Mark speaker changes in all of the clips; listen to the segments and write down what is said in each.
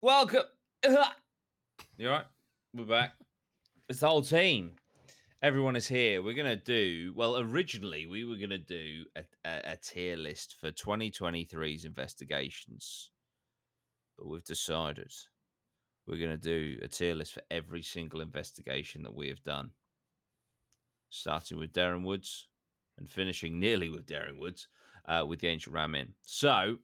Speaker 1: Welcome. You alright? We're back. It's the whole team. Everyone is here. We're going to do, well, originally we were going to do a, a, a tier list for 2023's investigations, but we've decided we're going to do a tier list for every single investigation that we have done, starting with Darren Woods and finishing nearly with Darren Woods uh, with the Ancient Ram in. So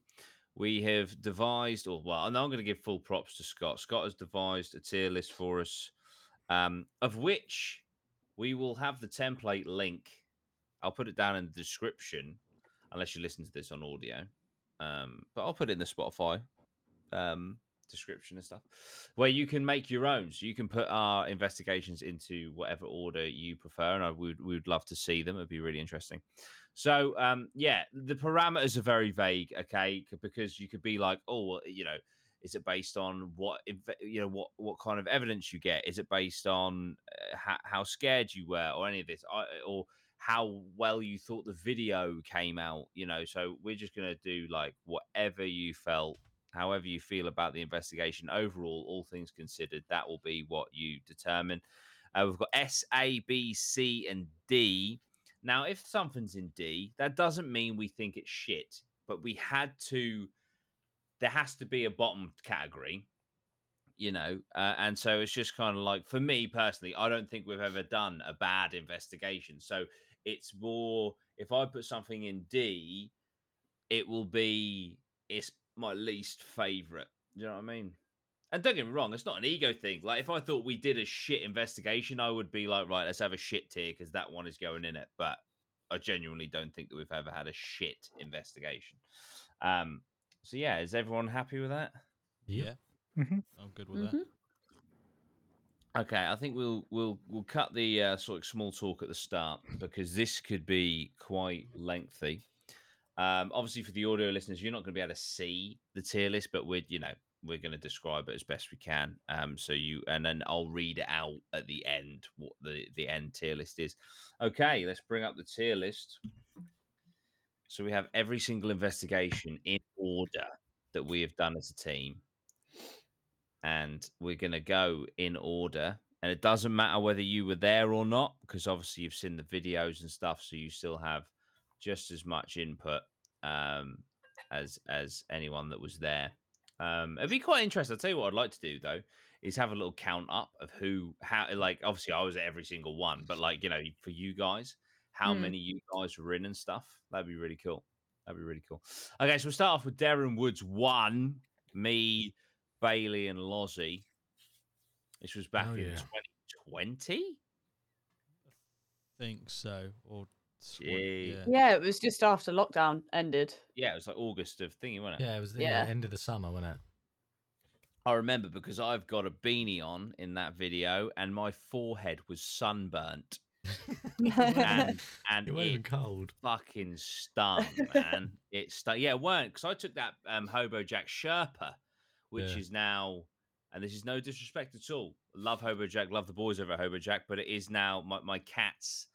Speaker 1: we have devised, or well, and I'm going to give full props to Scott. Scott has devised a tier list for us, um, of which we will have the template link. I'll put it down in the description, unless you listen to this on audio. Um, but I'll put it in the Spotify um, description and stuff, where you can make your own. So you can put our investigations into whatever order you prefer, and I would we would love to see them. It'd be really interesting. So um, yeah, the parameters are very vague, okay? c- Because you could be like, oh, well, you know, is it based on what inv- you know what what kind of evidence you get? Is it based on uh, how, how scared you were, or any of this, I, uh, or how well you thought the video came out? You know, so we're just gonna do like whatever you felt, however you feel about the investigation overall. All things considered, that will be what you determine. Uh, we've got S, A, B, C, and D. Now, if something's in D, that doesn't mean we think it's shit, but we had to, there has to be a bottom category, you know? Uh, and so it's just kind of like, for me personally, I don't think we've ever done a bad investigation. So it's more, if I put something in D, it will be, it's my least favorite. Do you know what I mean? And don't get me wrong, it's not an ego thing. Like, if I thought we did a shit investigation, I would be like, right, let's have a shit tier because that one is going in it. But I genuinely don't think that we've ever had a shit investigation. Um, so yeah, is everyone happy with that?
Speaker 2: Yeah.
Speaker 3: Mhm.
Speaker 2: I'm good with
Speaker 4: Mm-hmm.
Speaker 2: that.
Speaker 1: Okay, I think we'll we'll we'll cut the uh, sort of small talk at the start because this could be quite lengthy. Um, obviously, for the audio listeners, you're not going to be able to see the tier list, but we're you know we're going to describe it as best we can. Um, so you and then I'll read it out at the end what the the end tier list is. Okay, let's bring up the tier list. So we have every single investigation in order that we have done as a team and we're going to go in order. And it doesn't matter whether you were there or not, because obviously you've seen the videos and stuff, so you still have just as much input um, as as anyone that was there. Um, it'd be quite interesting. I'll tell you what I'd like to do though is have a little count up of who, how, like obviously I was at every single one, but like you know, for you guys, how
Speaker 4: Hmm.
Speaker 1: many you guys were in and stuff. That'd be really cool. That'd be really cool. Okay, so we'll start off with Darren Woods one, me, Bailey, and Lozzie. This was back
Speaker 2: Oh,
Speaker 1: in
Speaker 2: yeah.
Speaker 1: 2020.
Speaker 2: Think so. Or sw-
Speaker 1: Gee.
Speaker 2: yeah.
Speaker 4: Yeah, it was just after lockdown ended.
Speaker 1: Yeah, it was like August of thingy, wasn't it?
Speaker 3: Yeah, it was the
Speaker 4: Yeah.
Speaker 3: end of the summer, wasn't it?
Speaker 1: I remember because I've got a beanie on in that video, and my forehead was sunburnt, and and
Speaker 3: It
Speaker 1: it,
Speaker 3: wasn't even cold.
Speaker 1: fucking stung, man. it stung. Yeah, it weren't because I took that um, Hobo Jack Sherpa, which
Speaker 3: Yeah.
Speaker 1: is now, and this is no disrespect at all. Love Hobo Jack, love the boys over at Hobo Jack, but it is now my, my cats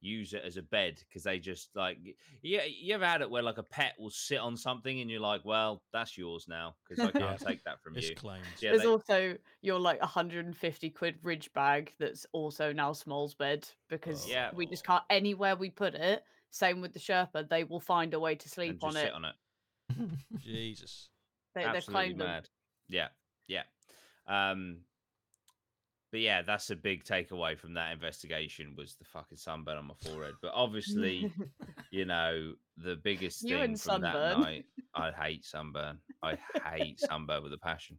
Speaker 1: use it as a bed because they just like y- yeah you ever had it where like a pet will sit on something and you're like well that's yours now because i can't take that from
Speaker 2: It's
Speaker 1: you
Speaker 2: claimed.
Speaker 1: yeah
Speaker 4: There's
Speaker 1: they-
Speaker 4: also your like 150 quid ridge bag that's also now Small's bed because
Speaker 1: Yeah.
Speaker 4: we just can't anywhere we put it. Same with the Sherpa, they will find a way to
Speaker 1: and
Speaker 4: sleep
Speaker 1: just
Speaker 4: on
Speaker 1: sit
Speaker 4: it.
Speaker 1: on it
Speaker 2: Jesus.
Speaker 4: They, they've
Speaker 1: absolutely
Speaker 4: claimed
Speaker 1: mad. Yeah, yeah. Um, but yeah, that's a big takeaway from that investigation was the fucking sunburn on my forehead. But obviously,
Speaker 4: them.
Speaker 1: you know, the biggest
Speaker 4: You
Speaker 1: thing
Speaker 4: and
Speaker 1: from that
Speaker 4: sunburn.
Speaker 1: night, I hate sunburn. I hate sunburn with a passion.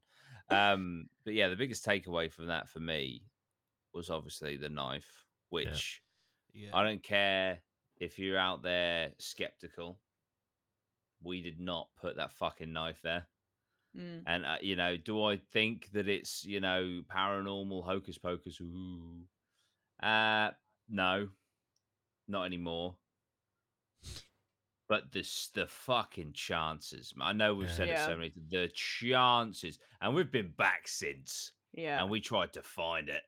Speaker 1: Um, but yeah, the biggest takeaway from that for me was obviously the knife, which.
Speaker 2: Yeah.
Speaker 1: I don't care if you're out there skeptical. We did not put that fucking knife there.
Speaker 4: Mm.
Speaker 1: And, uh, you know, do I think that it's, you know, paranormal hocus pocus? Ooh. Uh, no, not anymore. But this, the fucking chances. I know we've said it
Speaker 4: Yeah.
Speaker 1: so many times. The chances. And we've been back since
Speaker 4: Yeah.
Speaker 1: and we tried to find it.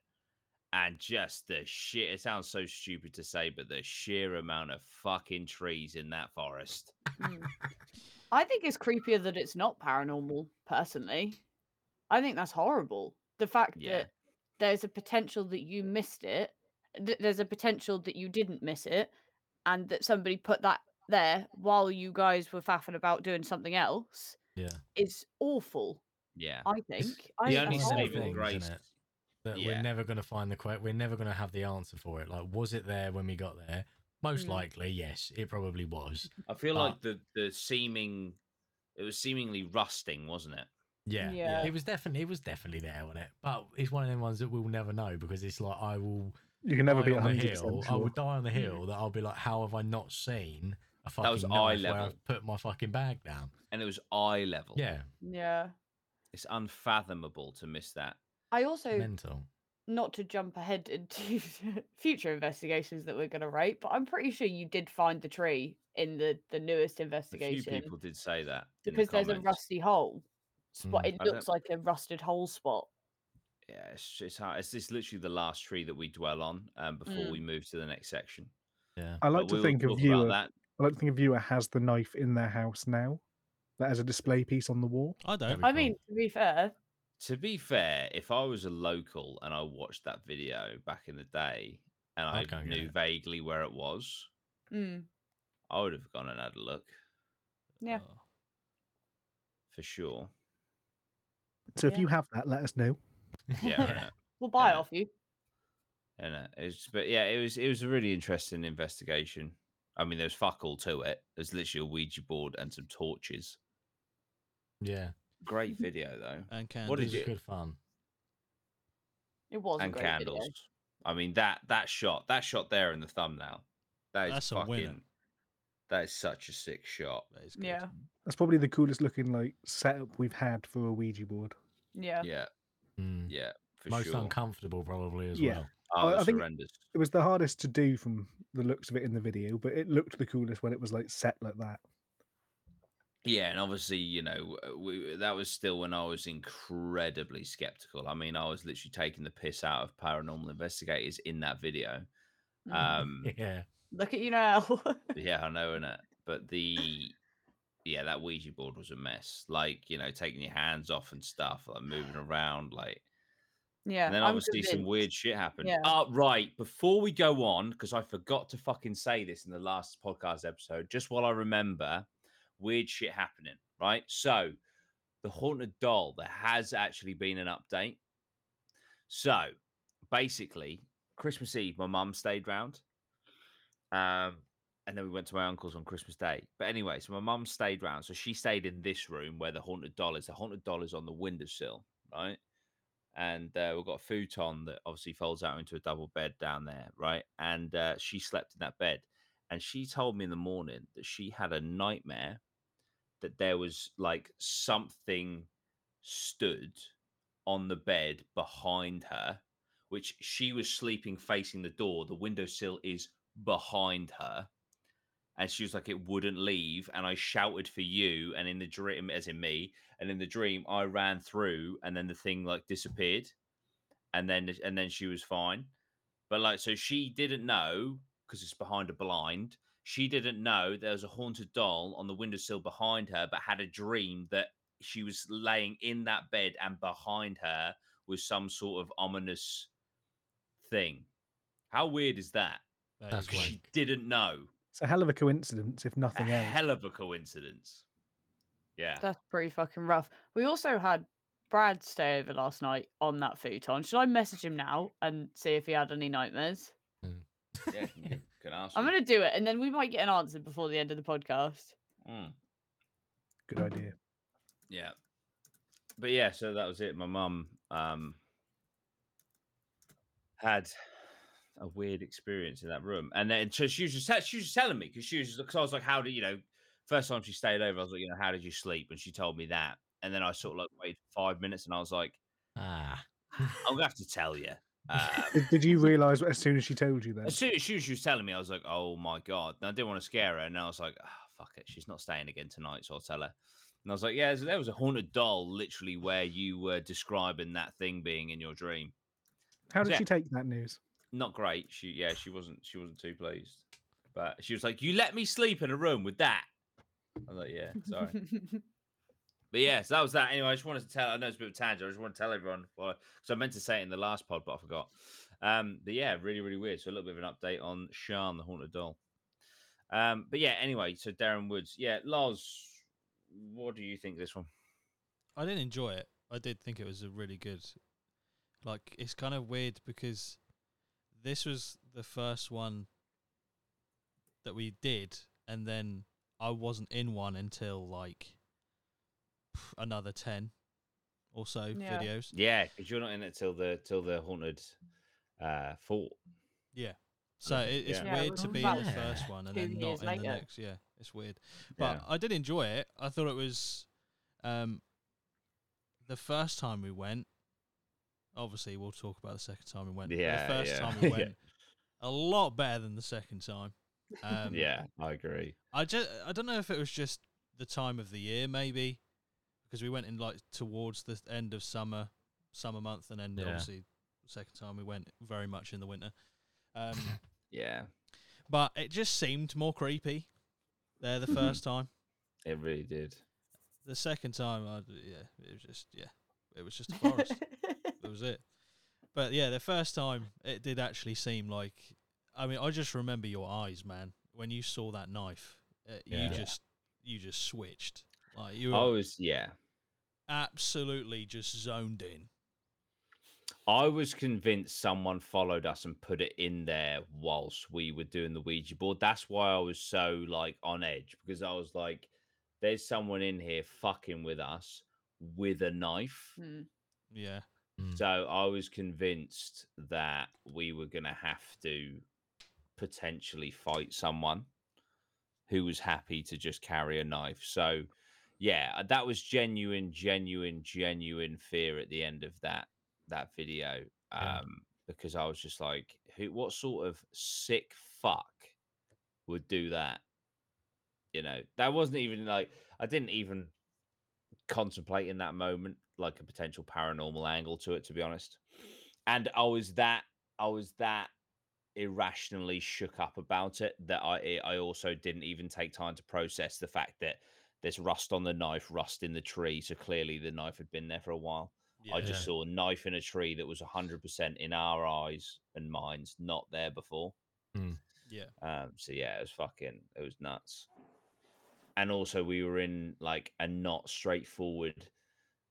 Speaker 1: And just the shit, it sounds so stupid to say, but the sheer amount of fucking trees in that forest.
Speaker 4: Mm. I think it's creepier that it's not paranormal, personally. I think that's horrible. The fact
Speaker 1: Yeah.
Speaker 4: that there's a potential that you missed it, th- there's a potential that you didn't miss it, and that somebody put that there while you guys were faffing about doing something else
Speaker 3: Yeah.
Speaker 4: is awful.
Speaker 1: Yeah.
Speaker 4: I think. I
Speaker 1: the
Speaker 4: think
Speaker 1: only
Speaker 4: that's
Speaker 3: one of the
Speaker 1: saving
Speaker 3: things,
Speaker 4: horrible.
Speaker 1: grace.
Speaker 3: innit? That
Speaker 1: Yeah.
Speaker 3: we're never going to find the quote. We're never going to have the answer for it. Like, was it there when we got there? Most
Speaker 4: Mm.
Speaker 3: likely, yes. It probably was.
Speaker 1: I feel
Speaker 4: Uh
Speaker 3: But-
Speaker 1: like the the seeming, it was seemingly rusting, wasn't it?
Speaker 3: Yeah,
Speaker 4: Yeah.
Speaker 3: It was definitely, it was definitely there, wasn't it? But it's one of them ones that we'll never know because it's like I will
Speaker 5: You can never
Speaker 3: die
Speaker 5: be
Speaker 3: on the
Speaker 5: 100
Speaker 3: hill.
Speaker 5: percent
Speaker 3: I will
Speaker 5: sure.
Speaker 3: die on the hill that I'll be like, how have I not seen a fucking
Speaker 1: That was
Speaker 3: knife
Speaker 1: eye
Speaker 3: where
Speaker 1: level. Oh.
Speaker 3: I've put my fucking bag down?
Speaker 1: And it was eye level.
Speaker 3: Yeah,
Speaker 4: Yeah.
Speaker 1: It's unfathomable to miss that.
Speaker 4: I also
Speaker 3: mental.
Speaker 4: not to jump ahead into future investigations that we're going to write, but I'm pretty sure you did find the tree in the the newest
Speaker 1: A few
Speaker 4: investigation
Speaker 1: people did say that in the
Speaker 4: because there's a
Speaker 1: comments.
Speaker 4: rusty hole spot.
Speaker 3: Mm.
Speaker 4: It
Speaker 1: I don't-
Speaker 4: looks like a rusted hole spot.
Speaker 1: Yeah, it's it's, hard. it's it's literally the last tree that we dwell on um, before
Speaker 4: Mm.
Speaker 1: we move to the next section.
Speaker 3: Yeah,
Speaker 5: I like
Speaker 1: But
Speaker 5: to
Speaker 1: we'll
Speaker 5: think of
Speaker 1: talk about
Speaker 5: viewer.
Speaker 1: that.
Speaker 5: I like to think of viewer has the knife in their house now, that as a display piece on the wall.
Speaker 2: I don't. Oh,
Speaker 3: Very
Speaker 4: I
Speaker 3: cool.
Speaker 4: mean, to be fair,
Speaker 1: To be fair, if I was a local and I watched that video back in the day and
Speaker 3: I
Speaker 1: I,
Speaker 3: can't get
Speaker 1: knew
Speaker 3: it.
Speaker 1: vaguely where it was,
Speaker 4: mm,
Speaker 1: I would have gone and had a look
Speaker 4: yeah.
Speaker 2: Oh,
Speaker 1: for sure.
Speaker 5: So if
Speaker 4: Yeah.
Speaker 5: you have that, let us know.
Speaker 1: Yeah, right.
Speaker 4: we'll buy it
Speaker 1: Yeah.
Speaker 4: off you.
Speaker 1: And uh, it's but yeah, it was it was a really interesting investigation. I mean, there's fuck all to it. There's literally a Ouija board and some torches.
Speaker 3: yeah.
Speaker 1: Great video though,
Speaker 2: and can.
Speaker 1: What
Speaker 3: It
Speaker 1: did
Speaker 3: was
Speaker 1: you-
Speaker 3: good fun.
Speaker 4: It was a
Speaker 1: and
Speaker 4: great video.
Speaker 1: candles. I mean that that shot, that shot there in the thumbnail, that is
Speaker 2: That's a winner.
Speaker 1: fucking. That is such a sick shot.
Speaker 2: That is good.
Speaker 4: Yeah,
Speaker 5: That's probably the coolest looking like setup we've had for a Ouija board.
Speaker 4: yeah,
Speaker 1: Yeah,
Speaker 3: Mm.
Speaker 1: yeah, for
Speaker 3: Most
Speaker 1: sure.
Speaker 3: uncomfortable, probably as
Speaker 5: Yeah.
Speaker 3: well.
Speaker 1: Oh,
Speaker 5: I- I
Speaker 1: that's
Speaker 5: think-
Speaker 1: horrendous.
Speaker 5: It was the hardest to do from the looks of it in the video, but it looked the coolest when it was like set like that.
Speaker 1: Yeah, and obviously, you know, uh, we, that was still when I was incredibly skeptical. I mean, I was literally taking the piss out of paranormal investigators in that video.
Speaker 4: Mm.
Speaker 1: Um,
Speaker 3: Yeah,
Speaker 4: Look at you now.
Speaker 1: yeah, I know, innit? But the yeah, that Ouija board was a mess. Like, you know, taking your hands off and stuff, like moving around, like
Speaker 4: yeah,
Speaker 1: and then
Speaker 4: I'm
Speaker 1: obviously some
Speaker 4: convinced.
Speaker 1: weird shit happened.
Speaker 4: Yeah.
Speaker 1: Ah, right. Before we go on, because I forgot to fucking say this in the last podcast episode, just while I remember, weird shit happening, right? So, the haunted doll, there has actually been an update. So, basically, Christmas Eve, my mum stayed round. Um, and then we went to my uncle's on Christmas Day. But anyway, so my mum stayed round. So she stayed in this room where the haunted doll is. The haunted doll is on the windowsill, right? And uh, we've got a futon that obviously folds out into a double bed down there, right? And uh, she slept in that bed. And she told me in the morning that she had a nightmare that there was like something stood on the bed behind her, which she was sleeping facing the door. The windowsill is behind her. And she was like, it wouldn't leave. And I shouted for you. And in the dream, as in me, and in the dream, I ran through and then the thing like disappeared. And then, and then she was fine. But like, so she didn't know because it's behind a blind. She didn't know there was a haunted doll on the windowsill behind her, but had a dream that she was laying in that bed and behind her was some sort of ominous thing. How weird is that?
Speaker 2: That
Speaker 3: That's
Speaker 2: is
Speaker 3: why.
Speaker 1: She
Speaker 3: wank.
Speaker 1: didn't know.
Speaker 5: It's a hell of a coincidence, if
Speaker 1: A
Speaker 5: nothing else.
Speaker 1: hell of a coincidence. Yeah.
Speaker 4: That's pretty fucking rough. We also had Brad stay over last night on that futon. Should I message him now and see if he had any nightmares?
Speaker 1: yeah can, you- can ask.
Speaker 4: I'm
Speaker 1: him.
Speaker 4: gonna do it, and then we might get an answer before the end of the podcast.
Speaker 1: Mm,
Speaker 5: Good idea.
Speaker 1: yeah. But yeah, so that was it. My mum um, had a weird experience in that room, and then so she was just te- she was just telling me because she was just because I was like, how do you know? First time she stayed over, I was like, you know, how did you sleep? And she told me that, and then I sort of like waited five minutes, and I was like,
Speaker 3: Ah,
Speaker 1: I'm gonna have to tell you. Um,
Speaker 5: Did, did you realise as soon as she told you then?
Speaker 1: As soon as she was, she was telling me, I was like, "Oh my god!" And I didn't want to scare her, and I was like, oh, "Fuck it, she's not staying again tonight." So I'll tell her. And I was like, "Yeah, so there was a haunted doll, literally where you were describing that thing being in your dream.
Speaker 5: How did
Speaker 1: yeah.
Speaker 5: she take that news?
Speaker 1: Not great. She, yeah, she wasn't, she wasn't too pleased. But she was like, "You let me sleep in a room with that." I was like, "Yeah, sorry." But yeah, so that was that. Anyway, I just wanted to tell. I know it's a bit of a tangent. I just want to tell everyone because I meant to say it in the last pod, but I forgot. Um, but yeah, really, really weird. So a little bit of an update on Shan the Haunted Doll. Um, but yeah, anyway, so Darren Woods. Yeah, Lars, what do you think of this one?
Speaker 2: I didn't enjoy it. I did think it was a really good. Like it's kind of weird because this was the first one that we did, and then I wasn't in one until like another ten or so
Speaker 4: Yeah.
Speaker 2: videos.
Speaker 1: Yeah, because you're not in it till the till the haunted uh fort.
Speaker 2: Yeah. So it, it's
Speaker 1: Yeah.
Speaker 4: Yeah, it
Speaker 2: weird
Speaker 4: was
Speaker 2: to be in the
Speaker 3: about
Speaker 2: first one and
Speaker 4: two
Speaker 2: then not
Speaker 4: years
Speaker 2: in the
Speaker 4: later.
Speaker 2: next. Yeah, it's weird. But I did enjoy it. I thought it was um the first time we went. Obviously, we'll talk about the second time we went. but
Speaker 1: Yeah,
Speaker 2: the first
Speaker 1: yeah.
Speaker 2: time we
Speaker 1: Yeah.
Speaker 2: went, a lot better than the second time. Um,
Speaker 1: yeah, I agree.
Speaker 2: I just I don't know if it was just the time of the year, maybe, because we went in like towards the end of summer, summer month, and then
Speaker 3: Yeah.
Speaker 2: obviously the second time we went very much in the winter. Um,
Speaker 1: Yeah,
Speaker 2: but it just seemed more creepy there
Speaker 1: Mm-hmm.
Speaker 2: the first time.
Speaker 1: it really did.
Speaker 2: The second time, I, yeah, it was just yeah, it was just a forest. that was it. But yeah, the first time it did actually seem like. I mean, I just remember your eyes, man. When you saw that knife, uh,
Speaker 1: Yeah.
Speaker 2: you just you just switched. Like you were
Speaker 1: I was yeah.
Speaker 2: absolutely just zoned in.
Speaker 1: I was convinced someone followed us and put it in there whilst we were doing the Ouija board. That's why I was so like on edge because I was like, "There's someone in here fucking with us with a knife."
Speaker 4: Mm.
Speaker 2: Yeah,
Speaker 3: Mm.
Speaker 1: So I was convinced that we were going to have to potentially fight someone who was happy to just carry a knife. So yeah, uh, that was genuine, genuine, genuine fear at the end of that that video
Speaker 3: Yeah.
Speaker 1: um, because I was just like, who? What sort of sick fuck would do that? You know, that wasn't even like I didn't even contemplate in that moment like a potential paranormal angle to it to be honest and i was that i was that irrationally shook up about it that i it- i also didn't even take time to process the fact that there's rust on the knife rust in the tree so clearly the knife had been there for a while
Speaker 2: yeah.
Speaker 1: i just saw a knife in a tree that was 100% in our eyes and minds not there before
Speaker 2: yeah.
Speaker 1: um, so yeah, it was fucking, it was nuts. And also, we were in like a not straightforward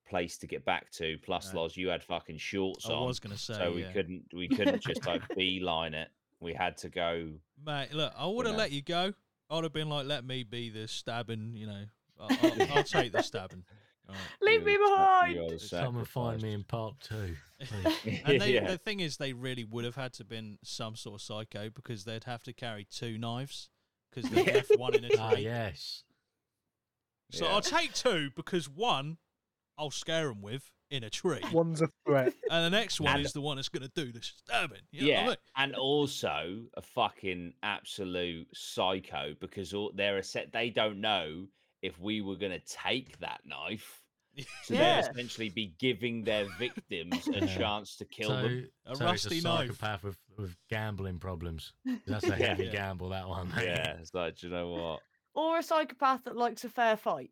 Speaker 1: place to get back to. Plus,
Speaker 2: No.
Speaker 1: Los, you had fucking shorts
Speaker 2: I
Speaker 1: on,
Speaker 2: was gonna say,
Speaker 1: so we
Speaker 2: yeah.
Speaker 1: couldn't, we couldn't just like beeline it. We had to go.
Speaker 2: mate. Look, I would have
Speaker 1: know.
Speaker 2: let you go. I'd have been like, let me be the stabbing. You know, I, I'll, I'll take the stabbing. All right.
Speaker 4: Leave
Speaker 1: you
Speaker 4: me
Speaker 1: were sa- you
Speaker 4: behind.
Speaker 1: were
Speaker 3: Come and find me in part two. please.
Speaker 1: sacrificed.
Speaker 2: And they,
Speaker 1: yeah.
Speaker 2: the thing is, they really would have had to been some sort of psycho because they'd have to carry two knives because they left one in a tree.
Speaker 3: ah, yes.
Speaker 2: So
Speaker 1: yeah.
Speaker 2: I'll take two because one I'll scare them with in a tree,
Speaker 5: One's a threat.
Speaker 2: and the next one
Speaker 1: And-
Speaker 2: is the one that's going to do the stabbing. You know
Speaker 1: yeah,
Speaker 2: What
Speaker 1: and also a fucking absolute psycho because all, they're a set. They don't know if we were going to take that knife, so
Speaker 4: Yeah.
Speaker 1: they'll essentially be giving their victims a
Speaker 3: Yeah.
Speaker 1: chance to kill
Speaker 3: so,
Speaker 1: them.
Speaker 2: A
Speaker 3: so
Speaker 2: rusty
Speaker 3: it's a
Speaker 2: knife.
Speaker 3: psychopath with, with gambling problems. That's a heavy
Speaker 2: Yeah.
Speaker 3: gamble, that one.
Speaker 1: Yeah, it's like, "Do you know what?
Speaker 4: Or a psychopath that likes a fair fight.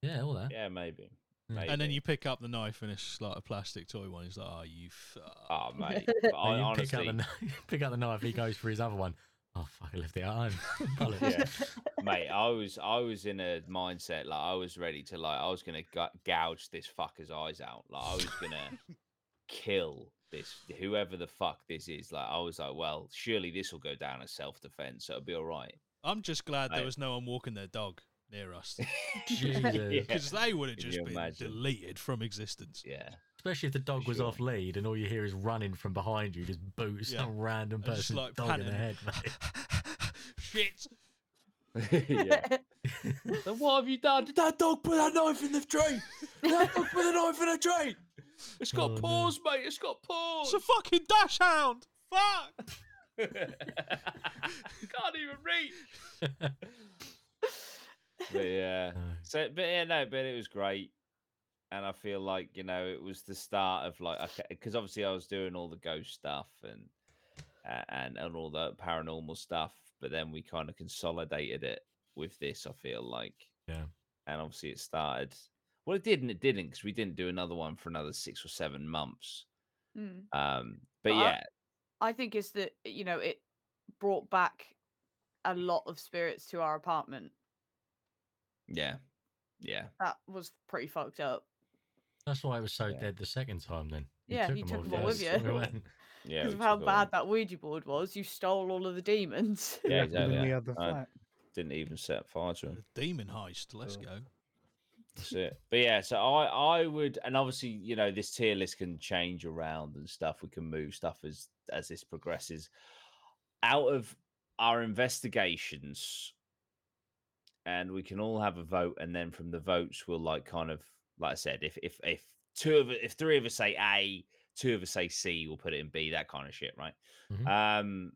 Speaker 3: yeah, all that.
Speaker 1: Yeah, maybe.
Speaker 3: Yeah.
Speaker 1: maybe.
Speaker 2: I mean? And then you pick up the knife and it's just like a plastic toy one. He's like, "Oh, you." Fuck.
Speaker 1: oh mate, but
Speaker 3: And
Speaker 1: I,
Speaker 3: you
Speaker 1: honestly,
Speaker 3: pick, up the, kni- pick up the knife, he goes for his other one. Oh, fuck, I left it at home. Bollocks.
Speaker 1: Yeah. mate, I was I was in a mindset like I was ready to like I was gonna gu- gouge this fucker's eyes out. Like I was gonna kill this whoever the fuck this is. Like I was like, well, surely this will go down as self defense, so it'll be all right.
Speaker 2: I'm just glad
Speaker 1: Mate.
Speaker 2: there was no one walking their dog near us
Speaker 3: Jesus.
Speaker 1: Yeah.
Speaker 2: because they would have
Speaker 1: Can
Speaker 2: just
Speaker 1: you
Speaker 2: been
Speaker 1: imagine?
Speaker 2: deleted from existence.
Speaker 1: Yeah,
Speaker 3: Especially if the dog was
Speaker 1: sure.
Speaker 3: off lead and all you hear is running from behind you, just boot
Speaker 2: Yeah.
Speaker 3: some random
Speaker 2: And just,
Speaker 3: person's
Speaker 2: like,
Speaker 3: dog in the head,
Speaker 2: panning.
Speaker 3: mate.
Speaker 2: Shit.
Speaker 1: yeah. So what have you done? Did that dog put that knife in the tree? Did that dog put the knife in the tree? It's got
Speaker 3: Oh, no.
Speaker 1: paws, mate. It's got paws.
Speaker 2: It's a fucking dash hound. Fuck.
Speaker 1: Can't even reach. but yeah.
Speaker 3: No.
Speaker 1: So, but yeah, no, but it was great. And I feel like, you know, it was the start of like, because obviously I was doing all the ghost stuff and, a- and, and all the paranormal stuff, but then we kind of consolidated it with this, I feel like.
Speaker 3: Yeah.
Speaker 1: And obviously it started, Well, it did and it didn't because we didn't do another one for another six or seven months.
Speaker 4: Mm.
Speaker 1: Um, but
Speaker 4: But I-
Speaker 1: yeah,
Speaker 4: I think it's that you know it brought back a lot of spirits to our apartment.
Speaker 1: yeah, yeah.
Speaker 4: That was pretty fucked up.
Speaker 3: That's why it was so
Speaker 1: Yeah.
Speaker 3: dead the second time. Then
Speaker 4: Yeah, you took
Speaker 1: 'em all with
Speaker 3: first.
Speaker 1: you.
Speaker 3: Went-
Speaker 1: Yeah,
Speaker 4: Because
Speaker 1: we
Speaker 4: of how
Speaker 1: took all-
Speaker 4: bad that Ouija board was, you stole all of the demons.
Speaker 5: It
Speaker 1: Yeah, Uh,
Speaker 5: happened
Speaker 1: exactly.
Speaker 5: in the
Speaker 1: I-
Speaker 5: other
Speaker 1: I
Speaker 5: flat.
Speaker 1: didn't even set fire to 'em.
Speaker 2: The demon heist. Let's
Speaker 5: Oh.
Speaker 2: go.
Speaker 1: That's it. But yeah, so I I would, and obviously you know this tier list can change around and stuff. We can move stuff as as this progresses. Out of our investigations, and we can all have a vote, and then from the votes we'll like kind of like I said, if if if two of if three of us say A, two of us say C, we'll put it in B, that kind of shit, right?
Speaker 4: Mm-hmm.
Speaker 3: Mhm.
Speaker 1: Um,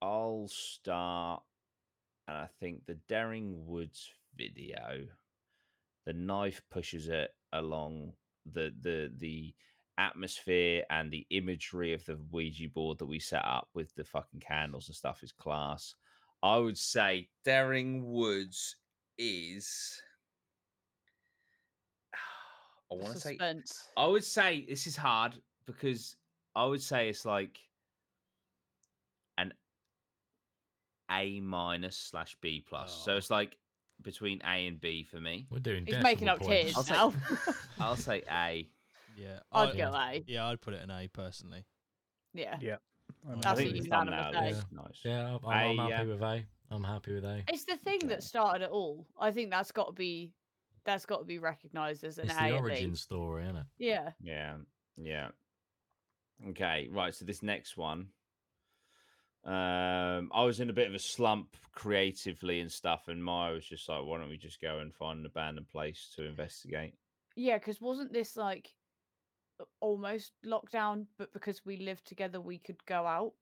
Speaker 1: I'll start, and I think the Daring Woods video the knife pushes it along the the the atmosphere and the imagery of the Ouija board that we set up with the fucking candles and stuff is class. I would say Daring Woods is. I
Speaker 4: The
Speaker 1: want to say
Speaker 4: suspense.
Speaker 1: I would say this is hard because I would say it's like an A minus slash B plus. So
Speaker 2: Oh.
Speaker 1: it's like between A and B for me.
Speaker 3: We're doing.
Speaker 4: He's
Speaker 3: decimal
Speaker 4: making up
Speaker 3: points.
Speaker 4: tears
Speaker 1: I'll take-
Speaker 4: now.
Speaker 1: I'll say A.
Speaker 2: Yeah.
Speaker 4: I'd
Speaker 2: I'd-
Speaker 4: go A.
Speaker 2: Yeah, I'd put it an A personally.
Speaker 4: Yeah.
Speaker 5: Yeah. I'm
Speaker 2: That's
Speaker 1: I think
Speaker 4: what
Speaker 5: happy
Speaker 1: we've
Speaker 5: with
Speaker 4: you
Speaker 5: that.
Speaker 1: done
Speaker 4: found
Speaker 1: that.
Speaker 4: out
Speaker 1: That's
Speaker 3: there.
Speaker 1: nice.
Speaker 3: Yeah, I'm, I'm
Speaker 1: A,
Speaker 3: happy
Speaker 1: yeah.
Speaker 3: with A. I'm happy with A.
Speaker 4: It's the thing that started it all. I think that's got to be that's got to be recognised as an
Speaker 3: It's
Speaker 4: A.
Speaker 3: the
Speaker 4: at
Speaker 3: origin
Speaker 4: least.
Speaker 3: story, isn't it?
Speaker 4: Yeah.
Speaker 1: Yeah. Yeah. Okay. Right. So this next one. Um, I was in a bit of a slump creatively and stuff, and Maya was just like, "Why don't we just go and find an abandoned place to investigate?"
Speaker 4: Yeah, because wasn't this like a- almost lockdown, but because we lived together, we could go out?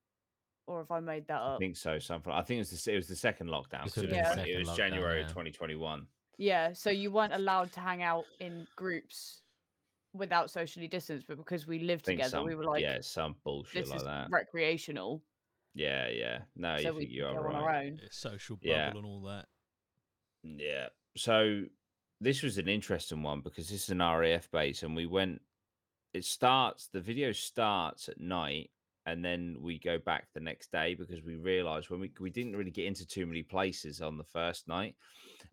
Speaker 4: Or have I made that
Speaker 1: I
Speaker 4: up?
Speaker 1: think so. Something. I think it was the s- it was the second lockdown.
Speaker 3: This
Speaker 1: 'cause It,
Speaker 4: would've
Speaker 1: was,
Speaker 4: been
Speaker 1: twen- it
Speaker 4: the
Speaker 3: second
Speaker 1: was
Speaker 3: lockdown,
Speaker 1: January
Speaker 3: yeah.
Speaker 1: 2021.
Speaker 4: Yeah, so you weren't allowed to hang out in groups without socially distance, but because we
Speaker 1: I
Speaker 4: lived
Speaker 1: think
Speaker 4: together,
Speaker 1: some,
Speaker 4: we were like,
Speaker 1: yeah, some bullshit
Speaker 4: this
Speaker 1: like
Speaker 4: is
Speaker 1: that.
Speaker 4: recreational.
Speaker 1: Yeah, yeah. No,
Speaker 4: so
Speaker 1: you
Speaker 4: we
Speaker 1: think
Speaker 4: could
Speaker 1: you
Speaker 4: go
Speaker 1: are right.
Speaker 4: on our own.
Speaker 2: It's social bubble
Speaker 1: Yeah.
Speaker 2: and all that.
Speaker 1: Yeah. So this was an interesting one because this is an RAF base, and we went. It starts. The video starts at night, and then we go back the next day because we realised when we we didn't really get into too many places on the first night,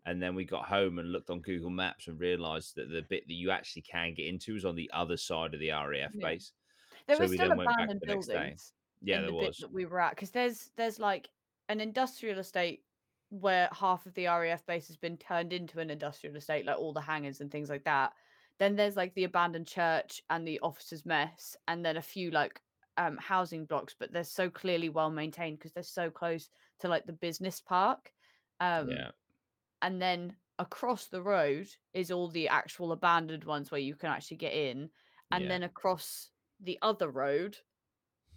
Speaker 1: and then we got home and looked on Google Maps and realised that the bit that you actually can get into is on the other side of the RAF
Speaker 4: Yeah.
Speaker 1: base.
Speaker 4: There
Speaker 1: So
Speaker 4: were
Speaker 1: we
Speaker 4: still
Speaker 1: then went back
Speaker 4: abandoned
Speaker 1: the next day.
Speaker 4: buildings
Speaker 1: Yeah,
Speaker 4: in
Speaker 1: there
Speaker 4: the bit
Speaker 1: was.
Speaker 4: that we were at because there's there's like an industrial estate where half of the RAF base has been turned into an industrial estate, like all the hangars and things like that. Then there's like the abandoned church and the officers' mess, and then a few like um, housing blocks, but they're so clearly well maintained because they're so close to like the business park. Um,
Speaker 1: yeah,
Speaker 4: and then across the road is all the actual abandoned ones where you can actually get in and
Speaker 1: Yeah.
Speaker 4: then across the other road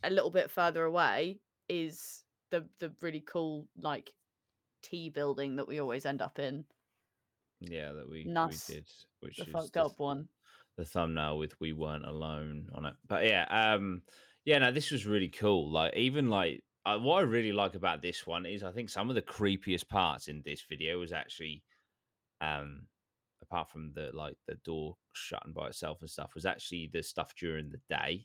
Speaker 4: a little bit further away is the the really cool like tea building that we always end up in
Speaker 1: yeah, that we,
Speaker 4: Nuss,
Speaker 1: we did, which
Speaker 4: the
Speaker 1: is
Speaker 4: fucked
Speaker 1: the
Speaker 4: up one
Speaker 1: the thumbnail with we weren't alone on it but yeah um yeah no this was really cool like even like uh, what i really like about this one is i think some of the creepiest parts in this video was actually um apart from the like the door shutting by itself and stuff was actually the stuff during the day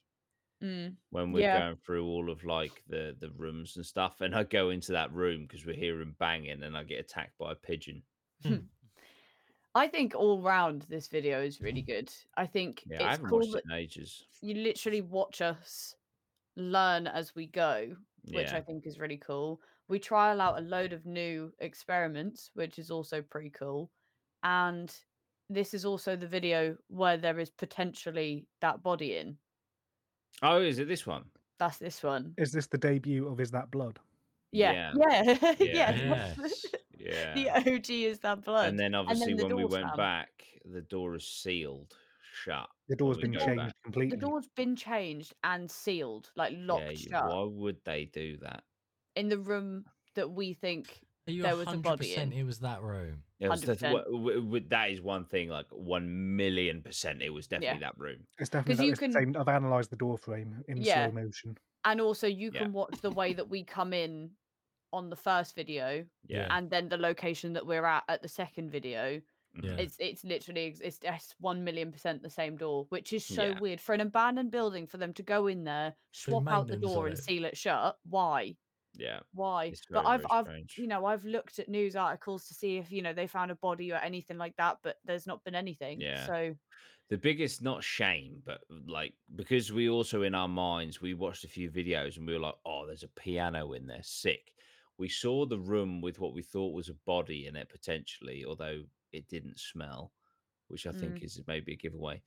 Speaker 4: mm.
Speaker 1: when we're
Speaker 4: Yeah.
Speaker 1: going through all of like the the rooms and stuff and i go into that room because we're hearing banging and i get attacked by a pigeon
Speaker 4: i think all round this video is really good i think
Speaker 1: yeah i
Speaker 4: it's
Speaker 1: haven't
Speaker 4: cool
Speaker 1: watched
Speaker 4: that
Speaker 1: it in ages
Speaker 4: you literally watch us learn as we go which
Speaker 1: yeah
Speaker 4: I think is really cool. We trial out a load of new experiments, which is also pretty cool. And this is also the video where there is potentially that body in.
Speaker 1: oh is it this one
Speaker 4: That's this one.
Speaker 5: Is this the debut of Is That Blood?
Speaker 4: Yeah. Yeah. Yeah.
Speaker 3: Yes.
Speaker 1: yeah
Speaker 4: the OG is that blood.
Speaker 1: And then obviously
Speaker 4: the
Speaker 1: when we
Speaker 4: door
Speaker 1: went
Speaker 4: slam.
Speaker 1: back, the door is sealed shut.
Speaker 5: The door's
Speaker 1: we
Speaker 5: been
Speaker 1: go
Speaker 5: changed
Speaker 1: back.
Speaker 5: completely.
Speaker 4: the door's been changed and sealed, like
Speaker 1: yeah,
Speaker 4: locked
Speaker 1: you-
Speaker 4: shut
Speaker 1: why would they do that?
Speaker 4: in the room that we think
Speaker 3: Are you
Speaker 4: There was a
Speaker 3: 100%
Speaker 4: body in.
Speaker 3: it was that room?
Speaker 1: It was def-
Speaker 4: 100%.
Speaker 1: wha- w- w- that is one thing, like one million percent. It was definitely that room.
Speaker 5: It's definitely
Speaker 4: 'Cause
Speaker 5: that,
Speaker 4: you
Speaker 5: it's the
Speaker 4: can-
Speaker 5: same. I've analysed the door frame in
Speaker 4: Yeah.
Speaker 5: slow motion.
Speaker 4: and also you
Speaker 1: Yeah.
Speaker 4: can watch the way that we come in on the first video
Speaker 1: Yeah.
Speaker 4: and then the location that we're at at the second video
Speaker 1: mm-hmm,
Speaker 3: Yeah.
Speaker 4: It's it's literally ex- it's, it's one million percent the same door, which is so
Speaker 1: Yeah.
Speaker 4: weird for an abandoned building for them to go in there, swap out the
Speaker 3: maintenance on
Speaker 4: door and
Speaker 3: it.
Speaker 4: seal it shut. Why?
Speaker 1: Yeah.
Speaker 4: Why?
Speaker 1: It's
Speaker 4: But
Speaker 1: very,
Speaker 4: I've
Speaker 1: very
Speaker 4: I've
Speaker 1: strange.
Speaker 4: you know I've looked at news articles to see if you know they found a body or anything like that, but there's not been anything.
Speaker 1: Yeah.
Speaker 4: So
Speaker 1: the biggest not shame but like because we also in our minds we watched a few videos and we were like oh there's a piano in there sick we saw the room with what we thought was a body in it potentially although it didn't smell which i think is maybe a giveaway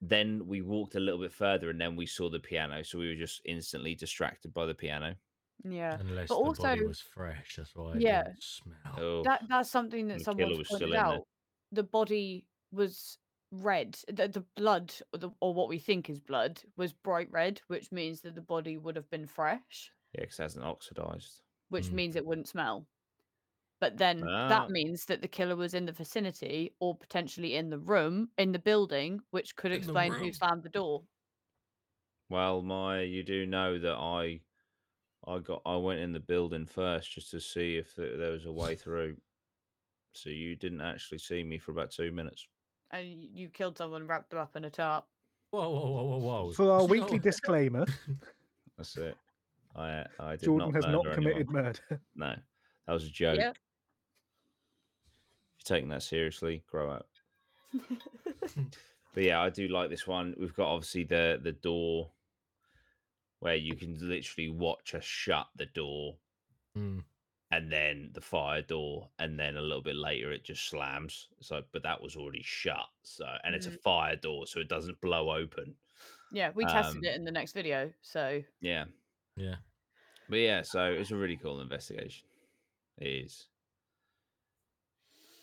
Speaker 1: then we walked a little bit further and then we saw the piano so we were just instantly distracted by the piano
Speaker 4: yeah.
Speaker 3: Unless
Speaker 4: But
Speaker 3: the body
Speaker 4: also-
Speaker 3: was fresh, that's why it
Speaker 4: Yeah.
Speaker 3: didn't smell.
Speaker 1: oh
Speaker 4: that that's something that
Speaker 1: the
Speaker 4: someone
Speaker 1: killer was
Speaker 4: pointed
Speaker 1: still in there.
Speaker 4: out. The body was red. The, the blood, or, the, or what we think is blood, was bright red, which means that the body would have been fresh,
Speaker 1: yeah because it hasn't oxidized
Speaker 4: which
Speaker 3: Mm.
Speaker 4: means it wouldn't smell. But then
Speaker 1: Ah.
Speaker 4: that means that the killer was in the vicinity or potentially in the room, in the building, which could
Speaker 3: In the
Speaker 4: explain who
Speaker 3: room.
Speaker 4: slammed the door.
Speaker 1: Well, my, you do know that I, I got, I went in the building first just to see if th- there was a way through. So you didn't actually see me for about two minutes.
Speaker 4: And y- you killed someone, wrapped them up in a tarp.
Speaker 3: Whoa, whoa, whoa, whoa,
Speaker 1: Oh,
Speaker 3: whoa.
Speaker 5: For our
Speaker 3: It's
Speaker 5: weekly
Speaker 3: not-
Speaker 5: disclaimer,
Speaker 1: That's it. I, I did
Speaker 5: Jordan
Speaker 1: not
Speaker 5: has not
Speaker 1: murder anyone.
Speaker 5: committed murder.
Speaker 1: No, that was a joke.
Speaker 4: Yeah.
Speaker 1: If you're taking that seriously, grow up. But yeah, I do like this one. We've got obviously the the door where you can literally watch us shut the door
Speaker 3: Mm.
Speaker 1: and then the fire door, and then a little bit later it just slams. So, but that was already shut. So, and it's a fire door, so it doesn't blow open.
Speaker 4: yeah, we tested
Speaker 1: Um,
Speaker 4: it in the next video. So
Speaker 1: Yeah,
Speaker 3: Yeah.
Speaker 1: but yeah, so it's a really cool investigation. It is.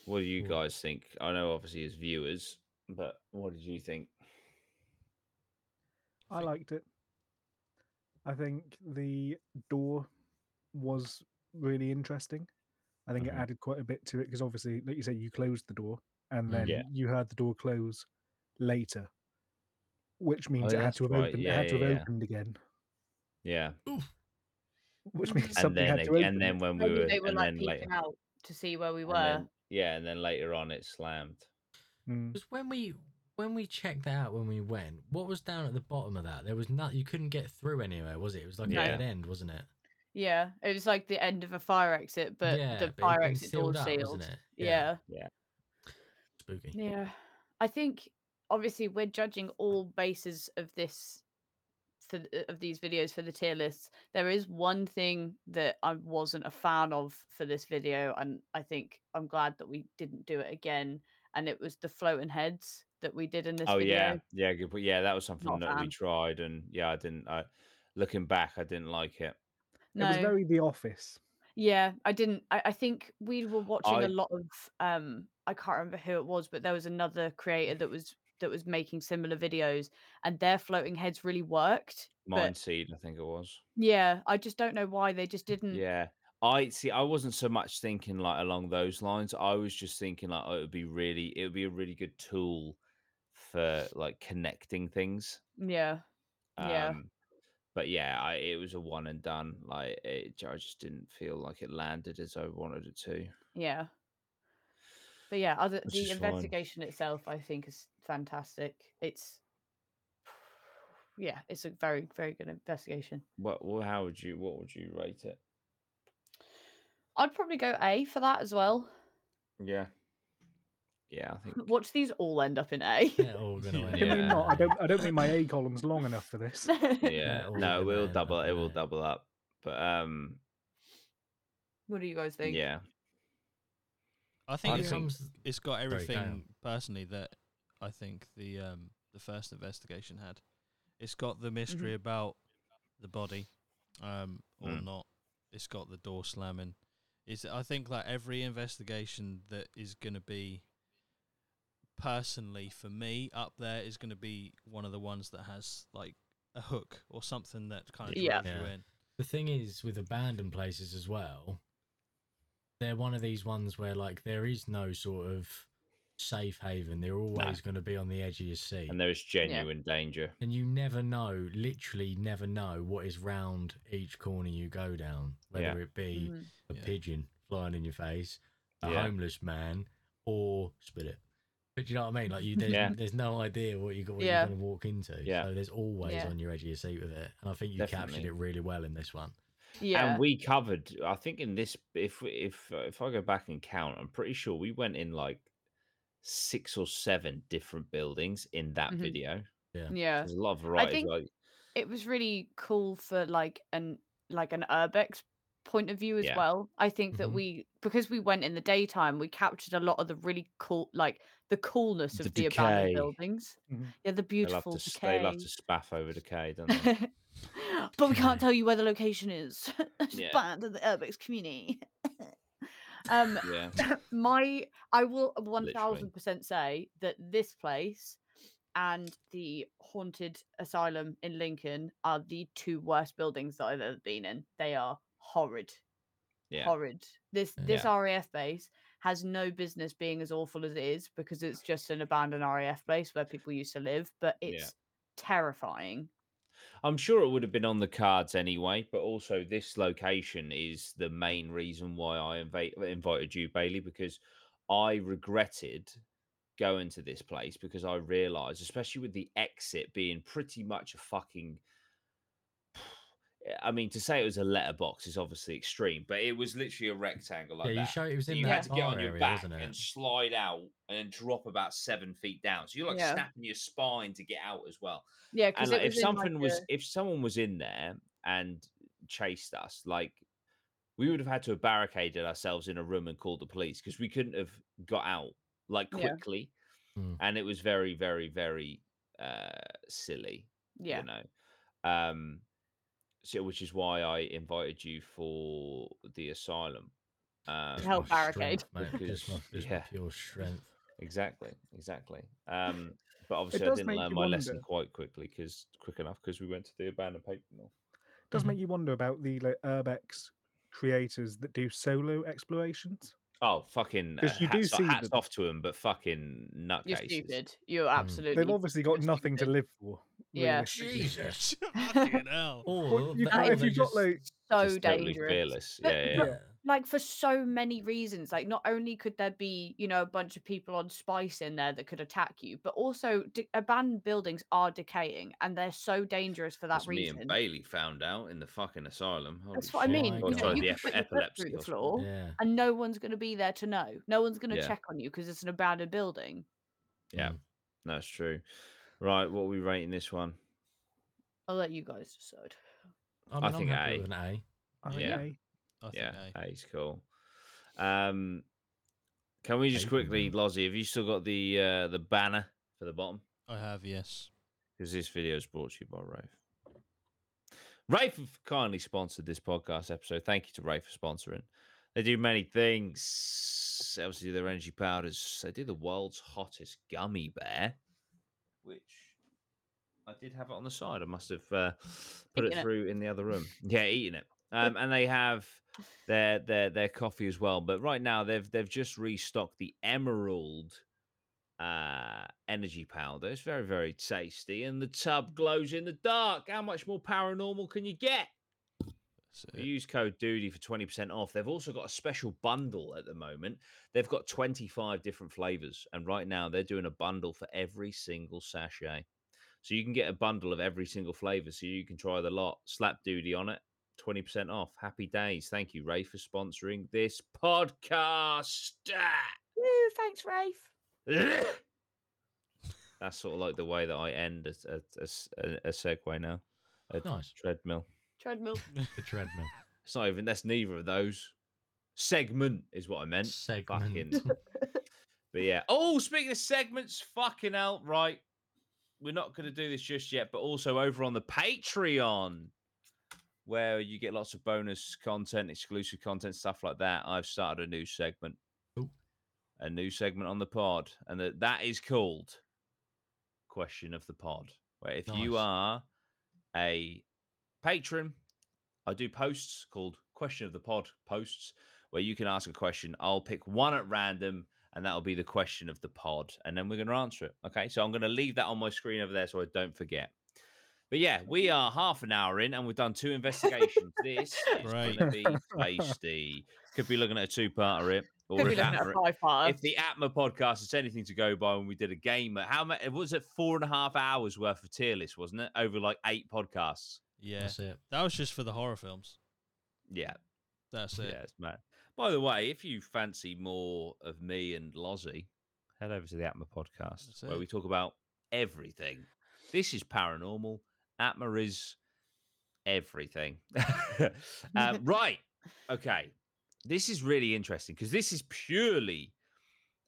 Speaker 1: What do you
Speaker 3: Cool.
Speaker 1: guys think? I know, obviously, as viewers, but what did you think?
Speaker 5: I liked it. I think the door was really interesting. I think
Speaker 1: Mhm.
Speaker 5: it added quite a bit to it because obviously, like you say, you closed the door and
Speaker 3: Mm.
Speaker 5: then
Speaker 1: Yeah.
Speaker 5: you heard the door close later, which means
Speaker 1: yeah,
Speaker 5: it had to
Speaker 1: Oh, that's
Speaker 5: have
Speaker 1: right.
Speaker 5: opened.
Speaker 1: Yeah,
Speaker 5: it had to
Speaker 1: yeah,
Speaker 5: have
Speaker 1: yeah.
Speaker 5: opened again,
Speaker 1: Yeah,
Speaker 4: Mm.
Speaker 5: which means
Speaker 1: and
Speaker 5: something
Speaker 1: then
Speaker 5: had
Speaker 1: ag-
Speaker 5: to open.
Speaker 1: and then when we
Speaker 4: maybe
Speaker 1: were
Speaker 4: they were
Speaker 1: and
Speaker 4: like
Speaker 1: then
Speaker 4: peeking
Speaker 1: later,
Speaker 4: out to see where we
Speaker 1: and
Speaker 4: were.
Speaker 1: then- yeah, and then later on it slammed.
Speaker 5: Mm.
Speaker 3: Because when we when we checked that out when we went, what was down at the bottom of that? There was not you couldn't get through anywhere, was it? It was like
Speaker 1: No.
Speaker 3: a dead end, wasn't it?
Speaker 4: Yeah, it was like the end of a fire exit, but
Speaker 3: yeah,
Speaker 4: the
Speaker 3: it had
Speaker 4: fire
Speaker 3: been
Speaker 4: exit door
Speaker 3: up,
Speaker 4: sealed.
Speaker 3: wasn't it?
Speaker 4: Yeah.
Speaker 3: Spooky.
Speaker 4: yeah, I think obviously we're judging all bases of this for th- of these videos for the tier lists. There is one thing that I wasn't a fan of for this video, and I think I'm glad that we didn't do it again. And it was the floating heads that we did in this
Speaker 1: oh
Speaker 4: video.
Speaker 1: yeah, yeah, good. point. Yeah, that was something
Speaker 4: Not a
Speaker 1: that we
Speaker 4: fan.
Speaker 1: tried, and yeah, I didn't. I, looking back, I didn't like it.
Speaker 4: no,
Speaker 5: It was very The Office.
Speaker 4: Yeah, I didn't. I, I think we were watching
Speaker 1: I-
Speaker 4: a lot of um I can't remember who it was, but there was another creator that was that was making similar videos and their floating heads really worked. but-
Speaker 1: Mind Seed, I think it was.
Speaker 4: Yeah, I just don't know why they just didn't.
Speaker 1: Yeah. I see. I wasn't so much thinking like along those lines. I was just thinking like oh, it would be really, it would be a really good tool for like connecting things.
Speaker 4: Yeah.
Speaker 1: Um,
Speaker 4: Yeah.
Speaker 1: But yeah, I, it was a one and done. Like it, j- I just didn't feel like it landed as I wanted it to.
Speaker 4: Yeah. But yeah, other
Speaker 1: Which is
Speaker 4: the
Speaker 1: fine.
Speaker 4: investigation itself I think is fantastic. It's yeah, it's a very, very good investigation.
Speaker 1: What? Well, how would you? What would you rate it?
Speaker 4: I'd probably go A for that as well.
Speaker 1: Yeah. Yeah, I think.
Speaker 4: Watch these all end up in A.
Speaker 3: They're all gonna
Speaker 2: Yeah.
Speaker 3: end
Speaker 5: Can
Speaker 3: up
Speaker 5: we
Speaker 1: Yeah.
Speaker 5: not? I
Speaker 3: there.
Speaker 5: don't. I don't think my A column's long enough for this.
Speaker 1: Yeah.
Speaker 3: all
Speaker 1: no, it
Speaker 3: gonna
Speaker 1: will
Speaker 3: end up
Speaker 1: double. It
Speaker 3: in
Speaker 1: will
Speaker 3: A.
Speaker 1: double up. But um,
Speaker 4: what do you guys think?
Speaker 1: yeah.
Speaker 2: I
Speaker 3: I
Speaker 2: think
Speaker 3: think
Speaker 2: it's,
Speaker 3: comes-
Speaker 2: it's got
Speaker 3: Sorry, carry on.
Speaker 2: everything personally that I think the um the first investigation had. It's got the mystery about the body, um or
Speaker 3: Hmm.
Speaker 1: Mm.
Speaker 2: not. It's got the door slamming. Is I think like every investigation that is going to be personally for me up there is going to be one of the ones that has like a hook or something that kind of draws
Speaker 4: Yeah.
Speaker 2: you
Speaker 3: Yeah.
Speaker 2: in.
Speaker 3: The thing is with abandoned places as well, they're one of these ones where like there is no sort of safe haven. They're always going to be on the edge of your seat.
Speaker 1: And there is genuine danger.
Speaker 3: and you never know, literally never know what is round each corner you go down, whether
Speaker 1: Yeah.
Speaker 3: it be
Speaker 4: Mhm.
Speaker 3: a
Speaker 2: Yeah.
Speaker 3: pigeon flying in your face, a
Speaker 1: Yeah.
Speaker 3: homeless man, or spit it. But do you know what I mean? Like you, there's,
Speaker 1: Yeah.
Speaker 3: there's no idea what you what
Speaker 4: Yeah.
Speaker 3: you're going to walk into.
Speaker 1: Yeah.
Speaker 3: So there's always
Speaker 4: Yeah.
Speaker 3: on your edge of your seat with it, and I think you captured
Speaker 1: Definitely.
Speaker 3: it really well in this one.
Speaker 4: Yeah.
Speaker 1: And we covered. I think in this, if if uh, if I go back and count, I'm pretty sure we went in like six or seven different buildings in that
Speaker 4: Mhm.
Speaker 1: video.
Speaker 4: yeah.
Speaker 1: There's a lot of variety. of,
Speaker 4: think-
Speaker 1: like,
Speaker 4: it was really cool for like an like an urbex point of view as
Speaker 1: Yeah. Mm-hmm.
Speaker 4: well. I think that
Speaker 3: Mhm.
Speaker 4: we because we went in the daytime, we captured a lot of the really cool like the coolness
Speaker 1: The
Speaker 4: of the abandoned
Speaker 1: decay. Mm-hmm.
Speaker 4: buildings.
Speaker 5: Mhm.
Speaker 4: Yeah, the
Speaker 1: they love
Speaker 4: beautiful
Speaker 1: to s- they love to spaff over decay, don't they?
Speaker 4: decay. but we
Speaker 3: Decay.
Speaker 4: can't tell you where the location is. it's
Speaker 1: Yeah.
Speaker 4: banned in the urbex community. um
Speaker 1: yeah.
Speaker 4: my I will one
Speaker 1: Literally.
Speaker 4: thousand percent say that this place and the haunted asylum in Lincoln are the two worst buildings that I've ever been in. They are horrid,
Speaker 1: Yeah.
Speaker 4: horrid. This
Speaker 3: Yeah.
Speaker 4: this RAF base has no business being as awful as it is because it's just an abandoned RAF place where people used to live, but
Speaker 1: Yeah.
Speaker 4: it's terrifying.
Speaker 1: I'm sure it would have been on the cards anyway, but also this location is the main reason why I inva- invited you, Bailey, because I regretted going to this place because I realized, especially with the exit being pretty much a fucking. I mean, to say it was a letterbox is obviously extreme, but it was literally a rectangle like
Speaker 3: yeah, you
Speaker 1: that.
Speaker 3: show it was
Speaker 1: So
Speaker 3: in
Speaker 1: you
Speaker 3: that
Speaker 1: had to get
Speaker 3: bar
Speaker 1: on your
Speaker 3: area,
Speaker 1: back
Speaker 3: wasn't it?
Speaker 1: and slide out and then drop about seven feet down. So you're like
Speaker 4: Yeah.
Speaker 1: snapping your spine to get out as well
Speaker 4: Yeah,
Speaker 1: and
Speaker 4: because
Speaker 1: like, if something was if someone was in there and chased us like we would have had to have barricaded ourselves in a room and called the police because we couldn't have got out like
Speaker 4: Yeah.
Speaker 1: quickly
Speaker 3: Mm.
Speaker 1: and it was very very very uh silly
Speaker 4: yeah,
Speaker 1: you know um so which is why i invited you for the asylum um
Speaker 3: Just
Speaker 4: Hell,
Speaker 3: my strength,
Speaker 4: barricade.
Speaker 3: mate, just my,
Speaker 1: Because-
Speaker 3: just my
Speaker 1: yeah.
Speaker 3: pure strength.
Speaker 1: exactly exactly um but obviously i
Speaker 5: does
Speaker 1: didn't
Speaker 5: make
Speaker 1: learn
Speaker 5: you
Speaker 1: my lesson
Speaker 5: wonder.
Speaker 1: quite quickly because quick enough because we went to the abandoned paper mill
Speaker 5: does
Speaker 3: Mhm.
Speaker 5: make you wonder about the like, urbex creators that do solo explorations.
Speaker 1: Oh, fucking! Uh,
Speaker 5: 'Cause you do
Speaker 1: hats,
Speaker 5: see
Speaker 1: hats
Speaker 5: them.
Speaker 1: off to him, but fucking
Speaker 4: you're
Speaker 1: nutcases.
Speaker 4: stupid. You're
Speaker 1: Mm.
Speaker 4: absolutely.
Speaker 5: They've obviously got
Speaker 4: you're
Speaker 5: nothing to
Speaker 4: stupid.
Speaker 5: live for.
Speaker 4: Yeah.
Speaker 5: realistically.
Speaker 3: Jesus.
Speaker 2: Fucking hell.
Speaker 1: oh,
Speaker 3: Or,
Speaker 5: you
Speaker 3: that-
Speaker 5: can't-
Speaker 3: or
Speaker 5: if
Speaker 3: they
Speaker 5: you've got
Speaker 3: just-
Speaker 5: like
Speaker 4: So
Speaker 1: Just totally
Speaker 4: dangerous.
Speaker 1: fearless.
Speaker 4: But-
Speaker 1: Yeah, yeah,
Speaker 3: yeah.
Speaker 1: yeah.
Speaker 4: like for so many reasons like not only could there be you know a bunch of people on spice in there that could attack you but also de- abandoned buildings are decaying and they're so dangerous for that
Speaker 1: As me
Speaker 4: reason
Speaker 1: and Bailey found out in the fucking asylum. Holy
Speaker 4: that's what i
Speaker 1: shit.
Speaker 4: mean
Speaker 3: my
Speaker 1: Oh,
Speaker 4: you know,
Speaker 1: sorry,
Speaker 4: you
Speaker 1: the
Speaker 4: could
Speaker 1: ep-
Speaker 4: put your foot
Speaker 1: epilepsy
Speaker 4: through the
Speaker 1: hospital.
Speaker 4: floor
Speaker 3: Yeah.
Speaker 4: and no one's going to be there to know no one's going to
Speaker 1: Yeah.
Speaker 4: check on you because it's an abandoned building
Speaker 1: Yeah,
Speaker 3: Mm.
Speaker 1: that's true. Right, what are we rating this one?
Speaker 4: i'll let you guys decide
Speaker 3: I, mean,
Speaker 1: I
Speaker 3: I'm
Speaker 1: think
Speaker 3: happy
Speaker 1: A.
Speaker 3: with an A.
Speaker 5: I
Speaker 1: Yeah.
Speaker 5: think
Speaker 2: I think
Speaker 1: yeah,
Speaker 2: A.
Speaker 1: A's cool. Um, can we just
Speaker 3: Eight,
Speaker 1: quickly,
Speaker 3: mhm.
Speaker 1: Lozzie? Have you still got the uh, the banner for the bottom?
Speaker 2: I have yes.
Speaker 1: because this video is brought to you by Rafe. Rafe have kindly sponsored this podcast episode. Thank you to Rafe for sponsoring. They do many things. Obviously, their energy powders. They do the world's hottest gummy bear, which I did have it on the side. I must have uh, put
Speaker 4: Picking
Speaker 1: it
Speaker 4: it.
Speaker 1: through in the other room. Yeah, eating it. Um, and they have their their their coffee as well. But right now, they've they've just restocked the emerald uh energy powder. It's very, very tasty. And the tub glows in the dark. How much more paranormal can you get?
Speaker 2: That's it.
Speaker 1: Use code Doody for 20% off. They've also got a special bundle at the moment. They've got 25 different flavors. And right now they're doing a bundle for every single sachet. So you can get a bundle of every single flavor. So you can try the lot. Slap Doody on it. 20% off. Happy days. Thank you, Ray, for sponsoring this podcast.
Speaker 4: Woo, thanks rafe
Speaker 1: That's sort of like the way that I end a, a- a s- a- a segue now. A
Speaker 3: Nice.
Speaker 1: treadmill.
Speaker 4: treadmill
Speaker 3: The treadmill
Speaker 1: It's not even, that's neither of those. Segment is what I meant.
Speaker 3: segment.
Speaker 1: Fucking. but yeah. Oh, speaking of segments, fucking out, right. We're not going to do this just yet, but also over on the Patreon, where you get lots of bonus content, exclusive content, stuff like that. I've started a new segment,
Speaker 3: Ooh.
Speaker 1: a new segment on the pod, and that that is called Question of the Pod. Where if you
Speaker 3: Nice.
Speaker 1: are a patron, I do posts called Question of the Pod posts where you can ask a question. I'll pick one at random, and that'll be the question of the pod, and then we're going to answer it. Okay, so I'm going to leave that on my screen over there so I don't forget. But yeah, we are half an hour in, and we've done two investigations. this is going to
Speaker 2: Right.
Speaker 1: be tasty. Could be looking at a two-parter. It Or
Speaker 4: Could be
Speaker 1: if
Speaker 4: looking at
Speaker 1: Atma-
Speaker 4: a five parter.
Speaker 1: if the Atma podcast is anything to go by, when we did a game, how much was it? Four and a half hours worth of tier list, wasn't it? Over like eight podcasts.
Speaker 2: Yeah,
Speaker 3: That's it.
Speaker 2: that was just for the horror films.
Speaker 1: Yeah,
Speaker 2: That's it.
Speaker 1: yeah, it's mad. By the way, if you fancy more of me and Lozzie, head over to the Atma podcast
Speaker 2: That's
Speaker 1: where
Speaker 2: it.
Speaker 1: we talk about everything. This is paranormal. Atma is everything. um, right. Okay. This is really interesting because this is purely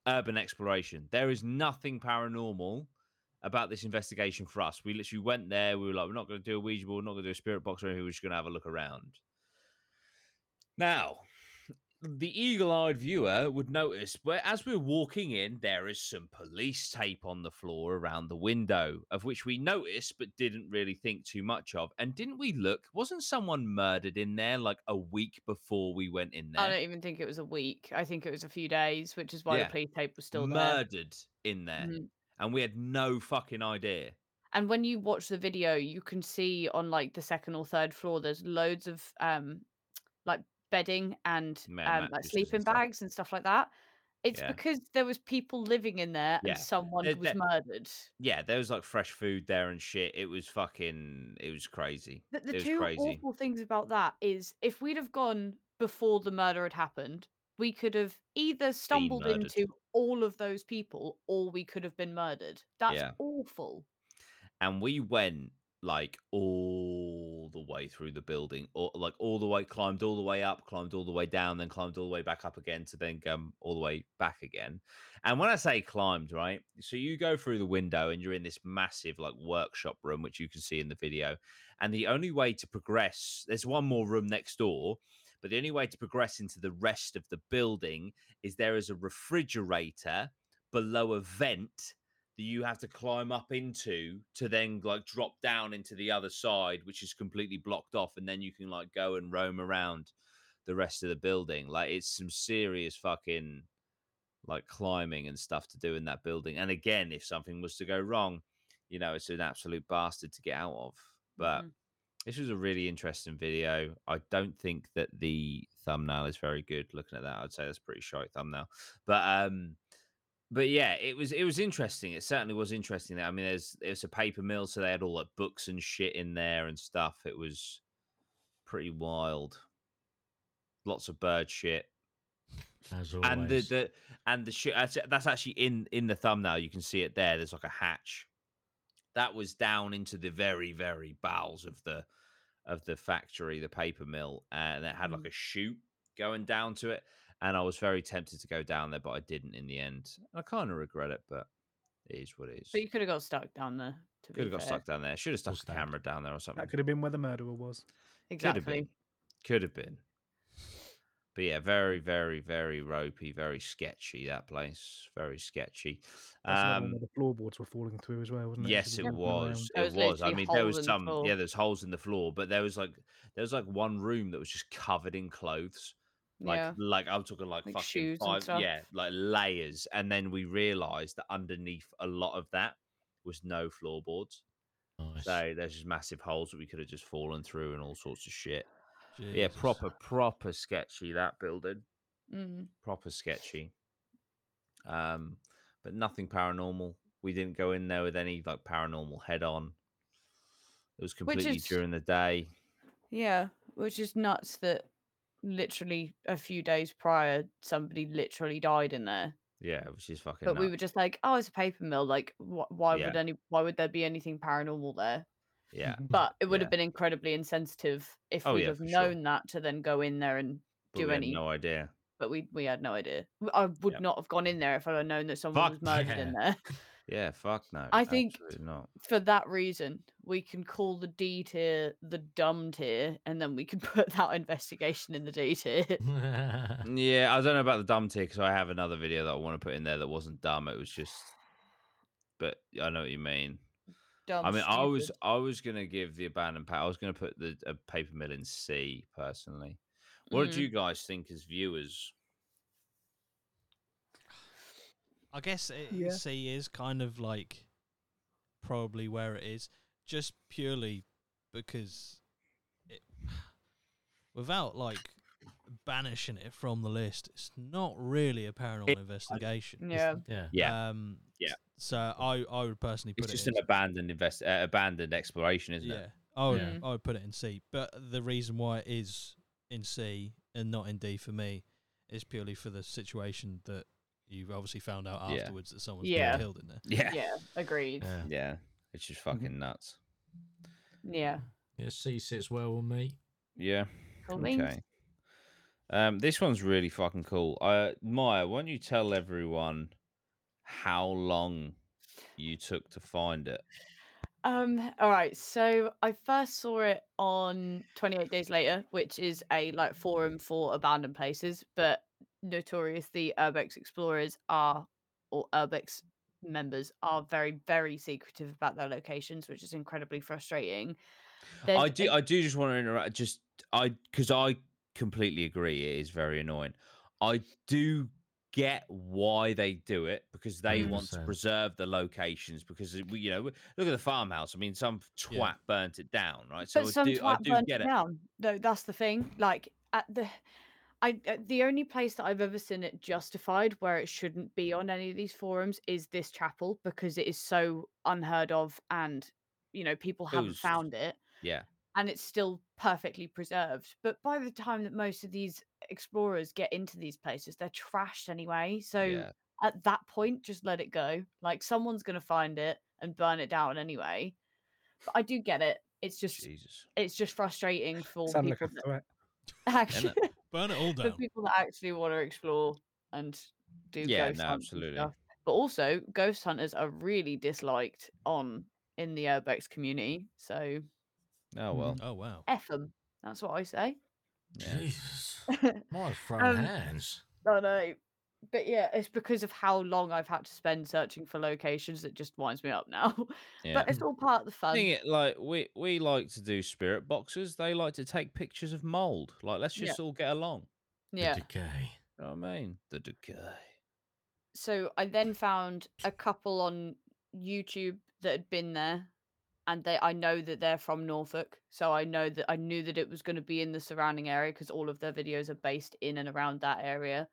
Speaker 1: urban exploration. There is nothing paranormal about this investigation for us. We literally went there. We were like, we're not going to do a Ouija board, we're not going to do a spirit box or anything. We're just going to have a look around. Now, the eagle-eyed viewer would notice where as we're walking in there is some police tape on the floor around the window of which we noticed but didn't really think too much of and didn't we look wasn't someone murdered in there like a week before we went in
Speaker 4: I
Speaker 1: there
Speaker 4: don't even think it was a week. I think it was a few days, which is why
Speaker 1: Yeah.
Speaker 4: the police tape was still there.
Speaker 1: murdered in there
Speaker 4: Mhm.
Speaker 1: and we had no fucking idea
Speaker 4: And when you watch the video, you can see on like the second or third floor, there's loads of um, like bedding and
Speaker 1: Ma-
Speaker 4: um, like
Speaker 1: mattresses and
Speaker 4: sleeping
Speaker 1: stuff.
Speaker 4: bags and stuff like that. It's
Speaker 1: Yeah.
Speaker 4: because there was people living in there
Speaker 1: Yeah.
Speaker 4: and someone
Speaker 1: There-
Speaker 4: was
Speaker 1: there-
Speaker 4: murdered.
Speaker 1: yeah there was like fresh food there and shit it was fucking it was crazy
Speaker 4: The,
Speaker 1: it
Speaker 4: the
Speaker 1: was
Speaker 4: two
Speaker 1: crazy
Speaker 4: awful things about that is if we'd have gone before the murder had happened, we could have either stumbled
Speaker 1: murdered.
Speaker 4: into all of those people or we could have been murdered. That's
Speaker 1: Yeah.
Speaker 4: awful.
Speaker 1: and we went like all the way through the building or like all the way climbed all the way up climbed all the way down then climbed all the way back up again to then come all the way back again and when i say climbed right so you go through the window and you're in this massive like workshop room which you can see in the video and the only way to progress there's one more room next door but the only way to progress into the rest of the building is there is a refrigerator below a vent that you have to climb up into to then like drop down into the other side, which is completely blocked off, and then you can like go and roam around the rest of the building. Like it's some serious fucking like climbing and stuff to do in that building. And again, if something was to go wrong, you know, it's an absolute bastard to get out of. But
Speaker 4: Mhm.
Speaker 1: this was a really interesting video. I don't think that the thumbnail is very good. Looking at that, I'd say that's a pretty shite thumbnail. But um, but yeah, it was it was interesting. It certainly was interesting. I mean, there's it's a paper mill, so they had all like books and shit in there and stuff. It was pretty wild. Lots of bird shit
Speaker 3: As always.
Speaker 1: and the, the and the shit that's, that's actually in in the thumbnail you can see it there there's like a hatch that was down into the very very bowels of the of the factory the paper mill and it had
Speaker 4: Mm.
Speaker 1: like a chute going down to it and i was very tempted to go down there but i didn't in the end and i kind of regret it but it is what it is
Speaker 4: But you could have got stuck down there. To
Speaker 1: could
Speaker 4: be
Speaker 1: have got
Speaker 4: fair.
Speaker 1: stuck down there should have stuck
Speaker 3: Or
Speaker 1: a
Speaker 3: stabbed.
Speaker 1: camera down there or something
Speaker 5: That could have been where the murderer was.
Speaker 1: could
Speaker 4: Exactly.
Speaker 1: have been. Could have been. But yeah, very, very, very ropey, very sketchy that place. Very sketchy.
Speaker 5: That's another one
Speaker 1: Um,
Speaker 5: where the floorboards were falling through as well, wasn't it?
Speaker 1: yes,
Speaker 5: Sort
Speaker 1: it
Speaker 5: of moving around.
Speaker 1: was.
Speaker 4: There
Speaker 1: It
Speaker 4: was
Speaker 1: was. I
Speaker 4: literally
Speaker 1: mean, there
Speaker 4: holes
Speaker 1: was
Speaker 4: in the
Speaker 1: some.
Speaker 4: floor.
Speaker 1: Yeah, there's holes in the floor, but there was like there was like one room that was just covered in clothes. Like,
Speaker 4: yeah.
Speaker 1: like I'm talking like,
Speaker 4: Like
Speaker 1: fucking
Speaker 4: shoes and
Speaker 1: five,
Speaker 4: stuff.
Speaker 1: yeah, like layers. And then we realised that underneath a lot of that was no floorboards.
Speaker 3: Nice.
Speaker 1: So there's just massive holes that we could have just fallen through and all sorts of shit. Yeah,
Speaker 2: Jesus.
Speaker 1: proper, proper sketchy that building.
Speaker 4: Mm.
Speaker 1: Proper sketchy. Um, but nothing paranormal. We didn't go in there with any like paranormal head on. It was completely
Speaker 4: is-
Speaker 1: during the day.
Speaker 4: Yeah. Which is nuts that literally a few days prior, somebody literally died in there.
Speaker 1: Yeah, which is fucking.
Speaker 4: But we
Speaker 1: nuts.
Speaker 4: were just like, oh, it's a paper mill. Like, wh- why
Speaker 1: Yeah.
Speaker 4: would any? Why would there be anything paranormal there?
Speaker 1: Yeah,
Speaker 4: But it would
Speaker 1: Yeah.
Speaker 4: have been incredibly insensitive if
Speaker 1: Oh,
Speaker 4: we'd
Speaker 1: yeah,
Speaker 4: have
Speaker 1: for sure.
Speaker 4: known that to then go in there and.
Speaker 1: but
Speaker 4: do
Speaker 1: we had
Speaker 4: any-
Speaker 1: no idea.
Speaker 4: But we we had no idea. W- I would
Speaker 1: Yep.
Speaker 4: not have gone in there if I had known that someone
Speaker 1: Fuck
Speaker 4: was murdered in there.
Speaker 1: Yeah, fuck no.
Speaker 4: I think-
Speaker 1: absolutely not.
Speaker 4: for that reason, we can call the D tier the dumb tier, and then we can put that investigation in the D tier.
Speaker 1: Yeah, I don't know about the dumb tier because I have another video that I want to put in there that wasn't dumb. It was just. But I know what you mean.
Speaker 4: Dumb,
Speaker 1: I mean, I was
Speaker 4: stupid.
Speaker 1: I was gonna give the abandoned pa I was gonna put the uh, paper mill in C personally. What
Speaker 4: Mm.
Speaker 1: did you guys think as viewers?
Speaker 2: I guess it,
Speaker 5: Yeah.
Speaker 2: C is kind of like probably where it is, just purely because it, without like banishing it from the list. It's not really a paranormal
Speaker 1: It-
Speaker 2: investigation.
Speaker 4: Yeah.
Speaker 3: Yeah.
Speaker 1: Yeah,
Speaker 2: Um,
Speaker 1: Yeah.
Speaker 2: So I I would personally put
Speaker 1: it's
Speaker 2: it
Speaker 1: just
Speaker 2: in
Speaker 1: an abandoned invest, uh, abandoned exploration, isn't
Speaker 2: yeah.
Speaker 1: it?
Speaker 2: I would,
Speaker 4: Yeah.
Speaker 2: I would put it in C. But the reason why it is in C and not in D for me is purely for the situation that you've obviously found out
Speaker 1: Yeah.
Speaker 2: afterwards that someone's
Speaker 4: Yeah.
Speaker 2: been killed in there.
Speaker 1: Yeah, yeah,
Speaker 4: Yeah. Agreed.
Speaker 3: Yeah.
Speaker 1: it's just fucking nuts.
Speaker 4: Yeah.
Speaker 3: Yeah, C sits well with me.
Speaker 1: Yeah.
Speaker 4: Cool beans.
Speaker 1: Okay. Um, this one's really fucking cool. Uh, Maya, why don't you tell everyone how long you took to find it?
Speaker 4: Um, all right. So I first saw it on 28 Days Later, which is a like forum for abandoned places, but notorious the Urbex explorers are or Urbex members are very, very secretive about their locations, which is incredibly frustrating. There's
Speaker 1: I
Speaker 4: a-
Speaker 1: do. I do just want to interrupt. Just I because I completely agree. It is very annoying. I do get why they do it because they want to
Speaker 3: 100%.
Speaker 1: preserve the locations because it- we- you know look at the farmhouse. I mean, some twat
Speaker 2: Yeah.
Speaker 1: burnt it down, right?
Speaker 4: but
Speaker 1: I
Speaker 4: some
Speaker 1: do. I
Speaker 4: twat
Speaker 1: do
Speaker 4: burnt
Speaker 1: get
Speaker 4: it
Speaker 1: it.
Speaker 4: down. No, that's the thing. Like at the, I uh, the only place that I've ever seen it justified where it shouldn't be on any of these forums is this chapel because it is so unheard of, and you know people haven't
Speaker 1: was-
Speaker 4: found it,
Speaker 1: Yeah.
Speaker 4: and it's still perfectly preserved. But by the time that most of these explorers get into these places, they're trashed anyway. So
Speaker 1: yeah.
Speaker 4: at that point, just let it go. Like someone's gonna find it and burn it down anyway. But I do get it. It's just
Speaker 1: Jesus.
Speaker 4: it's just frustrating for
Speaker 5: Sound like
Speaker 4: people
Speaker 5: a
Speaker 4: that
Speaker 5: threat.
Speaker 4: actually
Speaker 2: Burn it all
Speaker 4: for
Speaker 2: down.
Speaker 4: people that actually want to explore and do
Speaker 1: Yeah,
Speaker 4: ghost
Speaker 1: no,
Speaker 4: hunts
Speaker 1: absolutely.
Speaker 4: And stuff. But also, ghost hunters are really disliked on in the urbex community. So
Speaker 1: Oh well.
Speaker 2: Oh wow.
Speaker 4: f 'em. That's what I say.
Speaker 1: Yeah.
Speaker 3: Jesus.
Speaker 4: I
Speaker 3: My throwing
Speaker 4: Um,
Speaker 3: hands.
Speaker 4: know. But yeah, it's because of how long I've had to spend searching for locations that just winds me up now.
Speaker 1: yeah.
Speaker 4: But it's all part of the fun.
Speaker 1: thing it like we we like to do spirit boxes. They like to take pictures of mold. Like let's
Speaker 4: Yeah.
Speaker 1: just all get along.
Speaker 4: Yeah.
Speaker 3: The decay.
Speaker 1: You know what I mean? The decay.
Speaker 4: so I then found a couple on YouTube that had been there, and they I know that they're from Norfolk, so I know that I knew that it was going to be in the surrounding area because all of their videos are based in and around that area.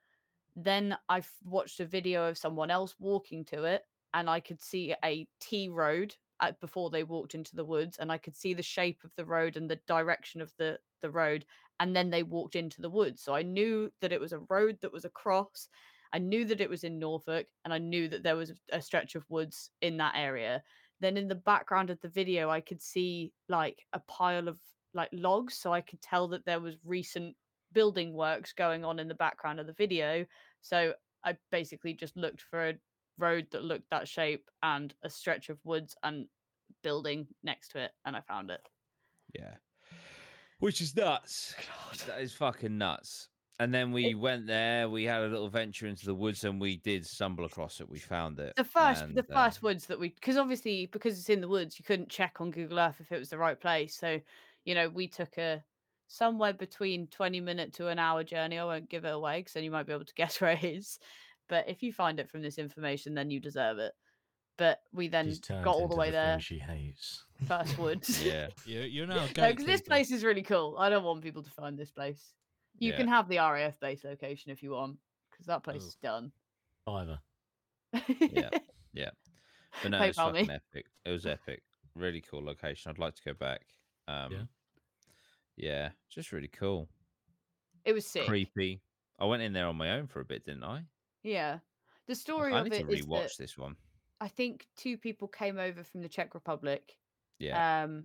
Speaker 4: Then I f- watched a video of someone else walking to it, and I could see a T road at, before they walked into the woods, and I could see the shape of the road and the direction of the the road, and then they walked into the woods. So I knew that it was a road that was across. I knew that it was in Norfolk and I knew that there was a stretch of woods in that area. Then in the background of the video, I could see like a pile of like logs. So I could tell that there was recent building works going on in the background of the video. So I basically just looked for a road that looked that shape and a stretch of woods and building next to it. And I found it.
Speaker 1: Yeah. Which is nuts. That is fucking nuts. And then we went there, we had a little venture into the woods and we did stumble across it. We found it.
Speaker 4: the first
Speaker 1: and,
Speaker 4: the
Speaker 1: uh,
Speaker 4: first woods that we because obviously because it's in the woods you couldn't check on google earth if it was the right place so you know we took a somewhere between 20 minute to an hour journey i won't give it away because then you might be able to guess where it is but if you find it from this information then you deserve it but we then
Speaker 3: She's turned
Speaker 4: got all
Speaker 3: into
Speaker 4: the way
Speaker 3: thing
Speaker 4: there
Speaker 3: She hates.
Speaker 4: first woods
Speaker 1: Yeah.
Speaker 2: You you're now
Speaker 4: No, 'cause
Speaker 2: going.
Speaker 4: this place is really cool i don't want people to find this place you
Speaker 1: Yeah.
Speaker 4: can have the raf base location if you want because that place
Speaker 2: Ooh.
Speaker 4: is done
Speaker 3: Either.
Speaker 1: Yeah. But no,
Speaker 4: Play
Speaker 1: it's
Speaker 4: for me.
Speaker 1: fucking epic. It was epic. Really cool location. I'd like to go back. Um yeah, just really cool.
Speaker 4: it was sick
Speaker 1: Creepy. I went in there on my own for a bit, didn't I?
Speaker 4: Yeah. The story
Speaker 1: I
Speaker 4: of
Speaker 1: need to
Speaker 4: it is that
Speaker 1: rewatch this one.
Speaker 4: I think two people came over from the Czech Republic.
Speaker 1: Yeah.
Speaker 4: Um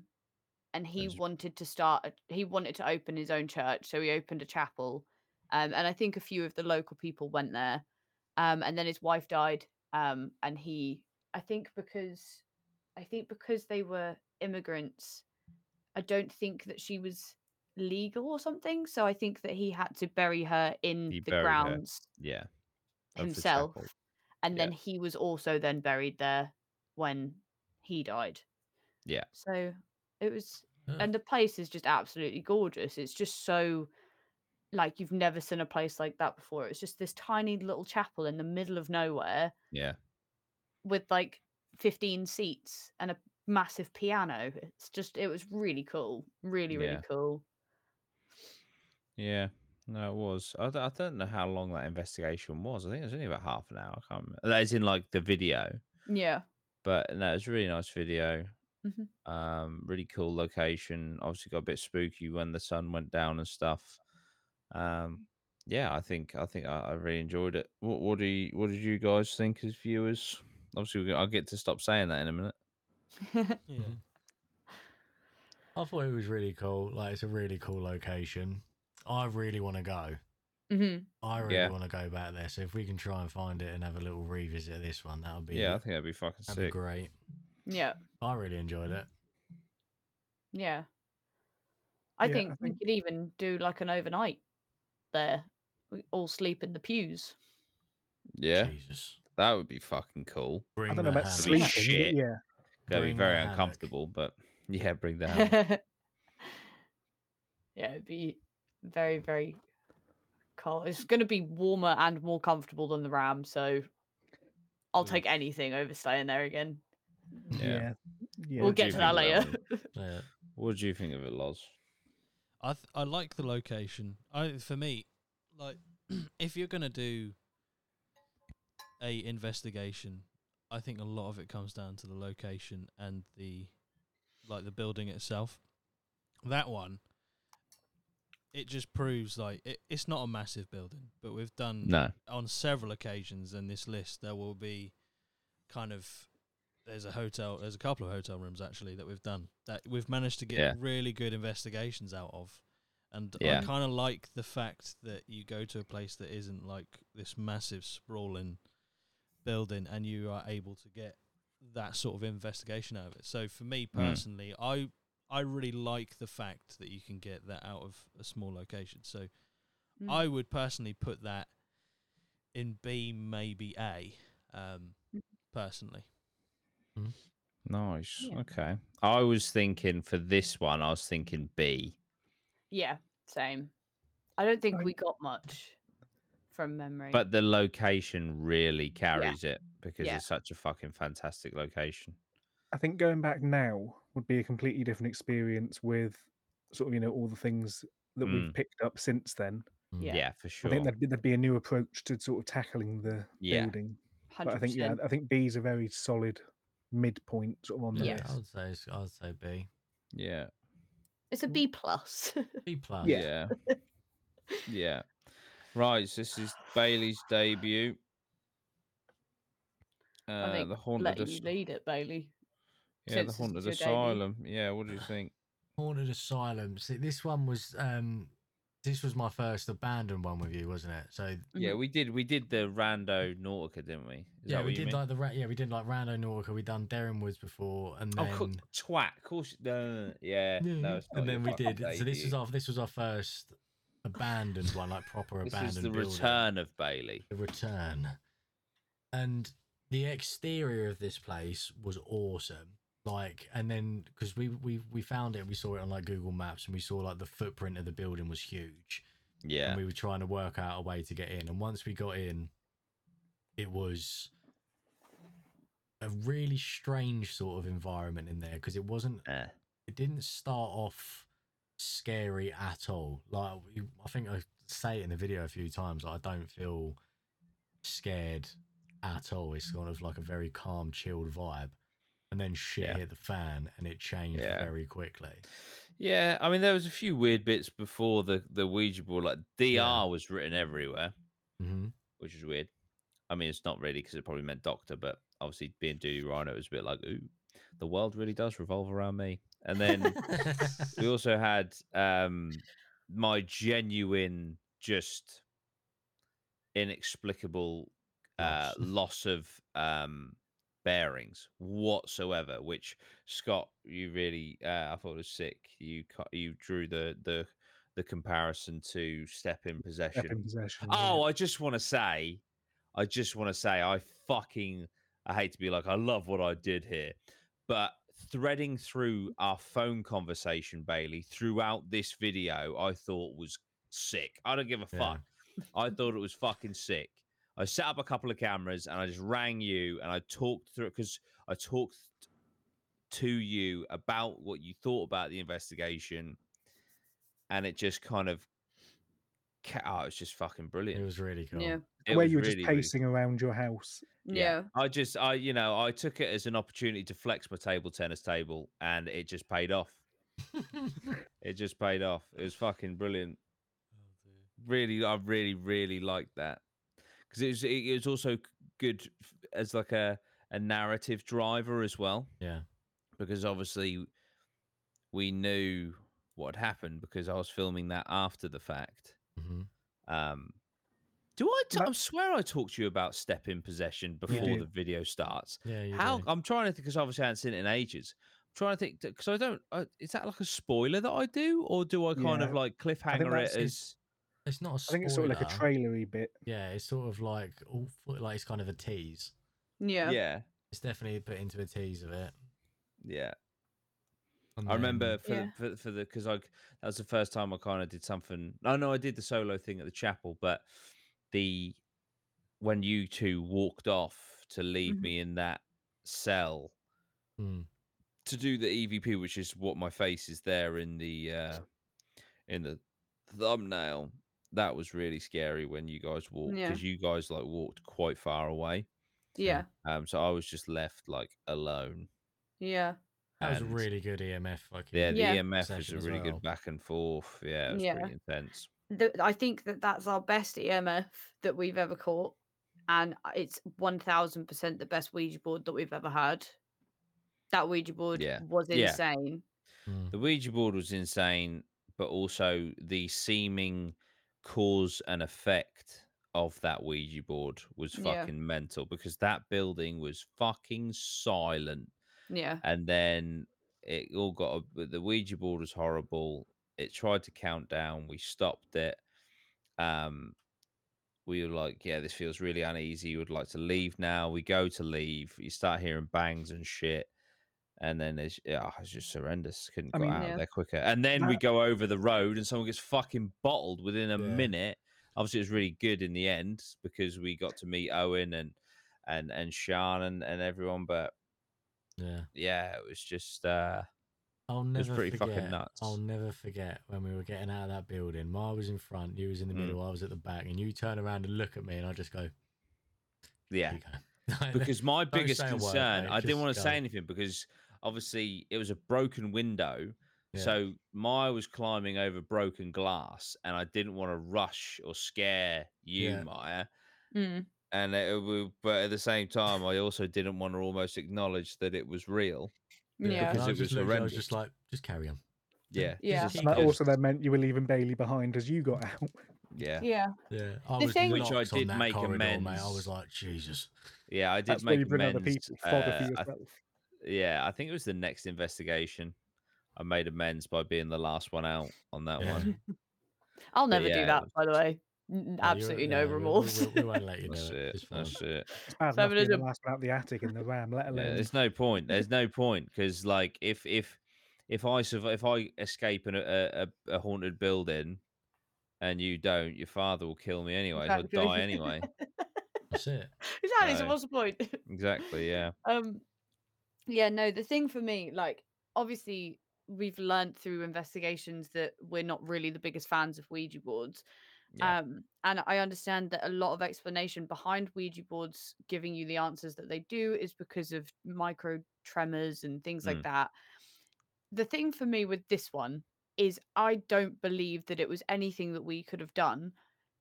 Speaker 4: and he
Speaker 1: Those-
Speaker 4: wanted to start a, he wanted to open his own church, so he opened a chapel. Um and I think a few of the local people went there. Um and then his wife died. Um and he I think because I think because they were immigrants, I don't think that she was legal or something. So I think that he had to bury her in
Speaker 1: He
Speaker 4: the
Speaker 1: buried her.
Speaker 4: grounds
Speaker 1: yeah. Of the
Speaker 4: himself
Speaker 1: chapel.
Speaker 4: and
Speaker 1: Yeah.
Speaker 4: then he was also then buried there when he died
Speaker 1: Yeah.
Speaker 4: so it was
Speaker 3: Oh.
Speaker 4: and the place is just absolutely gorgeous it's just so like you've never seen a place like that before it's just this tiny little chapel in the middle of nowhere
Speaker 1: Yeah.
Speaker 4: with like 15 seats and a massive piano it's just it was really cool really really
Speaker 1: Yeah.
Speaker 4: cool
Speaker 1: Yeah. No, it was. I, d- I don't know how long that investigation was. I think it was only about half an hour. I can't remember. That is in like the video,
Speaker 4: Yeah.
Speaker 1: but no, it's a really nice video.
Speaker 4: Mhm.
Speaker 1: Um, really cool location. Obviously, got a bit spooky when the sun went down and stuff. Um, yeah, I think I think I, I really enjoyed it. What what do you, what did you guys think as viewers? Obviously, we're gonna, I'll get to stop saying that in a minute.
Speaker 2: Yeah.
Speaker 3: Mm-hmm. I thought it was really cool. Like, it's a really cool location. I really want to go.
Speaker 4: hmm
Speaker 3: I really
Speaker 1: Yeah.
Speaker 3: want to go back there. So if we can try and find it and have a little revisit of this one, that would be
Speaker 1: Yeah, I think that'd be fucking
Speaker 3: that'd be
Speaker 1: sick.
Speaker 3: great.
Speaker 4: Yeah.
Speaker 3: I really enjoyed it.
Speaker 4: Yeah. I
Speaker 5: Yeah, I
Speaker 4: think we
Speaker 5: think-
Speaker 4: could even do like an overnight there. We all sleep in the pews.
Speaker 1: Yeah,
Speaker 3: Jesus.
Speaker 1: that would be fucking cool.
Speaker 3: Bring
Speaker 5: I don't know
Speaker 3: the
Speaker 5: about
Speaker 3: hammock.
Speaker 5: sleeping,
Speaker 1: Shit.
Speaker 5: but yeah.
Speaker 1: Gonna be
Speaker 3: Bring the
Speaker 1: very
Speaker 3: hammock.
Speaker 1: uncomfortable, but yeah, bring that. hammock.
Speaker 4: yeah, it'd be very, very cold. It's going to be warmer and more comfortable than the Ram, so I'll
Speaker 1: Mm.
Speaker 4: take anything over staying there again.
Speaker 1: Yeah.
Speaker 5: Yeah. Yeah.
Speaker 4: we'll
Speaker 1: What do
Speaker 4: get
Speaker 1: you
Speaker 4: to that
Speaker 1: think
Speaker 4: later.
Speaker 1: of
Speaker 3: Yeah.
Speaker 1: What do you think of it, Loz?
Speaker 2: I th- I like the location. I for me, like if you're gonna do a investigation, I think a lot of it comes down to the location and the like the building itself. That one, it just proves like it, it's not a massive building, but we've done
Speaker 4: Mm.
Speaker 1: No.
Speaker 2: on several occasions in this list there will be kind of there's a hotel there's a couple of hotel rooms actually that we've done that we've managed to get
Speaker 1: Yeah.
Speaker 2: really good investigations out of and
Speaker 1: Yeah.
Speaker 2: i kind of like the fact that you go to a place that isn't like this massive sprawling building and you are able to get that sort of investigation out of it so for me
Speaker 1: Hmm.
Speaker 2: personally i i really like the fact that you can get that out of a small location so
Speaker 4: Mm.
Speaker 2: i would personally put that in B, maybe A, um,
Speaker 4: Mm-hmm.
Speaker 2: personally.
Speaker 1: Nice.
Speaker 4: Yeah.
Speaker 1: Okay. I was thinking for this one, I was thinking B.
Speaker 4: Yeah, same. I don't think
Speaker 5: Right.
Speaker 4: we got much from memory.
Speaker 1: But the location really carries it because
Speaker 4: Yeah.
Speaker 1: it's such a fucking fantastic location.
Speaker 5: I think going back now would be a completely different experience with sort of, you know, all the things that we've
Speaker 1: Mm.
Speaker 5: picked up since then.
Speaker 1: Yeah,
Speaker 4: Yeah.
Speaker 1: for sure.
Speaker 5: I think there'd be, there'd be a new approach to sort of tackling the
Speaker 1: Yeah.
Speaker 5: building. But
Speaker 4: 100%.
Speaker 5: I think, yeah, I think B's a very solid midpoint sort of on the
Speaker 4: Yeah.
Speaker 3: I
Speaker 1: Oh,
Speaker 5: list.
Speaker 3: would say it's- I would say B.
Speaker 1: Yeah.
Speaker 4: It's
Speaker 5: mm.
Speaker 4: a B plus.
Speaker 3: B
Speaker 4: Oh,
Speaker 3: plus.
Speaker 5: Yeah.
Speaker 1: Yeah. yeah. Right. So this is Bailey's debut. Uh,
Speaker 4: think
Speaker 1: the haunted,
Speaker 4: Letting you
Speaker 1: As-
Speaker 4: lead it, Bailey.
Speaker 1: yeah, the
Speaker 4: since it's
Speaker 1: haunted
Speaker 4: your debut.
Speaker 1: asylum. Yeah, what do you think?
Speaker 3: Haunted Asylum. See, this one was um, this was my first abandoned one with you, wasn't it? So
Speaker 1: Yeah, we did. We did the rando Nautica, didn't we? Is that
Speaker 3: yeah,
Speaker 1: what
Speaker 3: we
Speaker 1: you
Speaker 3: did
Speaker 1: mean?
Speaker 3: like the ra- yeah we did like Rando Norca. We done Derren Woods before, and
Speaker 1: Oh,
Speaker 3: then
Speaker 1: cook, twat. Of course. No, no, no, Yeah.
Speaker 3: Yeah,
Speaker 1: No,
Speaker 3: yeah.
Speaker 1: it's not
Speaker 3: and
Speaker 1: your
Speaker 3: then we
Speaker 1: fucking
Speaker 3: did. So this is
Speaker 1: debut.
Speaker 3: our this was our first abandoned one, like proper
Speaker 1: This
Speaker 3: abandoned.
Speaker 1: is the
Speaker 3: building.
Speaker 1: return of Bailey.
Speaker 3: The return, and the exterior of this place was awesome. Like, and then because we we we found it, we saw it on like Google Maps, and we saw like the footprint of the building was huge
Speaker 1: Yeah.
Speaker 3: and we were trying to work out a way to get in. And once we got in, it was a really strange sort of environment in there because it wasn't,
Speaker 1: Eh.
Speaker 3: it didn't start off scary at all. Like, you- I think I say it in the video a few times, like, I don't feel scared at all. It's kind of like a very calm, chilled vibe. And then shit
Speaker 1: Yeah.
Speaker 3: hit the fan and it changed
Speaker 1: Yeah.
Speaker 3: very quickly.
Speaker 1: Yeah. I mean, there was a few weird bits before the the Ouija board. Like Dr
Speaker 3: Yeah.
Speaker 1: was written everywhere,
Speaker 3: hmm
Speaker 1: which is weird. I mean, it's not really because it probably meant doctor, but obviously being Doogie Rhino, it was a bit like, ooh, the world really does revolve around me. And then we also had um my genuine just inexplicable uh loss
Speaker 3: Loss.
Speaker 1: of um bearings whatsoever which scott you really uh, i thought was sick you cut you drew the the the comparison to step in possession
Speaker 5: Up in possession. yeah.
Speaker 1: oh i just want to say i just want to say i fucking i hate to be like i love what i did here but threading through our phone conversation, Bailey, throughout this video, I thought was sick. I don't give a
Speaker 3: Yeah.
Speaker 1: fuck. I thought it was fucking sick. I set up a couple of cameras and I just rang you and I talked through it because I talked to you about what you thought about the investigation and it just kind of ca- oh, it was just fucking brilliant.
Speaker 3: It was really cool.
Speaker 4: Yeah.
Speaker 1: It
Speaker 5: where
Speaker 1: was
Speaker 5: you were
Speaker 1: really,
Speaker 5: just
Speaker 1: really
Speaker 5: pacing around your house.
Speaker 4: Yeah.
Speaker 1: I just, I, you know, I took it as an opportunity to flex my table tennis table, and it just paid off. It just paid off. It was fucking brilliant.
Speaker 5: Oh,
Speaker 1: Really, I really, really liked that because it was, it, it was also c- good f- as like a a narrative driver as well.
Speaker 3: Yeah.
Speaker 1: because obviously we knew what had happened because I was filming that after the fact.
Speaker 3: hmm
Speaker 1: Um, do I? T- I
Speaker 5: That-
Speaker 1: swear I talked to you about step in possession before
Speaker 5: did.
Speaker 1: the video starts.
Speaker 3: Yeah. You
Speaker 1: How?
Speaker 3: do.
Speaker 1: I'm trying to think because obviously I haven't seen it in ages. I'm trying to think because I don't. Uh, is that like a spoiler that I do, or do I kind of
Speaker 5: Yeah,
Speaker 1: like cliffhanger it
Speaker 5: that's his-
Speaker 1: as?
Speaker 3: It's not a
Speaker 5: I
Speaker 3: spoiler.
Speaker 5: think it's sort of like a trailery bit.
Speaker 3: Yeah, it's sort of like all fo- like it's kind of a tease.
Speaker 4: Yeah.
Speaker 1: yeah,
Speaker 3: It's definitely put into a tease of it.
Speaker 1: yeah.
Speaker 3: and
Speaker 1: I
Speaker 3: then-
Speaker 1: remember for,
Speaker 4: Yeah.
Speaker 1: the, for, for the because I that was the first time I kind of did something. I know I did the solo thing at the chapel, but the when you two walked off to leave
Speaker 4: Mhm.
Speaker 1: me in that cell
Speaker 3: Hmm.
Speaker 1: to do the EVP, which is what my face is there in the uh in the thumbnail. That was really scary when you guys walked
Speaker 4: Yeah.
Speaker 1: because you guys like walked quite far away.
Speaker 4: Yeah.
Speaker 1: Um, so I was just left like alone.
Speaker 4: Yeah.
Speaker 3: that was a
Speaker 1: and-
Speaker 3: really good EMF. Fucking
Speaker 1: Yeah, the E
Speaker 4: Yeah.
Speaker 1: EMF was
Speaker 3: Session
Speaker 1: a
Speaker 3: as
Speaker 1: really
Speaker 3: well.
Speaker 1: good back and forth. Yeah, it was
Speaker 4: Yeah.
Speaker 1: pretty intense.
Speaker 4: Th- I think that that's our best EMF that we've ever caught, and I- it's one thousand percent the best Ouija board that we've ever had. That Ouija board
Speaker 1: Yeah.
Speaker 4: was
Speaker 1: Yeah.
Speaker 4: insane.
Speaker 3: Hmm.
Speaker 1: The Ouija board was insane, but also the seeming cause and effect of that Ouija board was
Speaker 4: Yeah.
Speaker 1: fucking mental because that building was fucking silent.
Speaker 4: Yeah.
Speaker 1: And then it all got a, the Ouija board was horrible. It tried to count down. We stopped it. Um, we were like, yeah, this feels really uneasy. We would like to leave now. We go to leave. You start hearing bangs and shit. And then it's, yeah, it's just horrendous. Couldn't
Speaker 5: I
Speaker 1: get
Speaker 5: mean,
Speaker 1: out
Speaker 4: Yeah.
Speaker 1: of there quicker. And then we go over the road and someone gets fucking bottled within a
Speaker 3: Yeah.
Speaker 1: minute. Obviously, it was really good in the end because we got to meet Owen and and and Sean and, and everyone. But
Speaker 3: Yeah.
Speaker 1: yeah, it was just uh
Speaker 3: I'll
Speaker 1: was
Speaker 3: never
Speaker 1: pretty fucking
Speaker 3: forget.
Speaker 1: nuts.
Speaker 3: I'll never forget when we were getting out of that building. Ma was in front, you was in the
Speaker 1: Mm.
Speaker 3: middle, I was at the back, and you turn around and look at me, and I just go,
Speaker 1: yeah.
Speaker 3: "You go."
Speaker 1: Because my
Speaker 3: Don't
Speaker 1: biggest
Speaker 3: say a word,
Speaker 1: concern,
Speaker 3: mate,
Speaker 1: I didn't
Speaker 3: just
Speaker 1: want to say
Speaker 3: go.
Speaker 1: anything because obviously it was a broken window.
Speaker 3: Yeah.
Speaker 1: So my was climbing over broken glass, and I didn't want to rush or scare you,
Speaker 3: Yeah.
Speaker 1: Maya.
Speaker 4: Mm.
Speaker 1: And it, w- but at the same time, I also didn't want to almost acknowledge that it was real.
Speaker 4: Yeah.
Speaker 1: Because
Speaker 3: because I
Speaker 1: it
Speaker 3: just
Speaker 1: was
Speaker 3: looked at you, I was
Speaker 1: horrendous.
Speaker 3: just like, just carry on.
Speaker 1: Yeah,
Speaker 4: Yeah.
Speaker 3: Just
Speaker 5: And that
Speaker 3: keep-
Speaker 5: also then meant you were leaving Bailey behind as you got out.
Speaker 1: yeah,
Speaker 4: Yeah.
Speaker 3: Yeah, I
Speaker 4: The
Speaker 3: was
Speaker 4: thing-
Speaker 1: Which I
Speaker 3: locked on
Speaker 1: did
Speaker 3: that
Speaker 1: make
Speaker 3: corridor, Mate. I
Speaker 1: amends.
Speaker 3: was like, Jesus.
Speaker 1: yeah. I did
Speaker 5: That's where
Speaker 1: make
Speaker 5: you bring other
Speaker 1: amends,
Speaker 5: people, fodder for
Speaker 1: uh, I
Speaker 5: yourself.
Speaker 1: Yeah, I think it was the next investigation. I made amends by being the last one out on that
Speaker 3: Yeah.
Speaker 1: one.
Speaker 4: I'll never
Speaker 1: yeah,
Speaker 4: do
Speaker 1: it
Speaker 4: that,
Speaker 1: was-
Speaker 4: by the way. N-
Speaker 3: No, you're-
Speaker 4: Absolutely no
Speaker 3: no, we- we-
Speaker 4: remorse.
Speaker 3: We, we won't let you do
Speaker 1: That's
Speaker 3: it.
Speaker 1: it.
Speaker 3: It's fine.
Speaker 1: That's it.
Speaker 5: It's bad
Speaker 4: Seven
Speaker 5: enough being
Speaker 4: is a-
Speaker 5: the last one out the attic in the ram, let
Speaker 1: Yeah,
Speaker 5: alone
Speaker 1: there's no point. There's no point because, like, if if if I survive, if I escape in a, a- a, a haunted building, and you don't, your father will kill me anyway. and I'll die
Speaker 4: Exactly.
Speaker 1: anyway.
Speaker 3: That's it.
Speaker 4: exactly. So
Speaker 1: No.
Speaker 4: what's the point?
Speaker 1: exactly. Yeah.
Speaker 4: um yeah no the thing for me like obviously we've learned through investigations that we're not really the biggest fans of ouija boards
Speaker 1: Yeah.
Speaker 4: um and i understand that a lot of explanation behind ouija boards giving you the answers that they do is because of micro tremors and things
Speaker 1: Mm.
Speaker 4: like that the thing for me with this one is i don't believe that it was anything that we could have done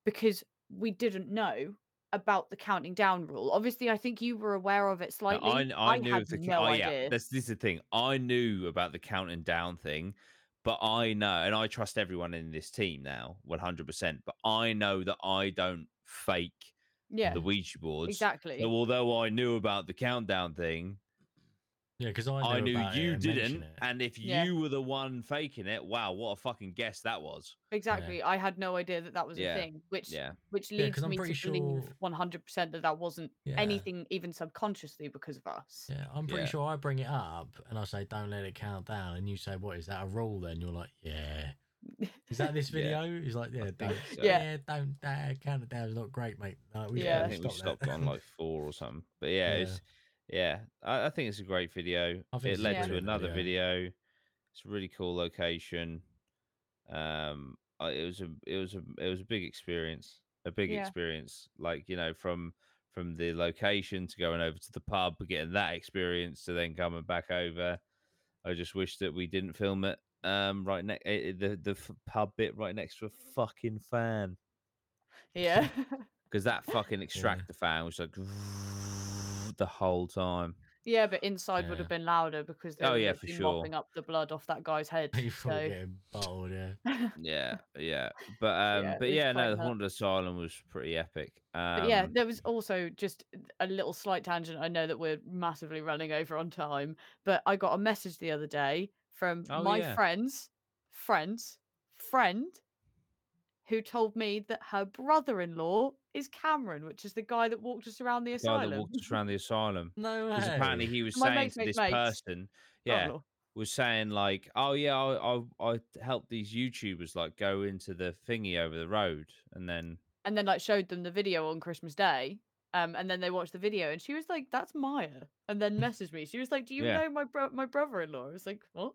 Speaker 4: because we didn't know about the counting down rule obviously i think you were aware of it
Speaker 1: No,
Speaker 4: slightly
Speaker 1: I, I knew
Speaker 4: had
Speaker 1: of the ca-
Speaker 4: no
Speaker 1: oh,
Speaker 4: idea
Speaker 1: yeah. That's this is the thing. I knew about the counting down thing, but I know, and I trust everyone in this team now, one hundred percent. But I know that I don't fake
Speaker 4: yeah
Speaker 1: the Ouija boards.
Speaker 4: exactly
Speaker 1: So although I knew about the countdown thing,
Speaker 3: Yeah, because I,
Speaker 1: I knew
Speaker 3: about it
Speaker 1: you
Speaker 3: and mention
Speaker 1: didn't.
Speaker 3: it.
Speaker 1: And if
Speaker 4: Yeah.
Speaker 1: you were the one faking it, wow, what a fucking guess that was.
Speaker 4: exactly i had no idea that that was
Speaker 1: Yeah,
Speaker 4: a thing which
Speaker 1: Yeah.
Speaker 4: which
Speaker 3: Yeah,
Speaker 4: leads
Speaker 3: 'cause I'm
Speaker 4: me
Speaker 3: pretty
Speaker 4: to believe
Speaker 3: sure-
Speaker 4: 100% that that wasn't
Speaker 3: Yeah.
Speaker 4: anything even subconsciously because of us
Speaker 3: Yeah, I'm pretty
Speaker 1: Yeah.
Speaker 3: sure I bring it up and I say, don't let it count down. And you say, what is that a rule then? You're like, yeah. Is that this
Speaker 1: Yeah.
Speaker 3: video? He's like, yeah,
Speaker 1: think
Speaker 3: don't,
Speaker 1: so.
Speaker 3: yeah.
Speaker 4: Yeah.
Speaker 3: don't, uh, count it down. It's not great, mate. No, we
Speaker 1: I
Speaker 4: Yeah.
Speaker 3: gotta
Speaker 1: think we
Speaker 3: stop
Speaker 1: stopped
Speaker 3: that."
Speaker 1: on like four or something. But yeah,
Speaker 3: Yeah.
Speaker 1: it's yeah. I, I think it's a great video.
Speaker 3: I think
Speaker 1: It
Speaker 3: it's a
Speaker 1: led to
Speaker 4: brilliant
Speaker 1: another
Speaker 3: video.
Speaker 1: video. It's a really cool location. Um uh, it was a it was a it was a big experience, a big
Speaker 4: Yeah.
Speaker 1: experience. Like you know, from from the location to going over to the pub, getting that experience to then coming back over. I just wish that we didn't film it um right next the the f- pub bit right next to a fucking fan
Speaker 4: Yeah.
Speaker 1: because that fucking extractor fan was like the whole time.
Speaker 4: yeah, but inside would
Speaker 3: Yeah.
Speaker 4: have been louder because they
Speaker 1: Oh,
Speaker 4: would
Speaker 1: yeah,
Speaker 4: have
Speaker 1: for
Speaker 4: been
Speaker 1: sure.
Speaker 4: mopping up the blood off that guy's head.
Speaker 3: People
Speaker 4: so-
Speaker 3: getting bottled, yeah.
Speaker 1: Yeah, yeah, but um,
Speaker 4: yeah,
Speaker 1: but
Speaker 4: it was
Speaker 1: yeah,
Speaker 4: quite
Speaker 1: no, the
Speaker 4: nuts.
Speaker 1: Haunted Asylum was pretty epic. Um,
Speaker 4: But yeah, there was also just a little slight tangent. I know that we're massively running over on time, but I got a message the other day from
Speaker 1: Oh,
Speaker 4: my
Speaker 1: yeah.
Speaker 4: friend's friend's friend who told me that her brother in law is Cameron, which is the guy that walked us around the
Speaker 1: the guy
Speaker 4: asylum.
Speaker 1: that walked us around the asylum.
Speaker 3: No
Speaker 1: Because apparently he was
Speaker 4: My
Speaker 1: saying
Speaker 4: mate's
Speaker 1: to
Speaker 4: mate's
Speaker 1: this
Speaker 4: mate.
Speaker 1: person,
Speaker 4: Oh,
Speaker 1: yeah,
Speaker 4: lord.
Speaker 1: was saying like, oh yeah, I, I I helped these YouTubers like go into the thingy over the road, and then
Speaker 4: And then like showed them the video on Christmas Day. Um, and then they watched the video and she was like, That's Maya. And then messaged me. She was like, Do you
Speaker 1: Yeah.
Speaker 4: know my bro- my brother in law? I was like, What?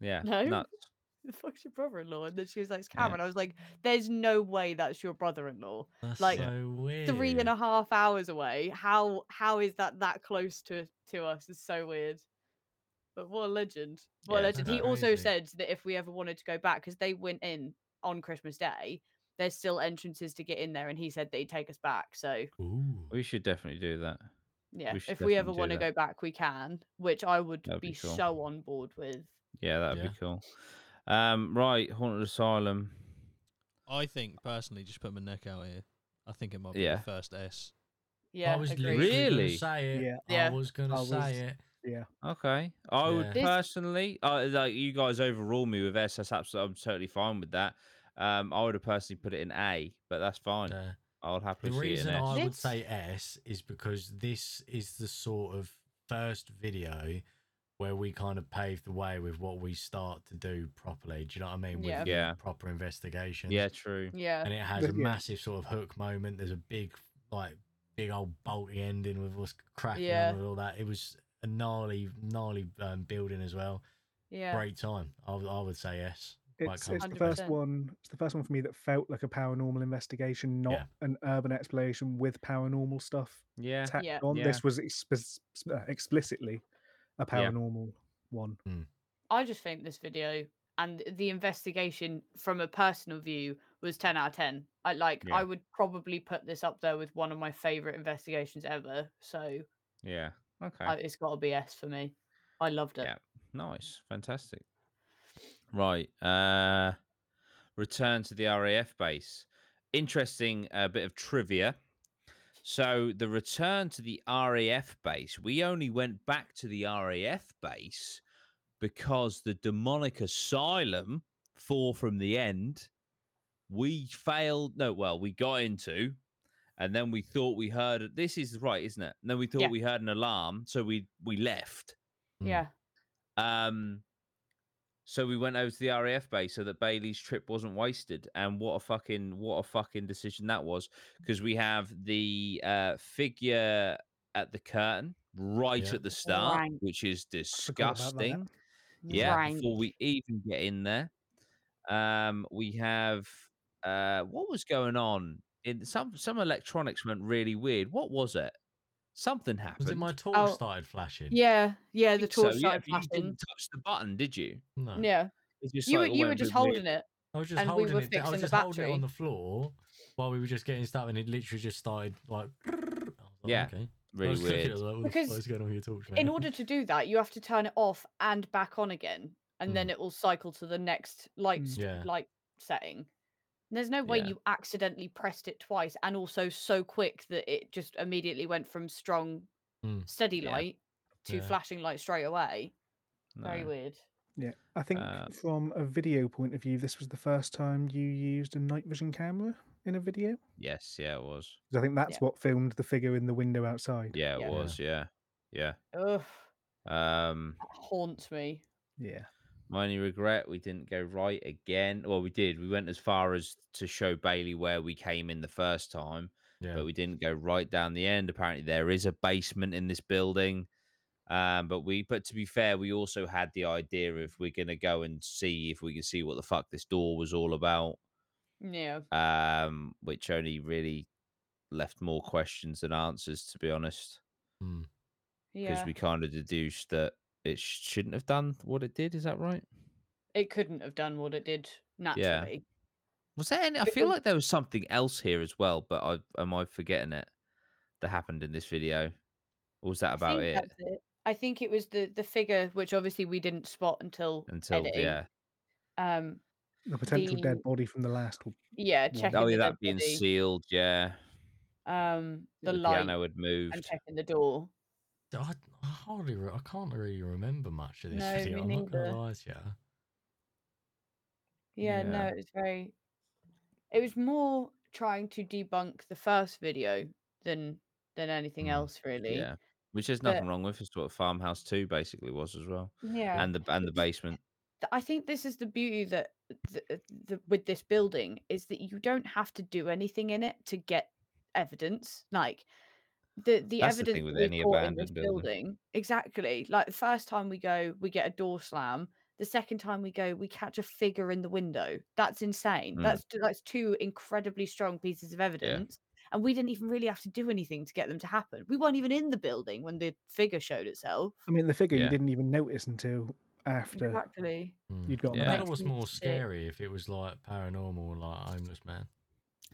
Speaker 1: yeah,
Speaker 4: No.
Speaker 1: nuts.
Speaker 4: the fuck's your brother-in-law? And then she was like, it's
Speaker 1: Yeah.
Speaker 4: Cameron. I was like, there's no way that's your brother-in-law.
Speaker 3: That's
Speaker 4: like,
Speaker 3: so weird.
Speaker 4: Three and a half hours away. How how is that that close to to us? It's so weird. But what a legend! What
Speaker 1: Yeah,
Speaker 4: a legend. He
Speaker 3: that's
Speaker 4: also
Speaker 3: crazy.
Speaker 4: said that if we ever wanted to go back, because they went in on Christmas Day, there's still entrances to get in there, and he said that he'd take us back. So
Speaker 3: Ooh.
Speaker 1: We should definitely do that.
Speaker 4: yeah,
Speaker 1: We should
Speaker 4: if we
Speaker 1: definitely
Speaker 4: ever
Speaker 1: do
Speaker 4: want to
Speaker 1: that.
Speaker 4: go back, we can. Which I would
Speaker 1: That'd be
Speaker 4: be
Speaker 1: cool.
Speaker 4: so on board with.
Speaker 1: Yeah, that'd
Speaker 3: Yeah.
Speaker 1: be cool. Um, right, Haunted Asylum.
Speaker 2: I think personally, just put my neck out here. I think it might be
Speaker 1: Yeah.
Speaker 2: the first S.
Speaker 4: Yeah,
Speaker 3: I was
Speaker 4: agreed.
Speaker 3: literally gonna
Speaker 1: Really?
Speaker 3: Say it.
Speaker 5: Yeah.
Speaker 4: Yeah.
Speaker 3: I was gonna
Speaker 5: I was-
Speaker 3: say it.
Speaker 1: Okay, I would
Speaker 3: Yeah.
Speaker 4: This-
Speaker 1: personally, uh, like you guys overrule me with S. That's absolutely, I'm totally fine with that. Um, I would have personally put it in A, but that's fine.
Speaker 3: uh,
Speaker 1: I would happily
Speaker 3: The
Speaker 1: see it in
Speaker 3: reason
Speaker 1: S.
Speaker 3: I would
Speaker 4: This-
Speaker 3: say S is because this is the sort of first video where we kind of pave the way with what we start to do properly. Do you know what I mean? With
Speaker 4: Yeah.
Speaker 3: the
Speaker 1: Yeah.
Speaker 3: proper investigation.
Speaker 1: Yeah, true.
Speaker 4: Yeah,
Speaker 3: And it has a
Speaker 5: Yeah.
Speaker 3: massive sort of hook moment. There's a big, like, big old bolty ending with us cracking
Speaker 4: Yeah.
Speaker 3: on with all that. It was a gnarly, gnarly um, building as well.
Speaker 4: yeah.
Speaker 3: Great time. I, would- I would say yes. Quite
Speaker 5: It's, it's the
Speaker 4: comfortable.
Speaker 5: first
Speaker 4: 100%.
Speaker 5: one. It's the first one for me that felt like a paranormal investigation, not
Speaker 3: Yeah.
Speaker 5: an urban exploration with paranormal stuff
Speaker 1: Yeah,
Speaker 5: tacked
Speaker 4: Yeah.
Speaker 5: on.
Speaker 1: Yeah.
Speaker 5: This was exp- explicitly a
Speaker 1: Yeah.
Speaker 5: paranormal one.
Speaker 4: I just think this video and the investigation from a personal view was 10 out of 10. I like
Speaker 1: Yeah.
Speaker 4: I would probably put this up there with one of my favorite investigations ever. So
Speaker 1: yeah. Okay.
Speaker 4: I, it's got to be S for me. I loved it.
Speaker 1: Yeah. Nice, fantastic. Right, uh, return to the RAF base. Interesting uh, bit of trivia. So the return to the RAF base, we only went back to the RAF base because the demonic asylum, four from the end, we failed. No, well, we got into, and then we thought we heard. This is right, isn't it? And then we thought
Speaker 4: Yeah.
Speaker 1: we heard an alarm, so we we left.
Speaker 3: Mm.
Speaker 4: Yeah.
Speaker 1: Um, so we went over to the RAF base so that Bailey's trip wasn't wasted. And what a fucking what a fucking decision that was because we have the uh, figure at the curtain right
Speaker 3: Yeah.
Speaker 1: at the start,
Speaker 4: Right.
Speaker 1: which is
Speaker 5: Forgot about that.
Speaker 1: disgusting. Yeah,
Speaker 4: Rank.
Speaker 1: before we even get in there, um, we have uh, what was going on in some some electronics went really weird. What was it? Something happened.
Speaker 3: Was it my torch
Speaker 4: Oh,
Speaker 3: started flashing?
Speaker 4: Yeah. Yeah. The
Speaker 1: Think so,
Speaker 4: torch
Speaker 1: yeah,
Speaker 4: started
Speaker 1: but you
Speaker 4: flashing.
Speaker 1: didn't touch the button, did you?
Speaker 3: No.
Speaker 4: Yeah.
Speaker 1: It's just
Speaker 4: You were,
Speaker 1: like all
Speaker 4: you were
Speaker 1: went
Speaker 4: just
Speaker 1: a bit weird.
Speaker 4: holding it.
Speaker 3: I was just
Speaker 4: and we
Speaker 3: holding
Speaker 4: were
Speaker 3: it. I
Speaker 4: fixing
Speaker 3: was
Speaker 4: the
Speaker 3: just holding it on
Speaker 4: battery.
Speaker 3: the floor while we were just getting started, and it literally just started like. I was like,
Speaker 1: Yeah,
Speaker 3: Okay. I
Speaker 1: Really
Speaker 3: was looking at it,
Speaker 1: weird.
Speaker 3: I was like, what the
Speaker 4: Because
Speaker 3: fuck is going on with your torch, man?
Speaker 4: In order to do that, you have to turn it off and back on again. And
Speaker 1: Mm.
Speaker 4: then it will cycle to the next light,
Speaker 5: Mm.
Speaker 4: st-
Speaker 3: Yeah.
Speaker 4: light setting. And there's no way
Speaker 1: Yeah.
Speaker 4: you accidentally pressed it twice and also so quick that it just immediately went from strong,
Speaker 3: Mm.
Speaker 4: steady
Speaker 1: Yeah.
Speaker 4: light to
Speaker 3: Yeah.
Speaker 4: flashing light straight away. Very
Speaker 1: No.
Speaker 4: weird.
Speaker 5: Yeah, I think
Speaker 1: Uh,
Speaker 5: from a video point of view, this was the first time you used a night vision camera in a video. 'Cause
Speaker 1: Yes, yeah, it was.
Speaker 5: I think that's
Speaker 4: Yeah.
Speaker 5: what filmed the figure in the window outside.
Speaker 1: Yeah, it
Speaker 4: Yeah.
Speaker 1: was. Yeah, yeah.
Speaker 4: Ugh,
Speaker 1: Um,
Speaker 4: that haunts me.
Speaker 5: Yeah.
Speaker 1: my only regret we didn't go right again. Well, we did. We went as far as to show Bailey where we came in the first time,
Speaker 3: Yeah.
Speaker 1: but we didn't go right down the end. Apparently, there is a basement in this building. Um, but we, but to be fair, we also had the idea of we're going to go and see if we can see what the fuck this door was all about,
Speaker 4: Yeah.
Speaker 1: um, which only really left more questions than answers, to be honest,
Speaker 3: Mm.
Speaker 1: because
Speaker 4: Yeah.
Speaker 1: we kind of deduced that it sh- shouldn't have done what it did. Is that right?
Speaker 4: It couldn't have done what it did naturally.
Speaker 1: Was there any? I feel
Speaker 4: Because-
Speaker 1: like there was something else here as well, but I am I forgetting it that happened in this video, or was that
Speaker 4: I
Speaker 1: about
Speaker 4: think
Speaker 1: it?
Speaker 4: that's it. I think it was the the figure which obviously we didn't spot until
Speaker 1: Until
Speaker 4: editing.
Speaker 1: yeah,
Speaker 4: Um.
Speaker 5: The potential
Speaker 4: The-
Speaker 5: dead body from the last one.
Speaker 4: Yeah.
Speaker 5: Yeah.
Speaker 4: Checking.
Speaker 1: oh yeah,
Speaker 4: the
Speaker 1: that
Speaker 4: dead
Speaker 1: being
Speaker 4: body,
Speaker 1: sealed, yeah.
Speaker 4: Um. The,
Speaker 1: the
Speaker 4: light
Speaker 1: piano had moved.
Speaker 4: and checking the door.
Speaker 3: So I, I hardly, re- I can't really remember much of this
Speaker 4: No,
Speaker 3: video.
Speaker 4: me
Speaker 3: I'm not gonna
Speaker 4: neither.
Speaker 3: lie to you.
Speaker 4: Yeah, no,
Speaker 1: Yeah.
Speaker 4: it was very. It was more trying to debunk the first video than than anything
Speaker 3: Mm,
Speaker 4: else, really.
Speaker 1: Yeah, which there's
Speaker 4: But-
Speaker 1: nothing wrong with. It's what Farmhouse Two basically was as well,
Speaker 4: Yeah.
Speaker 1: and the and the
Speaker 4: It's-
Speaker 1: basement.
Speaker 4: th- I think this is the beauty that th- th- with this building is that you don't have to do anything in it to get evidence. Like the
Speaker 1: That's
Speaker 4: the
Speaker 1: the
Speaker 4: evidence
Speaker 1: thing with
Speaker 4: that we've
Speaker 1: any
Speaker 4: got in this
Speaker 1: abandoned building.
Speaker 4: exactly. Like the first time we go, we get a door slam. The second time we go, we catch a figure in the window. That's insane.
Speaker 1: Mm.
Speaker 4: That's t- that's two incredibly strong pieces of evidence. And we didn't even really have to do anything to get them to happen. We weren't even in the building when the figure showed itself.
Speaker 5: I mean, the figure
Speaker 1: Yeah.
Speaker 5: you didn't even notice until after
Speaker 4: Exactly.
Speaker 3: Mm.
Speaker 5: you'd gotten
Speaker 1: Yeah.
Speaker 5: back.
Speaker 3: That was
Speaker 4: Makes me
Speaker 3: more
Speaker 4: sick.
Speaker 3: scary if it was like paranormal, like homeless man.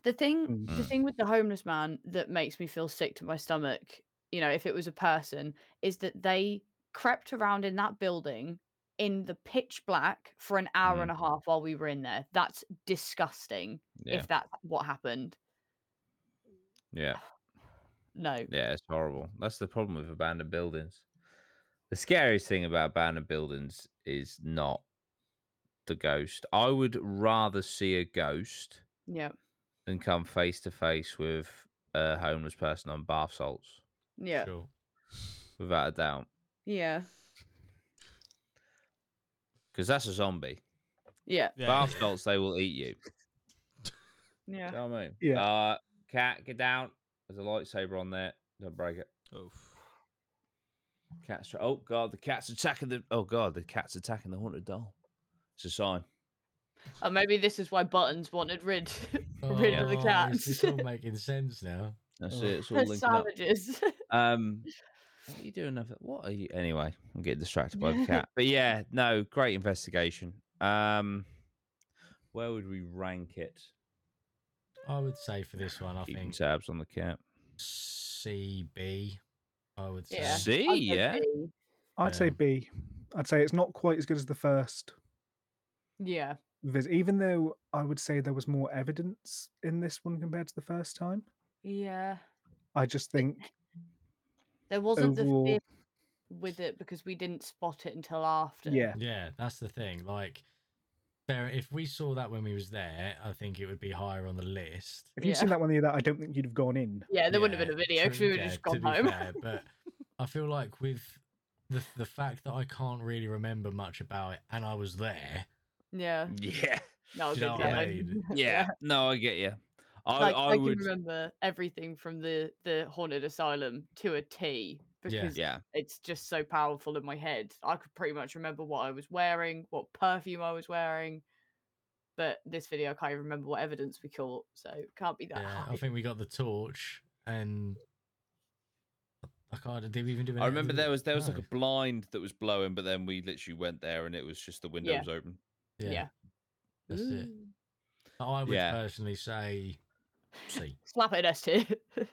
Speaker 4: The thing, the
Speaker 1: Mm.
Speaker 4: thing with the homeless man that makes me feel sick to my stomach, you know, if it was a person, is that they crept around in that building in the pitch black for an hour
Speaker 1: Mhm.
Speaker 4: and a half while we were in there. That's disgusting.
Speaker 1: Yeah,
Speaker 4: If that's what happened,
Speaker 1: yeah,
Speaker 4: no.
Speaker 1: yeah. It's horrible. That's the problem with abandoned buildings. The scariest thing about abandoned buildings is not the ghost. I would rather see a ghost
Speaker 4: Yeah,
Speaker 1: than come face to face with a homeless person on bath salts,
Speaker 4: yeah,
Speaker 3: Sure.
Speaker 1: without a doubt,
Speaker 4: yeah,
Speaker 1: because that's a zombie.
Speaker 4: yeah,
Speaker 2: Yeah.
Speaker 1: Bath salts, they will eat you.
Speaker 4: yeah.
Speaker 1: Do you know what I mean?
Speaker 5: Yeah.
Speaker 1: Uh, cat, get down. There's a lightsaber on there. Don't break it.
Speaker 2: Oh.
Speaker 1: Cat's. Tra- oh god, the cat's attacking the. Oh god, the cat's attacking the haunted doll. It's a sign.
Speaker 4: Or Uh, maybe this is why Buttons wanted rid, rid of the
Speaker 3: Oh, It's, it's
Speaker 4: cats.
Speaker 3: all making sense now.
Speaker 1: That's
Speaker 3: Oh.
Speaker 1: it. It's all
Speaker 4: The
Speaker 1: linking up.
Speaker 4: savages.
Speaker 1: Um, what are you doing? Over- what are you? Anyway, I'm getting distracted by the cat. But yeah, no, great investigation. Um, where would we rank it?
Speaker 3: I would say for this one, I
Speaker 1: Keeping
Speaker 3: think
Speaker 1: tabs on the cat.
Speaker 3: CB. I would say.
Speaker 4: Yeah.
Speaker 1: See,
Speaker 4: I'd go
Speaker 1: yeah,
Speaker 4: B.
Speaker 5: I'd say
Speaker 3: Yeah.
Speaker 5: B. I'd say it's not quite as good as the first
Speaker 4: yeah,
Speaker 5: visit, even though I would say there was more evidence in this one compared to the first time.
Speaker 4: yeah.
Speaker 5: I just think
Speaker 4: There wasn't
Speaker 5: overall-
Speaker 4: the fear with it because we didn't spot it until after.
Speaker 5: Yeah.
Speaker 3: Yeah, that's the thing. Like, there, if we saw that when we was there, I think it would be higher on the list.
Speaker 5: If you'd
Speaker 4: Yeah.
Speaker 5: seen that one the other, I don't think you'd have gone in.
Speaker 4: Yeah, there wouldn't have
Speaker 3: Yeah,
Speaker 4: been a video because
Speaker 3: true,
Speaker 4: we would
Speaker 3: yeah,
Speaker 4: have just
Speaker 3: to
Speaker 4: gone
Speaker 3: be
Speaker 4: home.
Speaker 3: fair, but I feel like with the the fact that I can't really remember much about it, and I was there.
Speaker 4: yeah,
Speaker 1: yeah,
Speaker 4: that would
Speaker 3: do
Speaker 4: be
Speaker 3: you know what I
Speaker 4: bad.
Speaker 3: mean?
Speaker 1: yeah. No, I get you. I,
Speaker 4: Like I,
Speaker 1: I
Speaker 4: can
Speaker 1: would.
Speaker 4: remember everything from the the haunted asylum to a T
Speaker 3: Yeah.
Speaker 4: because
Speaker 1: Yeah,
Speaker 4: it's just so powerful in my head. I could pretty much remember what I was wearing, what perfume I was wearing. But this video, I can't even remember what evidence we caught, so it can't be that.
Speaker 3: Yeah,
Speaker 4: high.
Speaker 3: I think we got the torch, and I can't. Did we even do?
Speaker 1: I
Speaker 3: anything
Speaker 1: remember
Speaker 3: with
Speaker 1: there
Speaker 3: it?
Speaker 1: was there was like
Speaker 3: No.
Speaker 1: a blind that was blowing, but then we literally went there and it was just the window
Speaker 4: Yeah.
Speaker 1: was open.
Speaker 4: yeah.
Speaker 3: that's it. I would
Speaker 1: Yeah.
Speaker 3: personally say C.
Speaker 4: slap it S tier.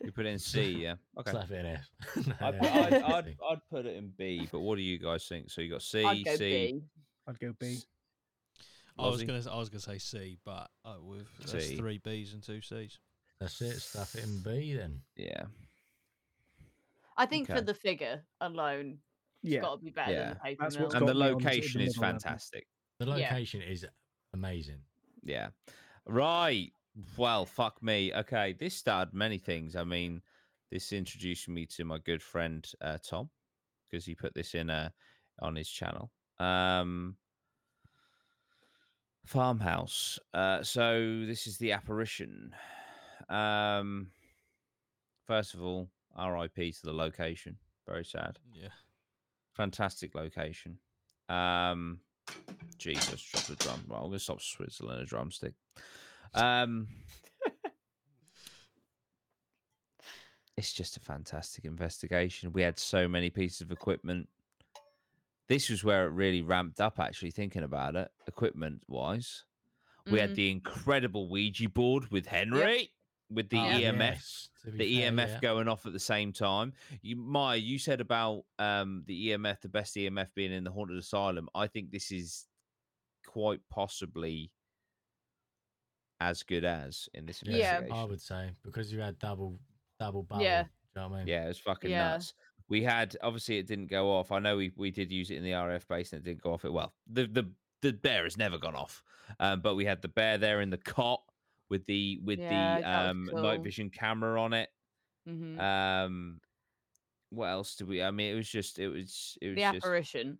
Speaker 1: You put it in C, yeah. Okay.
Speaker 3: Slap it in F. No,
Speaker 1: I'd,
Speaker 3: yeah,
Speaker 1: put- I'd,
Speaker 3: it's
Speaker 1: I'd,
Speaker 3: C.
Speaker 1: I'd put it in B, but what do you guys think? So you got C,
Speaker 4: I'd go
Speaker 1: C,
Speaker 4: B.
Speaker 5: I'd go B.
Speaker 1: S-
Speaker 2: I was
Speaker 1: Aussie.
Speaker 2: gonna, s- I was gonna say C, but uh, with that's
Speaker 1: C.
Speaker 2: three Bs and two Cs.
Speaker 3: That's it. Stuff it in B then.
Speaker 1: Yeah.
Speaker 4: I think for
Speaker 1: Okay.
Speaker 4: the figure alone, it's
Speaker 5: Yeah.
Speaker 4: got to be better
Speaker 1: Yeah.
Speaker 4: than the paper
Speaker 5: That's
Speaker 4: mill.
Speaker 5: what's
Speaker 1: And the
Speaker 5: got me on sort of the
Speaker 1: location is
Speaker 5: middle level.
Speaker 1: fantastic.
Speaker 3: The
Speaker 4: Yeah.
Speaker 3: location is amazing.
Speaker 1: Yeah. Right. Well, fuck me. Okay. This started many things. I mean, this introduced me to my good friend uh, Tom because he put this in uh, on his channel. Um, farmhouse. Uh, so this is the apparition. Um, first of all, R.I.P. to the location. Very sad.
Speaker 2: Yeah,
Speaker 1: Fantastic location. Um, Jesus, drop a drum. Well, I'm gonna stop Switzerland a drumstick. Um, it's just a fantastic investigation. We had so many pieces of equipment. This was where it really ramped up. Actually, thinking about it, equipment wise, we had
Speaker 4: Mhm.
Speaker 1: the incredible Ouija board with Henry with the E
Speaker 3: Oh,
Speaker 1: EMF
Speaker 3: yes, to be
Speaker 1: the E
Speaker 3: fair,
Speaker 1: EMF
Speaker 3: yeah.
Speaker 1: going off at the same time. You, Maya, you said about um, the EMF, the best EMF being in the haunted asylum. I think this is quite possibly as good as in this
Speaker 4: Yeah.
Speaker 1: investigation.
Speaker 3: I would say because you had double double barrel.
Speaker 4: Yeah.
Speaker 3: Do you know what I mean?
Speaker 1: Yeah, it was fucking
Speaker 4: Yeah.
Speaker 1: nuts. We had obviously it didn't go off. I know we, we did use it in the RF base and it didn't go off. It well, the the the bear has never gone off. Um, but we had the bear there in the cot with the with
Speaker 4: Yeah,
Speaker 1: the
Speaker 4: that was
Speaker 1: um, night
Speaker 4: cool.
Speaker 1: vision camera on it.
Speaker 4: hmm
Speaker 1: Um, what else did we? I mean, it was just it was it was
Speaker 4: the
Speaker 1: just
Speaker 4: apparition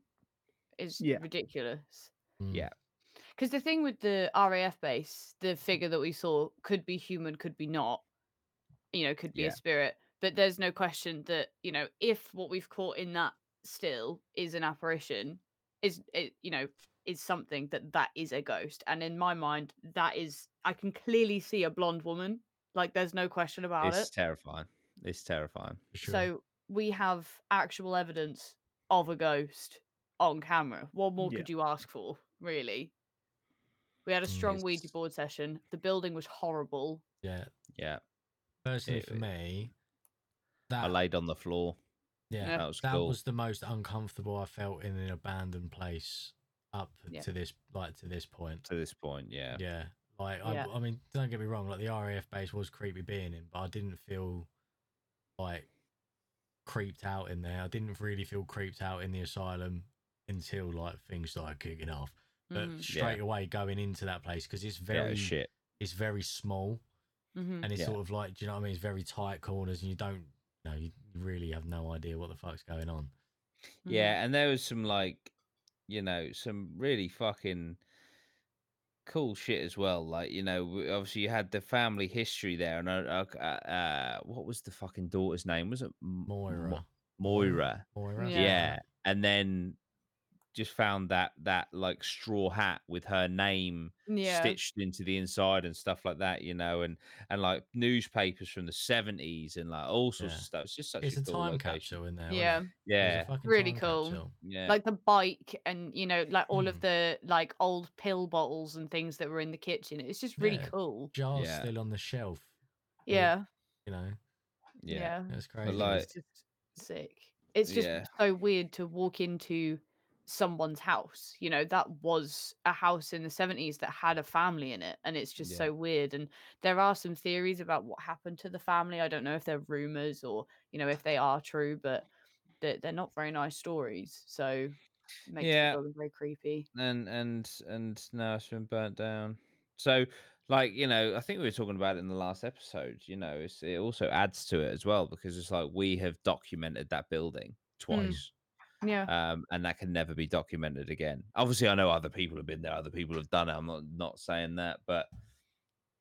Speaker 4: is
Speaker 5: Yeah.
Speaker 4: ridiculous.
Speaker 3: Mm.
Speaker 1: Yeah.
Speaker 4: Because the thing with the RAF base, the
Speaker 1: Mm.
Speaker 4: figure that we saw could be human, could be not, you know, could be
Speaker 1: Yeah.
Speaker 4: a spirit. But there's no question that, you know, if what we've caught in that still is an apparition, is, it, you know, is something that that is a ghost. And in my mind, that is, I can clearly see a blonde woman. Like, there's no question about
Speaker 1: it's
Speaker 4: it.
Speaker 1: terrifying. It's terrifying.
Speaker 3: for sure.
Speaker 4: So we have actual evidence of a ghost on camera. What more
Speaker 5: Yeah.
Speaker 4: could you ask for, really? We had a
Speaker 3: Mm.
Speaker 4: strong Ouija
Speaker 1: It's-
Speaker 4: board session. The building was horrible.
Speaker 3: yeah.
Speaker 1: Yeah,
Speaker 3: Personally,
Speaker 1: it-
Speaker 3: for me, that
Speaker 1: I laid on the floor.
Speaker 3: yeah,
Speaker 1: That was
Speaker 3: that
Speaker 1: cool.
Speaker 3: was the most uncomfortable I felt in an abandoned place up
Speaker 4: Yeah.
Speaker 3: to this like to this point.
Speaker 1: to this point. Yeah,
Speaker 3: Yeah. Like
Speaker 4: Yeah.
Speaker 3: I, I mean, don't get me wrong, like the RAF base was creepy being in, but I didn't feel like creeped out in there. I didn't really feel creeped out in the asylum until like things started kicking off. But
Speaker 4: Mhm,
Speaker 3: straight away going into that place because it's
Speaker 1: yeah, it
Speaker 3: very
Speaker 1: was shit.
Speaker 3: it's very small
Speaker 4: mhm.
Speaker 3: and it's
Speaker 1: Yeah.
Speaker 3: sort of like do you know what I mean? It's very tight corners and you don't you know you you really have no idea what the fuck's going on.
Speaker 4: Mhm.
Speaker 1: Yeah, and there was some like, you know, some really fucking cool shit as well. Like, you know, w- obviously you had the family history there, and uh, uh, uh what was the fucking daughter's name? Was it M- Mo-
Speaker 3: Moira.
Speaker 1: Moira.
Speaker 3: Moira.
Speaker 1: Yeah.
Speaker 4: Yeah.
Speaker 1: and then just found that that like straw hat with her name
Speaker 4: yeah.
Speaker 1: stitched into the inside and stuff like that, you know, and and like newspapers from the seventies and like all sorts
Speaker 3: Yeah.
Speaker 1: of stuff. It's just such
Speaker 3: It's a
Speaker 1: cool
Speaker 3: time
Speaker 1: location.
Speaker 3: capsule in there. wasn't
Speaker 4: Yeah.
Speaker 3: it? It was a
Speaker 1: Yeah,
Speaker 3: fucking
Speaker 4: Really
Speaker 3: time
Speaker 4: cool.
Speaker 3: capsule.
Speaker 1: yeah.
Speaker 4: Like the bike and you know, like all
Speaker 3: Mm.
Speaker 4: of the like old pill bottles and things that were in the kitchen. It's just really
Speaker 3: Yeah.
Speaker 4: cool.
Speaker 3: Jars
Speaker 1: Yeah.
Speaker 3: still on the shelf. with,
Speaker 4: Yeah.
Speaker 3: You know,
Speaker 4: Yeah.
Speaker 1: yeah,
Speaker 3: that's crazy.
Speaker 1: Mm. like-
Speaker 4: it's just sick. It's just
Speaker 1: Yeah.
Speaker 4: so weird to walk into someone's house. You know, that was a house in the 70s that had a family in it. And it's just
Speaker 1: Yeah.
Speaker 4: so weird. And there are some theories about what happened to the family. I don't know if they're rumors or, you know, if they are true, but they're, they're not very nice stories. So it makes
Speaker 1: Yeah.
Speaker 4: it feel very creepy.
Speaker 1: and and and now it's been burnt down. So, like you know, I think we were talking about it in the last episode. You know, it's, it also adds to it as well because it's like we have documented that building
Speaker 3: Mm.
Speaker 1: twice.
Speaker 4: Yeah.
Speaker 1: um, and that can never be documented again. Obviously, I know other people have been there, other people have done it. I'm not not saying that, but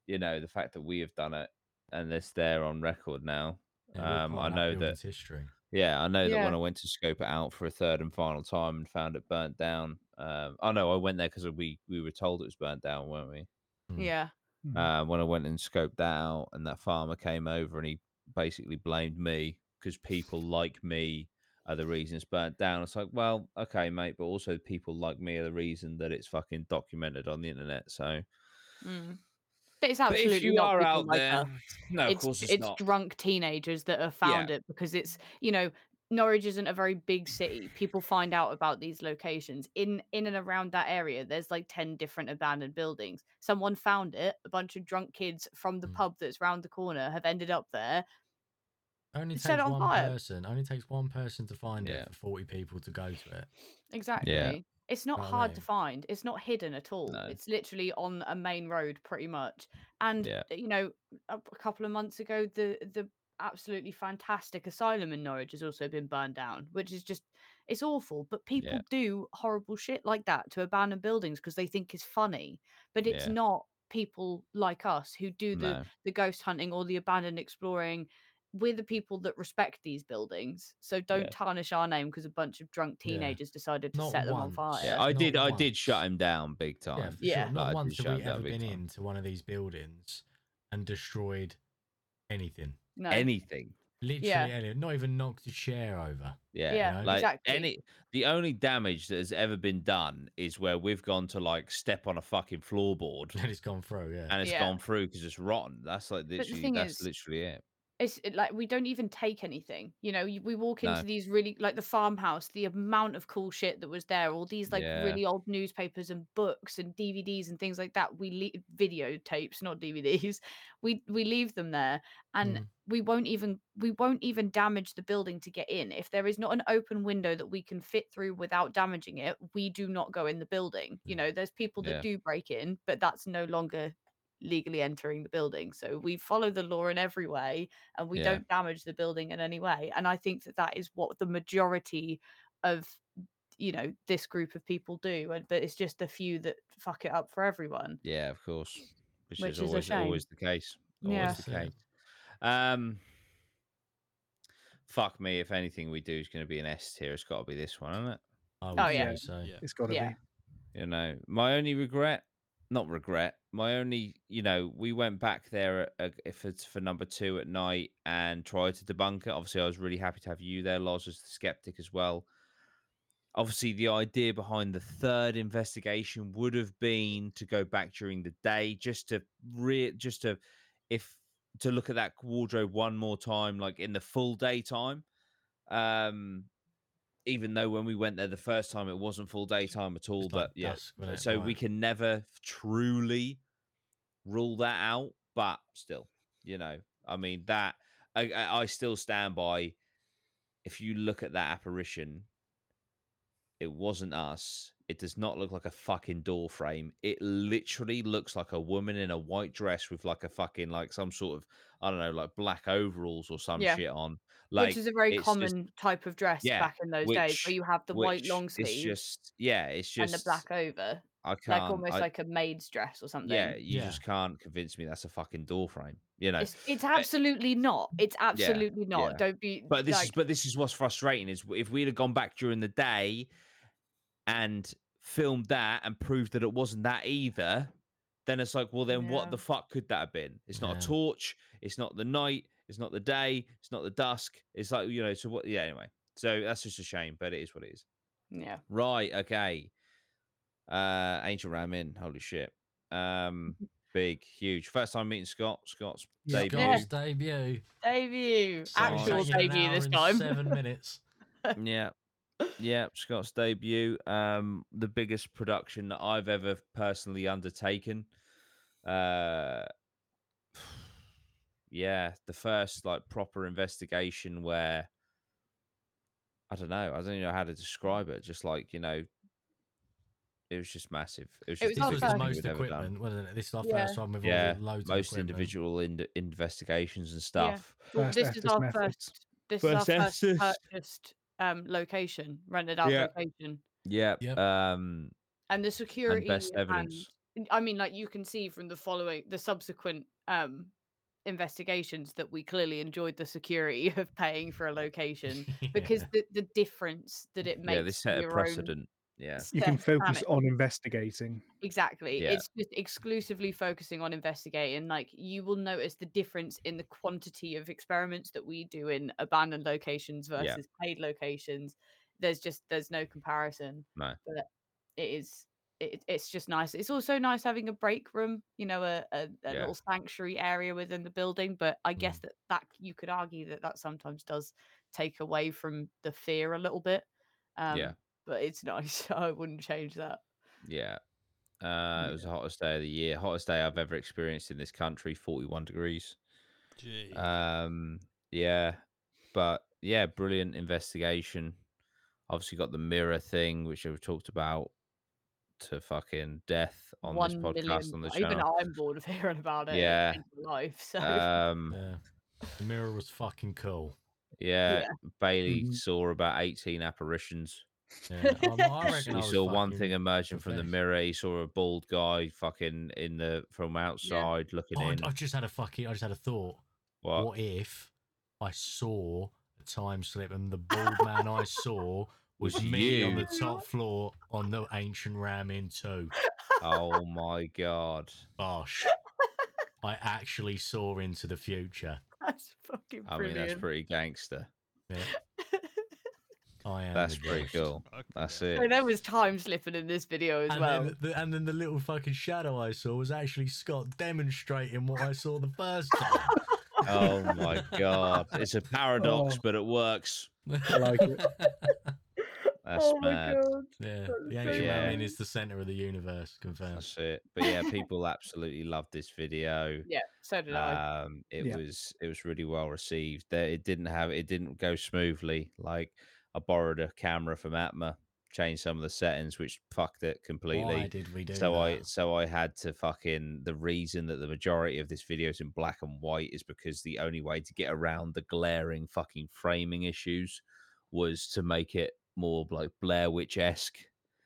Speaker 1: you know, the fact that we have done it and it's there on record now.
Speaker 3: Yeah, we're
Speaker 1: um,
Speaker 3: part
Speaker 1: I
Speaker 3: of that
Speaker 1: know that-
Speaker 3: building's history.
Speaker 1: Yeah, I know that when
Speaker 4: Yeah.
Speaker 1: I went to scope it out for a third and final time and found it burnt down. Um, oh no, I went there because we we were told it was burnt down, weren't we?
Speaker 3: Mm.
Speaker 4: Yeah.
Speaker 5: Mhm.
Speaker 1: Uh, when I went and scoped that out, and that farmer came over and he basically blamed me because people like me are the reason it's burnt down. It's like, well, okay, mate, but also people like me are the reason that it's fucking documented on the internet. So,
Speaker 4: Mm. But it's
Speaker 1: but
Speaker 4: absolutely
Speaker 1: if you
Speaker 4: not
Speaker 1: are
Speaker 4: people
Speaker 1: out
Speaker 4: like
Speaker 1: there,
Speaker 4: us.
Speaker 1: no, of
Speaker 4: it's,
Speaker 1: course it's,
Speaker 4: it's
Speaker 1: not.
Speaker 4: drunk teenagers that have found it because it's you know Norwich isn't a very big city. People find out about these locations in in and around that area. There's like ten different abandoned buildings. Someone found it. A bunch of drunk kids from the
Speaker 3: Mm.
Speaker 4: pub that's round the corner have ended up there.
Speaker 3: Only
Speaker 4: It
Speaker 3: takes
Speaker 4: set it on
Speaker 3: one
Speaker 4: fire.
Speaker 3: person. Only takes one person to find
Speaker 1: Yeah.
Speaker 3: it for forty people to go to it.
Speaker 4: Exactly. It's not
Speaker 3: Know what I
Speaker 4: hard to
Speaker 3: mean?
Speaker 4: find. It's not hidden at all.
Speaker 1: No.
Speaker 4: It's literally on a main road, pretty much. And
Speaker 1: Yeah.
Speaker 4: you know, a, a couple of months ago, the the absolutely fantastic asylum in Norwich has also been burned down, which is just it's awful. But people do horrible shit like that to abandoned buildings because they think it's funny. But it's
Speaker 1: Yeah.
Speaker 4: not people like us who do the
Speaker 1: No.
Speaker 4: the ghost hunting or the abandoned exploring we're the people that respect these buildings, so don't
Speaker 1: Yeah.
Speaker 4: tarnish our name because a bunch of drunk
Speaker 3: Yeah.
Speaker 4: teenagers decided to
Speaker 3: Not
Speaker 4: set them on
Speaker 3: once.
Speaker 4: fire.
Speaker 1: Yeah, I
Speaker 3: Not
Speaker 1: did. I
Speaker 3: once.
Speaker 1: did shut him down big
Speaker 3: Yeah,
Speaker 1: time.
Speaker 3: for
Speaker 4: Yeah.
Speaker 3: sure.
Speaker 1: Like, I
Speaker 3: Not
Speaker 1: did
Speaker 3: once have
Speaker 1: shout
Speaker 3: we
Speaker 1: that
Speaker 3: ever
Speaker 1: big
Speaker 3: been
Speaker 1: time.
Speaker 3: into one of these buildings and destroyed anything.
Speaker 4: no.
Speaker 1: Anything.
Speaker 3: Literally
Speaker 4: Yeah.
Speaker 3: anything. Not even knocked a chair over.
Speaker 1: Yeah.
Speaker 4: Yeah,
Speaker 1: Like
Speaker 4: exactly.
Speaker 1: any. The only damage that has ever been done is where we've gone to like step on a fucking floorboard
Speaker 3: And it's gone through, yeah.
Speaker 1: and it's
Speaker 4: Yeah.
Speaker 1: gone through because it's rotten. That's like
Speaker 4: the
Speaker 1: literally.
Speaker 4: thing
Speaker 1: That's
Speaker 4: is-
Speaker 1: literally it.
Speaker 4: it's it- like we don't even take anything you know you- we walk
Speaker 1: No.
Speaker 4: into these really like the farmhouse the amount of cool shit that was there all these like
Speaker 1: Yeah.
Speaker 4: really old newspapers and books and dvds and things like that we leave videotapes not dvds we we leave them there and
Speaker 1: Mm.
Speaker 3: Mhm.
Speaker 4: we won't even we won't even damage the building to get in if there is not an open window that we can fit through without damaging it we do not go in the building you
Speaker 3: Mm.
Speaker 4: know there's people that
Speaker 1: Yeah.
Speaker 4: do break in but that's no longer legally entering the building so we follow the law in every way and we
Speaker 1: Yeah.
Speaker 4: don't damage the building in any way and i think that that is what the majority of you know this group of people do and but it's just the few that fuck it up for everyone
Speaker 1: Yeah, of course. Which,
Speaker 4: Which
Speaker 1: is,
Speaker 4: is a
Speaker 1: always
Speaker 4: shame.
Speaker 1: always the case. Always
Speaker 4: Yeah.
Speaker 1: the
Speaker 3: That's it.
Speaker 1: case. Um fuck me, if anything we do is gonna be an S tier, it's gotta be this one, isn't it?
Speaker 3: I would
Speaker 4: Oh, yeah.
Speaker 3: say so.
Speaker 2: Yeah.
Speaker 5: It's got to
Speaker 4: Yeah.
Speaker 5: be.
Speaker 1: You know. My only regret not regret. My only, you know, we went back there at, at, for for number two at night and tried to debunk it. Obviously, I was really happy to have you there, Lars, as the skeptic as well. Obviously, the idea behind the third investigation would have been to go back during the day, just to re, just to if to look at that wardrobe one more time, like in the full daytime. Um, even though when we went there the first time, it wasn't full daytime at all.
Speaker 3: It's
Speaker 1: but
Speaker 3: like
Speaker 1: yeah,
Speaker 3: dusk, wasn't it?
Speaker 1: so we
Speaker 3: Like,
Speaker 1: can never truly rule that out but still you know i mean that I, I I still stand by if you look at that apparition it wasn't us it does not look like a fucking door frame it literally looks like a woman in a white dress with like a fucking like some sort of i don't know like black overalls or some
Speaker 4: Yeah.
Speaker 1: shit on like
Speaker 4: which is a very
Speaker 1: it's just-
Speaker 4: common type of dress
Speaker 1: yeah,
Speaker 4: back in those days where
Speaker 1: which-
Speaker 4: you have the white
Speaker 1: which
Speaker 4: long
Speaker 1: it's
Speaker 4: sleeves
Speaker 1: just yeah it's just
Speaker 4: and the black over
Speaker 1: i can't
Speaker 4: like almost
Speaker 1: I-
Speaker 4: like a maid's dress or something
Speaker 1: Yeah, you
Speaker 3: Yeah.
Speaker 1: just can't convince me that's a fucking door frame. You know.
Speaker 4: it's, it's absolutely not it's absolutely not
Speaker 1: eh yeah.
Speaker 4: don't be
Speaker 1: but this
Speaker 4: like,
Speaker 1: is but this is what's frustrating is if we'd have gone back during the day and filmed that and proved that it wasn't that either, then it's like, well then
Speaker 4: Yeah.
Speaker 1: what the fuck could that have been? It's not
Speaker 3: Yeah.
Speaker 1: a torch, it's not the night, it's not the day, it's not the dusk. It's like, you know, so what yeah, anyway. So that's just a shame, but it is what it is.
Speaker 4: yeah
Speaker 1: Right, okay. Uh Ancient Ram in, holy shit. Um big, huge. First time meeting Scott. Scott's
Speaker 3: Scott's
Speaker 1: debut.
Speaker 4: Mm-hmm. Yeah.
Speaker 3: debut.
Speaker 4: debut
Speaker 3: So it's
Speaker 4: actual
Speaker 3: taken an
Speaker 4: debut
Speaker 3: hour
Speaker 4: this
Speaker 3: and
Speaker 4: time
Speaker 3: Seven minutes.
Speaker 1: yeah. Yeah, Scott's debut. Um, the biggest production that I've ever personally undertaken. Uh, yeah, the first like proper investigation where I don't know, I don't even know how to describe it. Just like you know, it was just massive. It was,
Speaker 4: It
Speaker 1: just
Speaker 4: was
Speaker 3: This
Speaker 1: biggest thing
Speaker 4: our first-
Speaker 3: was the most
Speaker 1: we'd ever done.
Speaker 3: equipment, wasn't it? This is our
Speaker 4: Yeah.
Speaker 3: first one with
Speaker 1: Yeah,
Speaker 3: all the loads
Speaker 1: Most
Speaker 3: of equipment.
Speaker 1: individual in- investigations and stuff.
Speaker 4: Well,
Speaker 5: First
Speaker 4: this is
Speaker 5: Estes
Speaker 4: our
Speaker 5: methods.
Speaker 4: first. This is our
Speaker 1: First
Speaker 4: first
Speaker 1: Estes.
Speaker 4: purchased um, location, rented out
Speaker 1: Yeah.
Speaker 4: location,
Speaker 1: Yeah.
Speaker 3: Yep.
Speaker 1: Um,
Speaker 4: and the security.
Speaker 1: best evidence.
Speaker 4: and- I mean, like you can see from the following, the subsequent um, investigations that we clearly enjoyed the security of paying for a location because
Speaker 3: Yeah.
Speaker 4: the, the difference that it makes.
Speaker 1: yeah, they set a
Speaker 4: your own
Speaker 1: precedent. Yeah.
Speaker 5: You can
Speaker 4: step
Speaker 5: focus
Speaker 4: planet.
Speaker 5: on investigating.
Speaker 4: Exactly.
Speaker 1: Yeah.
Speaker 4: It's just exclusively focusing on investigating. Like you will notice the difference in the quantity of experiments that we do in abandoned locations
Speaker 1: Yeah.
Speaker 4: versus paid locations. There's just there's no comparison.
Speaker 1: No.
Speaker 4: But it is it, it's just nice. It's also nice having a break room, you know, a, a, a
Speaker 1: Yeah. Mm.
Speaker 4: little sanctuary area within the building. But I guess that that you could argue that that sometimes does take away from the fear a little bit. Um,
Speaker 1: Yeah.
Speaker 4: But it's nice. I wouldn't change that.
Speaker 1: Yeah. Uh, it was the hottest day of the year, hottest day I've ever experienced in this country, 41 degrees.
Speaker 2: Gee.
Speaker 1: Um, yeah, but yeah, brilliant investigation. Obviously, got the mirror thing, which I've talked about to fucking death on
Speaker 4: One
Speaker 1: this
Speaker 4: million.
Speaker 1: podcast on the
Speaker 4: Even
Speaker 1: channel.
Speaker 4: I'm bored of hearing about it. It's
Speaker 1: Yeah.
Speaker 4: changed my life. So
Speaker 1: Um,
Speaker 3: Yeah. The mirror was fucking cool.
Speaker 1: yeah,
Speaker 4: Yeah.
Speaker 1: Bailey
Speaker 3: Mm-hmm.
Speaker 5: Mhm.
Speaker 1: saw about 18 apparitions.
Speaker 3: Yeah. I'm- I reckon
Speaker 1: He
Speaker 3: I was
Speaker 1: saw one thing
Speaker 3: fucking-
Speaker 1: emerging from the
Speaker 3: impressed.
Speaker 1: mirror. He saw a bald guy fucking in the from outside looking
Speaker 3: Oh, I-
Speaker 1: in.
Speaker 3: I've just had a fucking. I just had a thought.
Speaker 1: What?
Speaker 3: What if I saw a time slip, and the bald man I saw was,
Speaker 1: Was
Speaker 3: me on the
Speaker 1: you.
Speaker 3: top floor on the ancient ram in two.
Speaker 1: Oh my god.
Speaker 3: Bosh. I actually saw into the future.
Speaker 4: That's fucking
Speaker 1: I mean,
Speaker 4: brilliant.
Speaker 1: that's pretty gangster.
Speaker 3: Yeah. I am.
Speaker 1: That's
Speaker 3: the
Speaker 1: pretty
Speaker 3: ghost.
Speaker 1: cool.
Speaker 2: Fuck
Speaker 1: That's
Speaker 2: yeah.
Speaker 1: it.
Speaker 4: So there was time slipping in this video as
Speaker 3: And,
Speaker 4: well.
Speaker 3: then the, and then the little fucking shadow I saw was actually Scott demonstrating what I saw the first time.
Speaker 1: Oh my god. It's a paradox,
Speaker 5: Oh.
Speaker 1: but it works.
Speaker 3: I
Speaker 5: like it.
Speaker 1: That's
Speaker 3: Oh
Speaker 1: mad.
Speaker 4: Oh god.
Speaker 3: Yeah,
Speaker 4: That's
Speaker 3: the
Speaker 4: so
Speaker 3: ancient
Speaker 1: Yeah.
Speaker 3: Roman is the center of the universe. Confirmed.
Speaker 1: That's it. But yeah, people absolutely loved this video.
Speaker 4: Yeah, so did I.
Speaker 1: Um, it
Speaker 5: Yeah.
Speaker 1: was it was really well received. There, it didn't have it didn't go smoothly. Like I borrowed a camera from Atma, changed some of the settings, which fucked it completely.
Speaker 3: Why did we do
Speaker 1: so
Speaker 3: that?
Speaker 1: I so I had to fucking the reason that the majority of this video is in black and white is because the only way to get around the glaring fucking framing issues was to make it more like Blair Witch esque.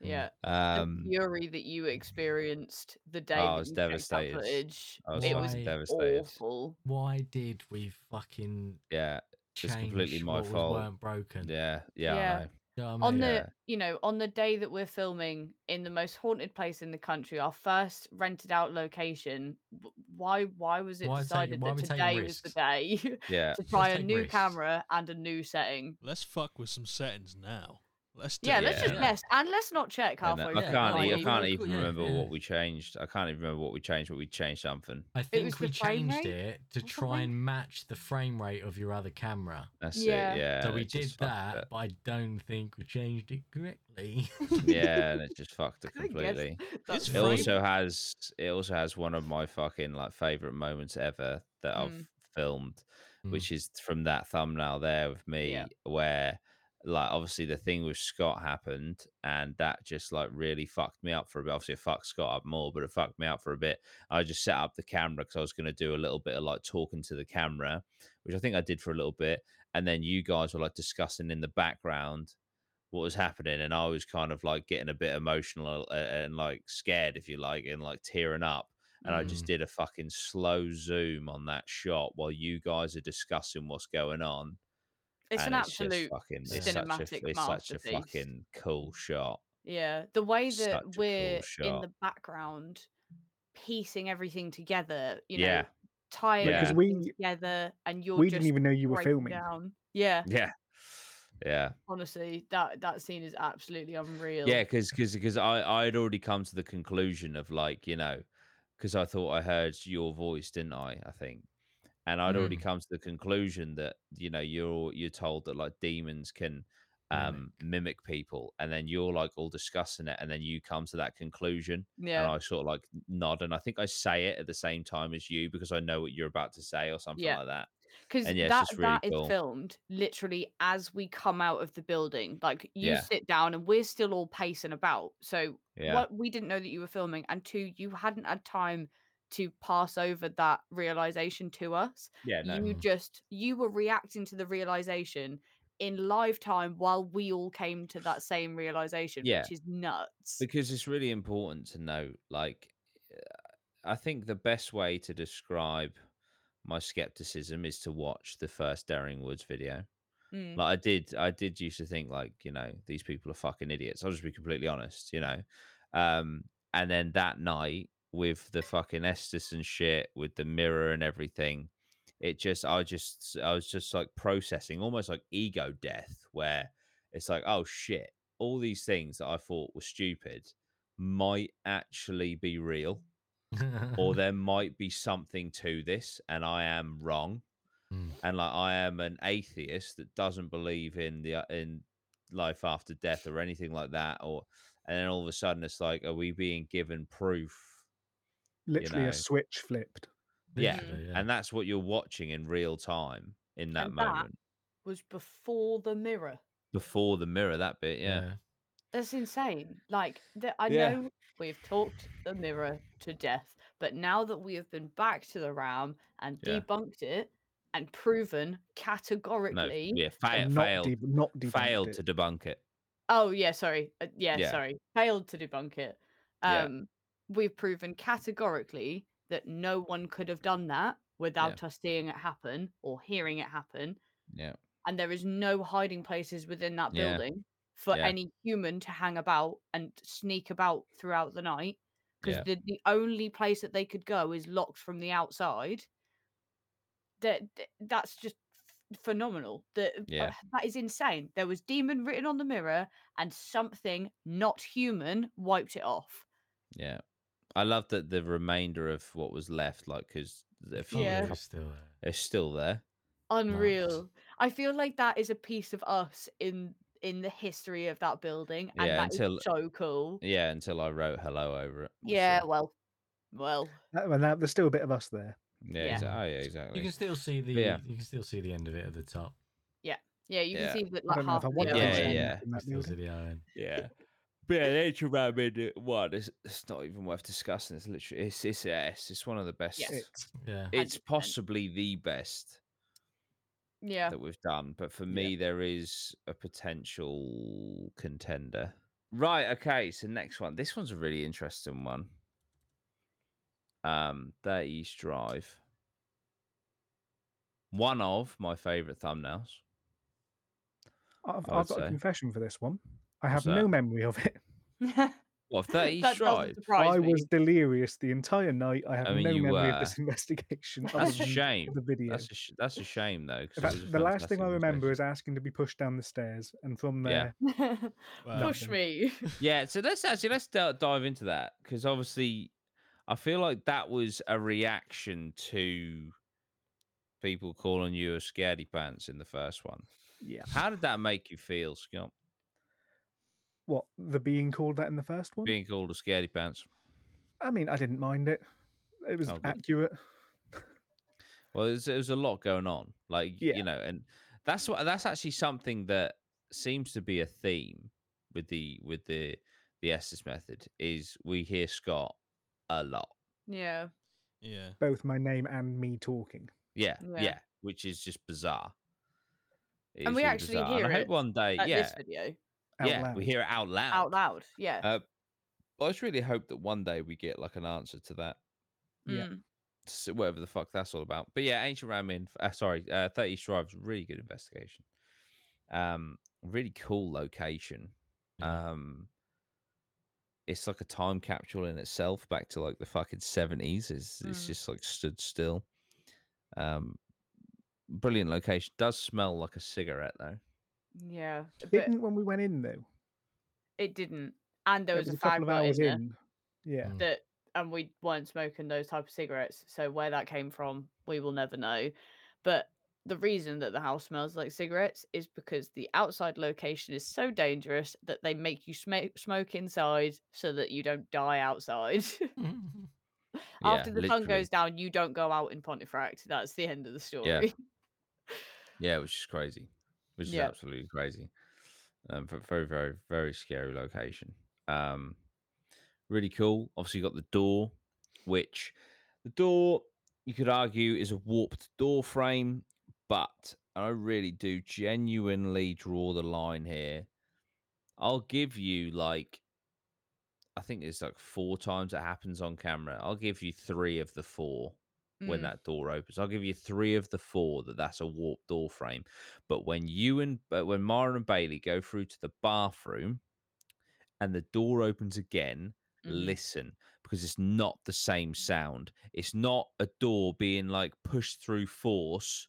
Speaker 4: Yeah. The
Speaker 1: Um,
Speaker 4: fury that you experienced the day
Speaker 1: I
Speaker 4: that
Speaker 1: was
Speaker 4: you checked that
Speaker 1: devastated.
Speaker 4: footage,
Speaker 1: I was
Speaker 4: it
Speaker 1: fucking
Speaker 4: was
Speaker 3: Why-
Speaker 1: devastated.
Speaker 4: awful.
Speaker 3: Why did we fucking
Speaker 1: Yeah,
Speaker 3: change
Speaker 1: It's completely my
Speaker 3: what was-
Speaker 1: fault.
Speaker 3: weren't broken?
Speaker 1: yeah, yeah.
Speaker 4: Yeah.
Speaker 1: I know.
Speaker 3: You know what I
Speaker 4: On
Speaker 3: mean?
Speaker 1: Oh, Yeah.
Speaker 4: the you know, on the day that we're filming in the most haunted place in the country, our first rented out location, w- why why was it
Speaker 3: Why take-
Speaker 4: decided
Speaker 3: why
Speaker 4: that
Speaker 3: we taking
Speaker 4: today was the
Speaker 3: risks?
Speaker 4: day
Speaker 1: Yeah.
Speaker 4: to try a
Speaker 3: take
Speaker 4: new
Speaker 3: risks.
Speaker 4: camera and a new setting?
Speaker 2: Let's fuck with some settings now. Let's do
Speaker 4: Yeah,
Speaker 2: it.
Speaker 4: let's just
Speaker 1: Yeah.
Speaker 4: mess and let's not check
Speaker 1: And
Speaker 4: halfway.
Speaker 1: I
Speaker 4: through,
Speaker 3: yeah,
Speaker 1: can't.
Speaker 4: like,
Speaker 1: e- I
Speaker 3: yeah,
Speaker 4: even-
Speaker 1: can't
Speaker 3: yeah,
Speaker 1: even
Speaker 3: yeah,
Speaker 1: remember
Speaker 3: yeah.
Speaker 1: what we changed. I can't even remember what we changed. But we changed something.
Speaker 3: I
Speaker 4: was
Speaker 3: think we
Speaker 4: the frame
Speaker 3: changed
Speaker 4: rate?
Speaker 3: it to
Speaker 4: Was it
Speaker 3: try
Speaker 4: frame-
Speaker 3: and match the frame rate of your other camera.
Speaker 1: That's
Speaker 4: Yeah.
Speaker 1: it. Yeah.
Speaker 3: so
Speaker 1: and
Speaker 3: we
Speaker 1: it
Speaker 3: did
Speaker 1: just fucked
Speaker 3: that, but I don't think we changed it correctly.
Speaker 1: it. yeah, and it just fucked it
Speaker 4: I guess
Speaker 1: completely.
Speaker 4: that's
Speaker 1: It
Speaker 2: frame-
Speaker 4: fine.
Speaker 1: also has it also has one of my fucking like favorite moments ever that I've
Speaker 4: Mm.
Speaker 1: filmed,
Speaker 3: Mm.
Speaker 1: which is from that thumbnail there with me,
Speaker 4: Yeah.
Speaker 1: where like obviously the thing with Scott happened, and that just like really fucked me up for a bit. Obviously, it fucked Scott up more, but it fucked me up for a bit. I just set up the camera because I was going to do a little bit of like talking to the camera, which I think I did for a little bit, and then you guys were like discussing in the background what was happening and i was kind of like getting a bit emotional uh, and like scared if you like and like tearing up and i just
Speaker 3: Mm.
Speaker 1: did a fucking slow zoom on that shot while you guys are discussing what's going on
Speaker 4: It's an
Speaker 1: and just
Speaker 4: absolute
Speaker 1: fucking it's such
Speaker 4: cinematic
Speaker 1: a, it's such a
Speaker 4: masterpiece.
Speaker 1: fucking cool shot
Speaker 4: Yeah, the way
Speaker 1: Such a
Speaker 4: that
Speaker 1: cool
Speaker 4: we're in
Speaker 1: shot.
Speaker 4: the background piecing everything together, you know,
Speaker 1: Yeah.
Speaker 4: tying
Speaker 1: Because
Speaker 4: everything
Speaker 5: we-
Speaker 4: together, and you're
Speaker 5: We
Speaker 4: just
Speaker 5: didn't even know you were
Speaker 4: breaking
Speaker 5: filming.
Speaker 4: down. Yeah,
Speaker 1: yeah yeah
Speaker 4: honestly, that that scene is absolutely unreal.
Speaker 1: Yeah, because because I I had already come to the conclusion of like you know, because I thought I heard your voice, didn't I? I think, and I'd already
Speaker 3: Mm.
Speaker 1: come to the conclusion that you know you're you're told that like demons can um mimic, people, and then you're like all discussing it, and then you come to that conclusion, and
Speaker 4: yeah,
Speaker 1: I sort of like nod, and I think I say it at the same time as you because I know what you're about to say or something
Speaker 4: Yeah.
Speaker 1: like that.
Speaker 4: because
Speaker 1: and yeah, it's
Speaker 4: that
Speaker 1: just really
Speaker 4: that is
Speaker 1: cool.
Speaker 4: filmed literally as we come out of the building. Like you
Speaker 1: Yeah.
Speaker 4: sit down, and we're still all pacing about. So
Speaker 1: Yeah,
Speaker 4: what we didn't know that you were filming, and two, you hadn't had time to pass over that realization to us.
Speaker 1: yeah, no,
Speaker 4: you
Speaker 3: Mm.
Speaker 4: just you were reacting to the realization in live time while we all came to that same realization
Speaker 1: Yeah.
Speaker 4: which is nuts
Speaker 1: because it's really important to know like uh, i think the best way to describe my skepticism is to watch the first daring woods video
Speaker 4: Mm,
Speaker 1: like i did i did used to think like you know these people are fucking idiots i'll just be completely honest you know um and then that night with the fucking Esterson shit with the mirror and everything it just i just i was just like processing almost like ego death where it's like oh shit all these things that i thought were stupid might actually be real or there might be something to this and i am wrong
Speaker 3: Mm.
Speaker 1: and like i am an atheist that doesn't believe in the uh, in life after death or anything like that or and then all of a sudden it's like are we being given proof
Speaker 5: Literally
Speaker 1: know.
Speaker 5: a switch flipped.
Speaker 1: yeah,
Speaker 3: Literally,
Speaker 1: and that's what you're watching in real time in that
Speaker 4: And that-
Speaker 1: moment
Speaker 4: was before the mirror
Speaker 1: before the mirror that bit yeah
Speaker 4: that's insane like the, i
Speaker 1: Yeah.
Speaker 4: know we've talked the mirror to death but now that we have been back to the ram and
Speaker 1: Yeah.
Speaker 4: debunked it and proven
Speaker 1: no
Speaker 4: categorically
Speaker 1: yeah fa-
Speaker 5: and
Speaker 1: failed
Speaker 5: Not, de- not debunked
Speaker 1: failed
Speaker 5: it.
Speaker 1: to debunk it
Speaker 4: Oh yeah, sorry. Uh, yeah,
Speaker 1: Yeah.
Speaker 4: sorry. Failed to debunk it.
Speaker 1: Yeah.
Speaker 4: Um, we've proven categorically that no one could have done that without us seeing it happen or hearing it happen.
Speaker 1: Yeah.
Speaker 4: And there is no hiding places within that
Speaker 1: Yeah.
Speaker 4: building for
Speaker 1: Yeah.
Speaker 4: any human to hang about and sneak about throughout the night because
Speaker 1: Yeah.
Speaker 4: the, the only place that they could go is locked from the outside. That th- that's just f- phenomenal. That
Speaker 1: Yeah.
Speaker 4: that is insane. There was demon written on the mirror, and something not human wiped it off.
Speaker 1: Yeah. I love that the remainder of what was left, like, because a few
Speaker 4: Yeah.
Speaker 1: cou-
Speaker 3: It's still uh, there.
Speaker 1: it's still there.
Speaker 4: Unreal. I feel like that is a piece of us in in the history of that building, and
Speaker 1: Yeah,
Speaker 4: that is
Speaker 1: until-
Speaker 4: so cool.
Speaker 1: Yeah, until I wrote hello over it. myself.
Speaker 4: Yeah, well, well,
Speaker 5: That- and that, there's still a bit of us there.
Speaker 1: Yeah,
Speaker 4: Yeah.
Speaker 1: exa- oh, yeah,
Speaker 3: You can
Speaker 1: exactly.
Speaker 3: still see the
Speaker 1: yeah.
Speaker 3: you can still see the end of it at the top.
Speaker 4: yeah, you
Speaker 1: Yeah.
Speaker 4: can see that
Speaker 5: I
Speaker 4: like
Speaker 5: don't know
Speaker 4: half
Speaker 5: if I
Speaker 4: of the
Speaker 5: want to
Speaker 1: Yeah,
Speaker 4: building-
Speaker 5: yeah,
Speaker 1: yeah.
Speaker 5: yeah. in
Speaker 3: You
Speaker 5: that
Speaker 3: still see
Speaker 5: building.
Speaker 3: the iron.
Speaker 1: Yeah. But yeah, nature rabbit one. It's, it's not even worth discussing. It's literally it's it's yeah, it's, it's one of the best.
Speaker 4: Yes.
Speaker 5: It's-
Speaker 3: Yeah.
Speaker 1: It's
Speaker 4: 100%.
Speaker 1: possibly the best
Speaker 4: yeah.
Speaker 1: that we've done. But for me, there is a potential contender. Right. Okay. So next one. This one's a really interesting one. Um, 30 East Drive. One of my favorite thumbnails.
Speaker 5: I've,
Speaker 1: I would
Speaker 5: I've got
Speaker 1: say.
Speaker 5: a confession for this one. I have
Speaker 1: that?
Speaker 5: no memory of it.
Speaker 1: What Thirty East
Speaker 4: that
Speaker 1: Drive?
Speaker 4: doesn't surprise
Speaker 5: I
Speaker 4: me.
Speaker 5: was delirious the entire night. I have
Speaker 1: mean,
Speaker 5: no
Speaker 1: you
Speaker 5: memory
Speaker 1: were.
Speaker 5: of this investigation. other
Speaker 1: That's a
Speaker 5: than
Speaker 1: shame.
Speaker 5: The video.
Speaker 1: That's a sh- that's a shame though. 'cause it
Speaker 5: In fact,
Speaker 1: was a
Speaker 5: the last thing I
Speaker 1: fantastic
Speaker 5: remember
Speaker 1: invitation.
Speaker 5: is asking to be pushed down the stairs, and from
Speaker 1: Yeah.
Speaker 5: there,
Speaker 2: Well,
Speaker 4: Push me.
Speaker 1: yeah so let's actually let's d- dive into that because obviously i feel like that was a reaction to people calling you a scaredy pants in the first one
Speaker 5: yeah.
Speaker 1: how did that make you feel scott
Speaker 5: What the being called that in the first one?
Speaker 1: being called a scaredy pants
Speaker 5: I mean, I didn't mind it. It was
Speaker 1: Oh, good.
Speaker 5: accurate.
Speaker 1: well there's, there's a lot going on like
Speaker 5: Yeah.
Speaker 1: you know and that's what that's actually something that seems to be a theme with the with the the Estes method is we hear scott a lot
Speaker 4: yeah.
Speaker 2: yeah.
Speaker 5: Both my name and me talking.
Speaker 1: Yeah, yeah,
Speaker 4: Yeah.
Speaker 1: which is just bizarre. It
Speaker 4: And
Speaker 1: is
Speaker 4: we
Speaker 1: really
Speaker 4: actually
Speaker 1: bizarre. And
Speaker 4: hear
Speaker 1: I hope
Speaker 4: it
Speaker 1: one day,
Speaker 4: At
Speaker 1: yeah,
Speaker 4: this video,
Speaker 5: Out
Speaker 1: yeah,
Speaker 5: loud.
Speaker 1: we hear it out loud.
Speaker 4: out loud. Yeah.
Speaker 1: Uh, I just really hope that one day we get like an answer to that,
Speaker 5: yeah.
Speaker 4: Mm.
Speaker 1: s- whatever the fuck that's all about. But yeah, ancient ramen. Uh, sorry, uh, Thirty Strives, really good investigation. Um, really cool location. Um, it's like a time capsule in itself, back to like the fucking seventies. It's it's
Speaker 4: Mm.
Speaker 1: just like stood still. Um, brilliant location. Does smell like a cigarette though.
Speaker 4: Yeah. But
Speaker 5: Didn't when we went in though.
Speaker 4: it didn't. And there
Speaker 5: It
Speaker 4: was, a,
Speaker 5: a
Speaker 4: fag
Speaker 5: couple of
Speaker 4: butt
Speaker 5: hours
Speaker 4: in there.
Speaker 5: in. Yeah.
Speaker 3: Mm.
Speaker 4: that and we weren't smoking those type of cigarettes so where that came from we will never know but the reason that the house smells like cigarettes is because the outside location is so dangerous that they make you sm- smoke inside so that you don't die outside after
Speaker 1: Yeah,
Speaker 4: the sun
Speaker 1: literally.
Speaker 4: goes down you don't go out in pontefract that's the end of the story
Speaker 1: Yeah, which is crazy, which is
Speaker 4: Yeah.
Speaker 1: absolutely crazy. Um, v- very, very, very scary location. Um, really cool. Obviously, you got the door, which the door you could argue is a warped door frame, but I really do genuinely draw the line here. I'll give you like, I think it's like four times it happens on camera. I'll give you three of the four when
Speaker 4: Mm,
Speaker 1: that door opens. I'll give you three of the four that that's a warped door frame. But when you and but when Mara and Bailey go through to the bathroom, and the door opens again,
Speaker 4: mhm.
Speaker 1: listen because it's not the same sound. It's not a door being like pushed through force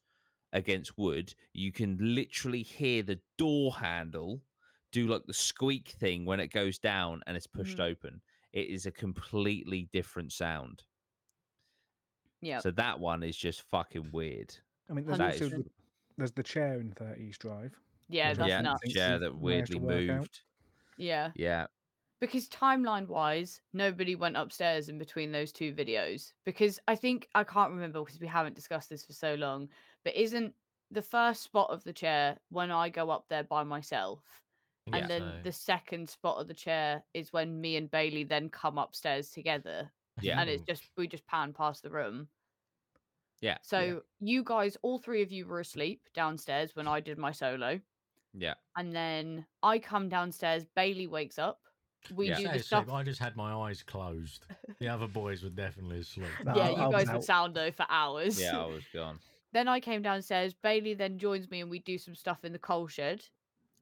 Speaker 1: against wood. You can literally hear the door handle do like the squeak thing when it goes down and it's pushed open. It is a completely different sound.
Speaker 4: yeah
Speaker 1: So that one is just fucking weird.
Speaker 5: I mean, there's
Speaker 1: That
Speaker 5: also
Speaker 1: is-
Speaker 5: the, there's the chair in 30 East Drive.
Speaker 4: yeah that's
Speaker 1: yeah,
Speaker 4: nuts
Speaker 5: Thanks
Speaker 1: chair
Speaker 5: you
Speaker 1: that
Speaker 5: managed to
Speaker 1: weirdly
Speaker 5: work out.
Speaker 1: moved.
Speaker 4: yeah
Speaker 1: Yeah,
Speaker 4: because timeline wise, nobody went upstairs in between those two videos. Because I think I can't remember because we haven't discussed this for so long. But isn't the first spot of the chair when I go up there by myself? And then the second spot of the chair is when me and Bailey then come upstairs together.
Speaker 1: Yeah.
Speaker 4: And it's just we just pan past the room.
Speaker 1: Oh. yeah,
Speaker 4: So you guys, all three of you were asleep downstairs when I did my solo.
Speaker 1: yeah,
Speaker 4: And then I come downstairs, Bailey wakes up, we
Speaker 1: Yeah. "Oh,
Speaker 4: do
Speaker 3: Say
Speaker 4: the
Speaker 3: asleep,
Speaker 4: stuff.
Speaker 3: I just had my eyes closed. The other boys were definitely asleep.
Speaker 5: No,
Speaker 4: yeah,
Speaker 5: I-
Speaker 4: you
Speaker 5: I was
Speaker 4: guys
Speaker 5: out.
Speaker 4: would sound though for hours.
Speaker 1: Yeah, I was gone.
Speaker 4: Then I came downstairs. Bailey then joins me, and we do some stuff in the coal shed.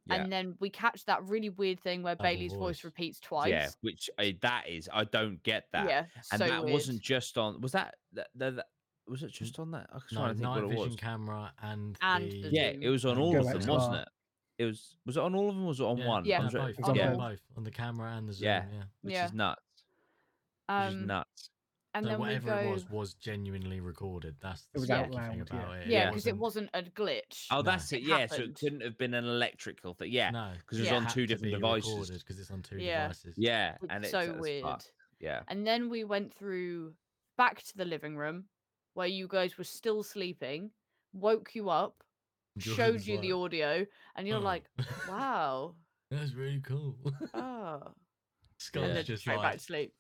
Speaker 1: Yeah. Oh,
Speaker 4: And then we catch that really weird thing where
Speaker 3: Double
Speaker 4: Bailey's voice
Speaker 3: voice.
Speaker 4: repeats twice.
Speaker 1: Yeah, which I, that is, I don't get that.
Speaker 4: Yeah,
Speaker 1: and
Speaker 4: so
Speaker 1: that
Speaker 4: weird.
Speaker 1: wasn't just on. Was that that, that, that was it just on that? I was
Speaker 3: No,
Speaker 1: trying to think
Speaker 3: night
Speaker 1: what it
Speaker 3: vision
Speaker 1: was.
Speaker 3: camera and,
Speaker 4: And
Speaker 3: the...
Speaker 4: the
Speaker 1: Yeah, it
Speaker 4: Zoom.
Speaker 1: was on
Speaker 3: Go
Speaker 1: all of
Speaker 5: back
Speaker 1: them,
Speaker 5: to
Speaker 1: wasn't
Speaker 5: our-
Speaker 1: it? It was. Was it on all of them? or Was it on
Speaker 3: Yeah,
Speaker 1: one?
Speaker 4: Yeah.
Speaker 1: I'm
Speaker 3: no,
Speaker 1: sorry.
Speaker 3: both.
Speaker 5: It was on
Speaker 1: Yeah,
Speaker 5: both.
Speaker 3: both on the camera and the Zoom.
Speaker 1: Yeah.
Speaker 3: Yeah,
Speaker 1: which
Speaker 4: Yeah.
Speaker 1: is nuts. Which is
Speaker 4: um,
Speaker 1: nuts.
Speaker 4: and
Speaker 3: So
Speaker 4: then we
Speaker 3: whatever
Speaker 4: go.
Speaker 3: it was was genuinely recorded. That's the
Speaker 5: It was
Speaker 3: yeah.
Speaker 5: out
Speaker 3: thing
Speaker 5: loud, yeah.
Speaker 3: about it.
Speaker 4: yeah, because it
Speaker 3: wasn't-
Speaker 4: wasn't a glitch.
Speaker 1: Oh,
Speaker 3: no.
Speaker 1: that's it.
Speaker 4: It
Speaker 1: Yeah, so it
Speaker 4: happened.
Speaker 1: couldn't have been an electrical thing. Yeah,
Speaker 3: No,
Speaker 1: 'cause it
Speaker 4: was on
Speaker 1: two different devices.
Speaker 3: Because it's on two
Speaker 4: Yeah.
Speaker 3: devices.
Speaker 1: yeah,
Speaker 4: It's
Speaker 1: and it's
Speaker 4: so
Speaker 1: that's
Speaker 4: weird.
Speaker 1: fucked. Yeah,
Speaker 4: And then we went through back to the living room where you guys were still sleeping, woke you up, showed
Speaker 3: Jordan's
Speaker 4: you the
Speaker 3: like,
Speaker 4: audio, and you're
Speaker 3: "Oh,
Speaker 4: like, wow,
Speaker 3: That's really cool.
Speaker 4: oh.
Speaker 3: Scott's
Speaker 4: and then
Speaker 3: just
Speaker 4: straight back
Speaker 3: like,
Speaker 4: to sleep.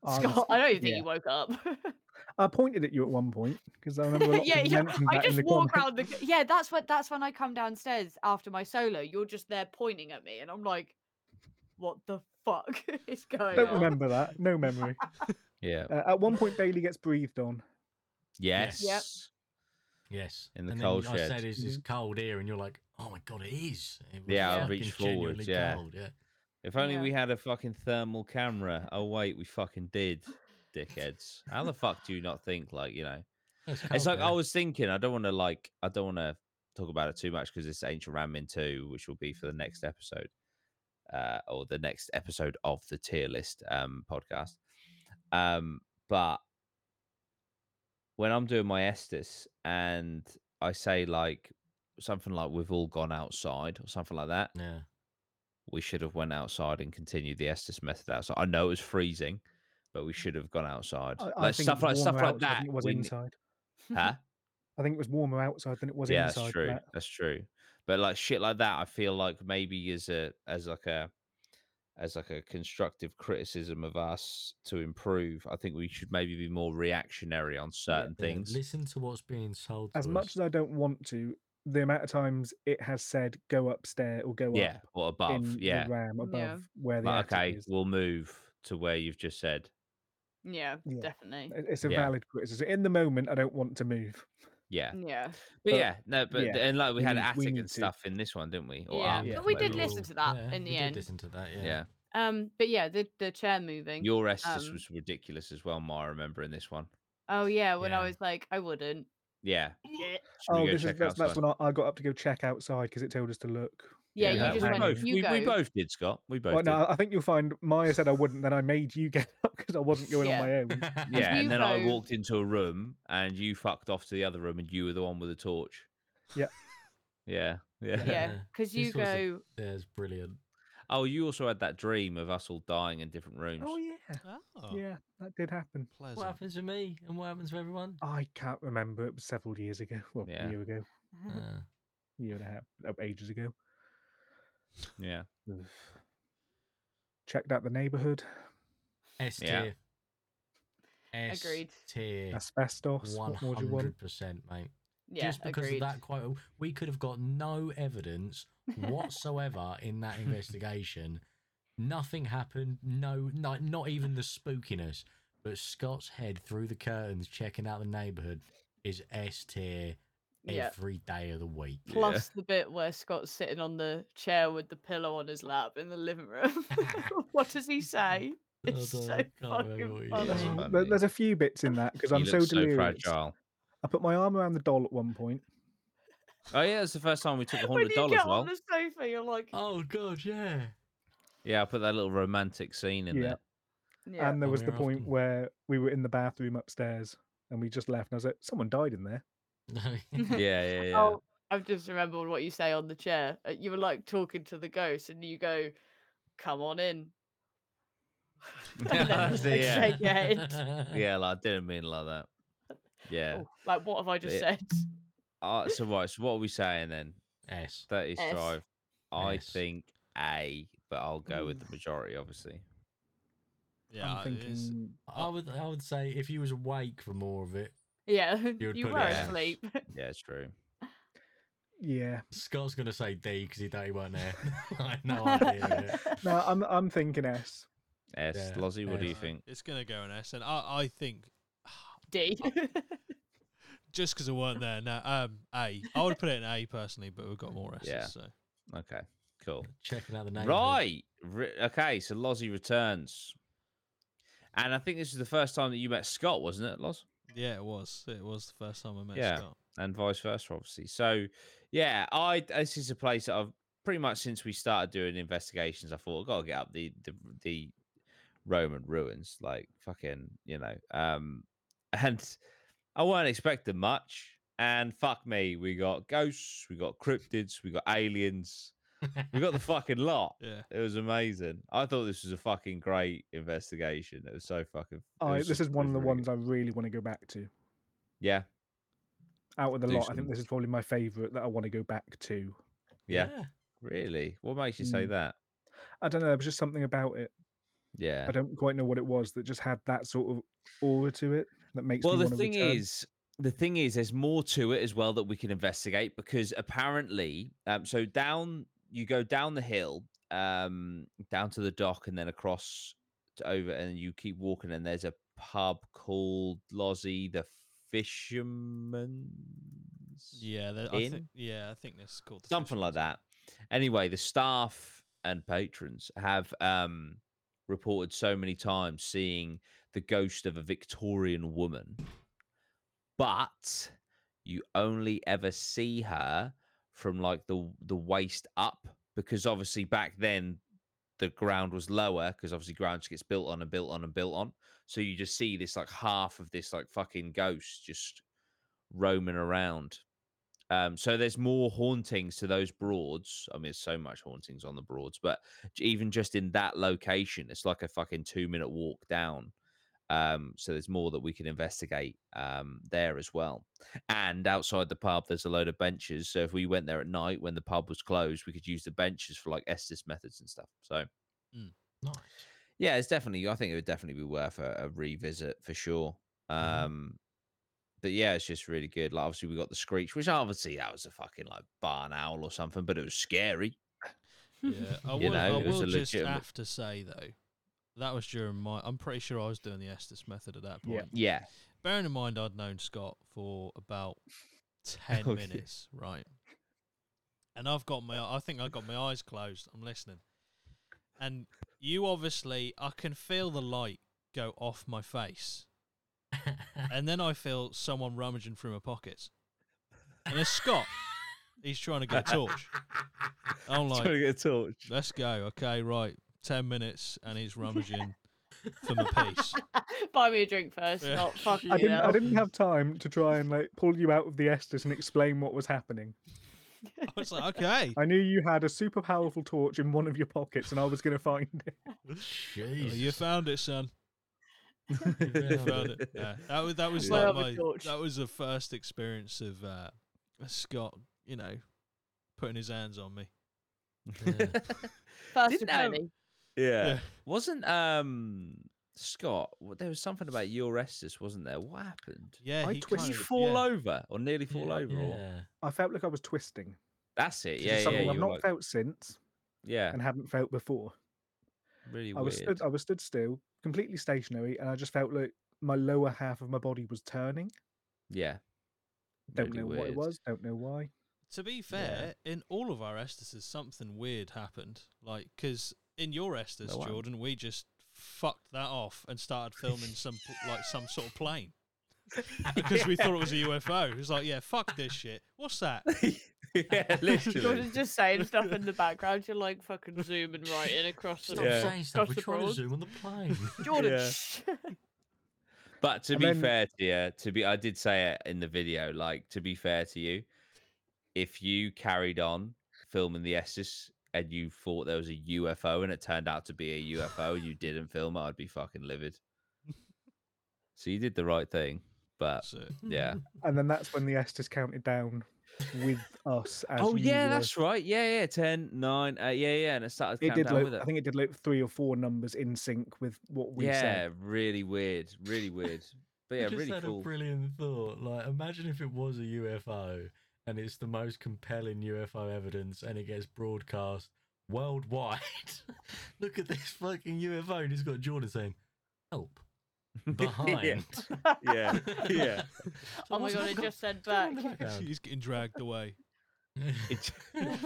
Speaker 5: I was-
Speaker 4: Scott, I don't even think
Speaker 5: yeah.
Speaker 4: you woke up.
Speaker 5: I pointed at you at one point because I remember a lot of
Speaker 4: yeah,
Speaker 5: people
Speaker 4: yeah.
Speaker 5: mentioned
Speaker 4: I
Speaker 5: that in
Speaker 4: just
Speaker 5: the
Speaker 4: walk
Speaker 5: comments.
Speaker 4: around the. g- Yeah, that's what. That's when I come downstairs after my solo. You're just there pointing at me, and I'm like, "What the fuck is going
Speaker 5: Don't
Speaker 4: on?"
Speaker 5: remember that. No memory.
Speaker 1: yeah,
Speaker 5: Uh, at one point, Bailey gets breathed on.
Speaker 1: yes.
Speaker 4: Yep.
Speaker 3: yes.
Speaker 1: In the
Speaker 3: and
Speaker 1: coal
Speaker 3: then I
Speaker 1: shed.
Speaker 3: said, it's
Speaker 4: Mm-hmm.
Speaker 3: just cold here, and you're like, oh my god, it is. It was
Speaker 1: Yeah,
Speaker 4: I
Speaker 3: fucking
Speaker 1: reached forwards,
Speaker 3: genuinely
Speaker 1: yeah.
Speaker 3: Cold, yeah.
Speaker 1: If only
Speaker 4: Yeah.
Speaker 1: we had a fucking thermal camera. Oh wait, we fucking did, dickheads. How the fuck do you not think like you know?
Speaker 3: It's,
Speaker 1: It's
Speaker 3: cold
Speaker 1: like I
Speaker 3: there."
Speaker 1: was thinking. I don't want to like. I don't want to talk about it too much because it's Ancient Ramin two, which will be for the next episode, uh, or the next episode of the tier list um podcast. Um, but when I'm doing my Estes and I say like something like "We've all gone outside" or something like that,
Speaker 3: Yeah.
Speaker 1: we should have went outside and continued the Estes method outside. I know it was freezing, but we should have gone outside.
Speaker 5: Mm. I, I
Speaker 1: like
Speaker 5: think
Speaker 1: stuff
Speaker 5: it
Speaker 1: like
Speaker 5: was
Speaker 1: stuff
Speaker 5: warmer
Speaker 1: like
Speaker 5: outside
Speaker 1: that.
Speaker 5: than It was
Speaker 1: we ne-
Speaker 5: inside.
Speaker 1: Huh?
Speaker 5: I think it was warmer outside than it was
Speaker 1: yeah,
Speaker 5: inside.
Speaker 1: that's true.
Speaker 5: That.
Speaker 1: That's true. But like shit like that, I feel like maybe as a as like a as like a constructive criticism of us to improve, I think we should maybe be more reactionary on certain
Speaker 3: Yeah,
Speaker 1: things.
Speaker 3: Listen to what's being sold.
Speaker 5: As
Speaker 3: to
Speaker 5: much
Speaker 3: us.
Speaker 5: as I don't want to, the amount of times it has said go upstairs or go
Speaker 1: yeah,
Speaker 5: up
Speaker 1: or above.
Speaker 5: in
Speaker 1: yeah.
Speaker 5: the RAM above
Speaker 4: Yeah.
Speaker 5: where the
Speaker 1: But
Speaker 5: attic
Speaker 1: okay,
Speaker 5: is.
Speaker 1: we'll move to where you've just said.
Speaker 4: Yeah,
Speaker 5: Yeah.
Speaker 4: definitely.
Speaker 5: It- It's a
Speaker 1: Yeah.
Speaker 5: valid criticism. In the moment, I don't want to move.
Speaker 1: Yeah.
Speaker 4: Yeah,
Speaker 1: But,
Speaker 5: But-
Speaker 1: yeah, no, but
Speaker 5: yeah,
Speaker 1: and like we,
Speaker 5: we
Speaker 1: had
Speaker 5: need- we
Speaker 1: attic
Speaker 5: need
Speaker 1: and
Speaker 5: to.
Speaker 1: stuff in this one, didn't we? Or
Speaker 4: Yeah,
Speaker 1: up,
Speaker 4: but we did
Speaker 1: maybe.
Speaker 4: listen to that in the
Speaker 3: we
Speaker 4: end.
Speaker 3: Did listen to that, yeah.
Speaker 1: Yeah.
Speaker 4: Um, but yeah, the the chair moving.
Speaker 1: Your Estes
Speaker 4: Um,
Speaker 1: was ridiculous as well, Ma. I remember in this one.
Speaker 4: oh yeah, when
Speaker 3: Yeah.
Speaker 4: I was like, I wouldn't.
Speaker 1: Yeah.
Speaker 4: Yeah,
Speaker 1: Should we go
Speaker 5: oh, this is
Speaker 1: check
Speaker 5: that's, that's
Speaker 1: outside?
Speaker 5: when I, I got up to go check outside because it told us to look.
Speaker 4: yeah,
Speaker 5: Yeah,
Speaker 4: you
Speaker 1: we,
Speaker 4: just
Speaker 5: hang
Speaker 4: went.
Speaker 5: on.
Speaker 1: both,
Speaker 4: You
Speaker 1: we,
Speaker 4: go.
Speaker 1: we both did, Scott. We both
Speaker 5: Well,
Speaker 1: did.
Speaker 5: no, I think you'll find Maya said I wouldn't. Then I made you get up because I wasn't going
Speaker 4: Yeah.
Speaker 5: on my own.
Speaker 1: Yeah,
Speaker 4: you
Speaker 1: and then I
Speaker 4: both-
Speaker 1: walked into a room and you fucked off to the other room and you were the one with the torch.
Speaker 5: Yeah.
Speaker 1: Yeah. Yeah.
Speaker 4: yeah,
Speaker 3: Yeah,
Speaker 4: because
Speaker 3: this
Speaker 4: you
Speaker 3: was a-
Speaker 4: go.
Speaker 3: There's brilliant.
Speaker 1: Oh, you also had that dream of us all dying in different rooms.
Speaker 5: Oh yeah,
Speaker 2: Oh,
Speaker 5: yeah, that did happen.
Speaker 2: pleasant.
Speaker 3: What happens to me and what happens to everyone?
Speaker 5: I can't remember. It was several years ago. Well,
Speaker 1: Yeah.
Speaker 5: a year ago,
Speaker 3: Uh,
Speaker 5: year and a half, no, ages ago.
Speaker 1: Yeah.
Speaker 5: Checked out the neighbourhood.
Speaker 3: S
Speaker 1: Yeah.
Speaker 3: tier. S
Speaker 4: Agreed.
Speaker 3: Tier.
Speaker 5: Asbestos.
Speaker 3: One
Speaker 5: What more do you want?
Speaker 3: hundred percent, mate.
Speaker 4: Yeah,
Speaker 3: Just because
Speaker 4: agreed.
Speaker 3: of that quote, we could have got no evidence whatsoever in that investigation. Nothing happened. No, not, not even the spookiness. But Scott's head through the curtains, checking out the neighbourhood, is S tier
Speaker 4: yeah.
Speaker 3: every day of the week.
Speaker 1: Yeah.
Speaker 4: Plus the bit where Scott's sitting on the chair with the pillow on his lap in the living room. what does he say? It's
Speaker 3: I
Speaker 4: so
Speaker 3: don't- I can't remember
Speaker 4: fucking
Speaker 3: what he
Speaker 4: funny.
Speaker 3: said.
Speaker 5: Oh,
Speaker 1: Funny.
Speaker 5: there- there's a few bits in that because
Speaker 1: You
Speaker 5: I'm so
Speaker 1: look so
Speaker 5: delirious.
Speaker 1: fragile.
Speaker 5: I put my arm around the doll at one point.
Speaker 1: Oh yeah, it's the first time we took a
Speaker 4: when
Speaker 1: hundred
Speaker 4: you
Speaker 1: dollars.
Speaker 4: get
Speaker 1: Well,
Speaker 4: on the sofa, you're like,
Speaker 3: Oh god, yeah.
Speaker 1: yeah, I put that little romantic scene in
Speaker 5: Yeah.
Speaker 1: there.
Speaker 4: yeah,
Speaker 5: And there
Speaker 3: Oh,
Speaker 5: was the
Speaker 3: we're
Speaker 5: point
Speaker 3: often-
Speaker 5: where we were in the bathroom upstairs and we just left. And I was like, someone died in there.
Speaker 1: Yeah, yeah, yeah.
Speaker 4: Oh, I've just remembered what you say on the chair. Uh, You were like talking to the ghost, and you go, "Come on in." and then just like,
Speaker 1: Yeah.
Speaker 4: shake your head.
Speaker 1: Yeah, like I didn't mean it like that. Yeah.
Speaker 4: Oh, like, what have I just
Speaker 1: Yeah.
Speaker 4: said?
Speaker 1: Uh, so right, so what are we saying then?
Speaker 3: S.
Speaker 1: Thirty
Speaker 4: S.
Speaker 1: five. I
Speaker 3: S.
Speaker 1: think A, but I'll go with the
Speaker 4: Mm.
Speaker 1: majority, obviously.
Speaker 2: Yeah,
Speaker 5: I'm
Speaker 2: it is-
Speaker 5: thinking,
Speaker 3: I would I would say if you was awake for more of it.
Speaker 4: Yeah,
Speaker 3: would
Speaker 4: you
Speaker 3: put
Speaker 4: were
Speaker 1: it as-
Speaker 4: asleep.
Speaker 1: Yeah, it's true.
Speaker 5: Yeah.
Speaker 3: Scott's gonna say D because he don't he weren't there. I had no idea.
Speaker 5: No, I'm I'm thinking S.
Speaker 1: S.
Speaker 3: Yeah,
Speaker 1: Lozzie, what do you
Speaker 3: S.
Speaker 1: think?
Speaker 2: It's gonna go an S, and I, I think
Speaker 4: D.
Speaker 2: just because I weren't there. No, um, A. I would put it in A personally, but we've got more S's.
Speaker 1: Yeah.
Speaker 2: So
Speaker 1: Okay, cool.
Speaker 3: Checking out the name.
Speaker 1: Right. Re- okay, so Lozzie returns. And I think this is the first time that you met Scott, wasn't it, Loz?
Speaker 2: yeah, it was. It was the first time I met
Speaker 1: Yeah.
Speaker 2: Scott.
Speaker 1: And vice versa, obviously. So, yeah, I this is a place that I've pretty much since we started doing investigations, I thought I've got to get up the the, the Roman ruins, like fucking, you know. Um, and I weren't expecting much. And fuck me, we got ghosts, we got cryptids, we got aliens, we got the fucking lot.
Speaker 2: Yeah.
Speaker 1: It was amazing. I thought this was a fucking great investigation. It was so fucking. it
Speaker 5: I
Speaker 1: was
Speaker 5: Oh, this
Speaker 1: so-
Speaker 5: is
Speaker 1: it
Speaker 5: one
Speaker 1: was
Speaker 5: of the
Speaker 1: really
Speaker 5: ones
Speaker 1: good.
Speaker 5: I really want to go back to.
Speaker 1: Yeah,
Speaker 5: Out of the
Speaker 1: Do
Speaker 5: lot, I
Speaker 1: some-
Speaker 5: think this is probably my favourite that I want to go back to.
Speaker 1: yeah, really. What makes you say
Speaker 5: Mm.
Speaker 1: that?
Speaker 5: I don't know, there was just something about it.
Speaker 1: Yeah.
Speaker 5: I don't quite know what it was that just had that sort of aura to it that makes
Speaker 1: Well,
Speaker 5: me
Speaker 1: the
Speaker 5: want
Speaker 1: thing
Speaker 5: to return.
Speaker 1: is, the thing is, there's more to it as well that we can investigate because apparently, um, so down you go down the hill, um, down to the dock, and then across to over, and you keep walking, and there's a pub called Lozzie the Fisherman's.
Speaker 2: Yeah. That, I
Speaker 1: In?
Speaker 2: think. Yeah, I think that's called the
Speaker 1: something
Speaker 2: Fisherman's.
Speaker 1: like that. Anyway, the staff and patrons have um, reported so many times seeing the ghost of a Victorian woman, but you only ever see her from like the the waist up because obviously back then the ground was lower because obviously ground just gets built on and built on and built on. So you just see this like half of this like fucking ghost just roaming around. Um, so there's more hauntings to those broads. I mean, there's so much hauntings on the broads, but j- even just in that location, it's like a fucking two minute walk down. Um, so there's more that we can investigate um, there as well. And outside the pub, there's a load of benches. So if we went there at night when the pub was closed, we could use the benches for like Estes methods and stuff. So
Speaker 3: Nice.
Speaker 1: yeah, it's definitely. I think it would definitely be worth a, a revisit for sure. Um, but yeah, it's just really good. Like obviously we got the screech, which obviously that was a fucking like barn owl or something, but it was scary.
Speaker 2: Yeah, I will,
Speaker 1: You know,
Speaker 2: I
Speaker 1: it was
Speaker 2: will
Speaker 1: a
Speaker 2: just
Speaker 1: legitimate-
Speaker 2: have to say though, that was during my. I'm pretty sure I was doing the Estes method at that point.
Speaker 1: Yeah,
Speaker 5: Yeah.
Speaker 2: Bearing in mind, I'd known Scott for about ten
Speaker 1: Oh, yeah.
Speaker 2: minutes, right? And I've got my. I think I got my eyes closed. I'm listening, and you obviously, I can feel the light go off my face, and then I feel someone rummaging through my pockets, and it's Scott. He's trying to get a torch. I'm like,
Speaker 1: to get a torch.
Speaker 2: Let's go. Okay, right. Ten minutes, and he's rummaging for my piece.
Speaker 4: Buy me a drink first.
Speaker 2: Yeah.
Speaker 4: Not fucking.
Speaker 5: I
Speaker 4: you
Speaker 5: didn't
Speaker 4: know.
Speaker 5: I didn't have time to try and like pull you out of the Estes and explain what was happening.
Speaker 2: I was like, okay.
Speaker 5: I knew you had a super powerful torch in one of your pockets and I was gonna find it.
Speaker 2: Well,
Speaker 3: Jeez.
Speaker 2: you found it, son. You found it. Yeah, that was that was
Speaker 1: Yeah.
Speaker 2: like
Speaker 4: Well,
Speaker 2: my
Speaker 4: with torch.
Speaker 2: that was the first experience of uh, Scott. You know, putting his hands on me.
Speaker 4: First
Speaker 1: Didn't
Speaker 4: of
Speaker 1: know-
Speaker 4: many.
Speaker 1: yeah,
Speaker 2: Yeah.
Speaker 1: wasn't um Scott? w- There was something about your Estes, wasn't there? What happened?
Speaker 2: Yeah,
Speaker 5: I
Speaker 2: he
Speaker 5: twist-
Speaker 1: Did
Speaker 2: kind
Speaker 1: you
Speaker 2: of-
Speaker 1: fall
Speaker 2: yeah.
Speaker 1: over or nearly fall over? Or...
Speaker 3: Yeah.
Speaker 5: I felt like I was twisting.
Speaker 1: That's it.
Speaker 5: which
Speaker 1: Yeah,
Speaker 5: is something
Speaker 1: yeah, you
Speaker 5: I've
Speaker 1: were
Speaker 5: not
Speaker 1: like-
Speaker 5: felt since
Speaker 1: yeah.
Speaker 5: and haven't felt before.
Speaker 1: Really
Speaker 5: I was
Speaker 1: weird.
Speaker 5: stood I was stood still, completely stationary, and I just felt like my lower half of my body was turning.
Speaker 1: Yeah.
Speaker 5: Don't
Speaker 1: Really
Speaker 5: know what
Speaker 1: weird.
Speaker 5: it was, don't know why.
Speaker 2: To be fair, in all of our Estases, something weird happened. Like, because in your Estes,
Speaker 1: No, I-
Speaker 2: Jordan, we just fucked that off and started filming some pl- like some sort of plane because we thought it was a UFO. It was like, yeah, fuck this shit. What's that?
Speaker 1: yeah, literally.
Speaker 4: Jordan's just saying stuff in the background. You're like fucking zooming right in across the.
Speaker 3: Stop
Speaker 1: Yeah.
Speaker 3: saying
Speaker 4: Across
Speaker 3: stuff. We're
Speaker 4: the
Speaker 3: trying to
Speaker 4: broad.
Speaker 3: zoom on the plane.
Speaker 4: Jordan.
Speaker 1: Yeah.
Speaker 4: shh.
Speaker 1: But to
Speaker 5: And
Speaker 1: be
Speaker 5: then-
Speaker 1: fair to you, to be, I did say it in the video. Like to be fair to you, if you carried on filming the Estes and you thought there was a UFO and it turned out to be a UFO and you didn't film it, I'd be fucking livid. so you did the right thing, but
Speaker 2: So,
Speaker 1: yeah.
Speaker 5: And then that's when the Estes counted down with us as
Speaker 1: oh
Speaker 5: you
Speaker 1: yeah,
Speaker 5: were-
Speaker 1: that's right. Yeah, yeah. Ten, nine. Uh, yeah, yeah. And it started
Speaker 5: it
Speaker 1: counting
Speaker 5: did
Speaker 1: down
Speaker 5: like
Speaker 1: with it.
Speaker 5: I think it did like three or four numbers in sync with what we
Speaker 1: yeah,
Speaker 5: said.
Speaker 1: really weird. Really weird. But
Speaker 3: I
Speaker 1: yeah,
Speaker 3: just
Speaker 1: really
Speaker 3: had
Speaker 1: cool.
Speaker 3: a brilliant thought. Like, imagine if it was a UFO and it's the most compelling UFO evidence, and it gets broadcast worldwide. Look at this fucking UFO, and it's got Jordan saying, "Help." Behind,
Speaker 1: yeah, yeah.
Speaker 4: Oh my
Speaker 3: Someone's
Speaker 4: god,
Speaker 3: got-
Speaker 4: it just said
Speaker 3: someone
Speaker 4: back.
Speaker 3: in the background.
Speaker 2: She's getting dragged away.
Speaker 1: It's-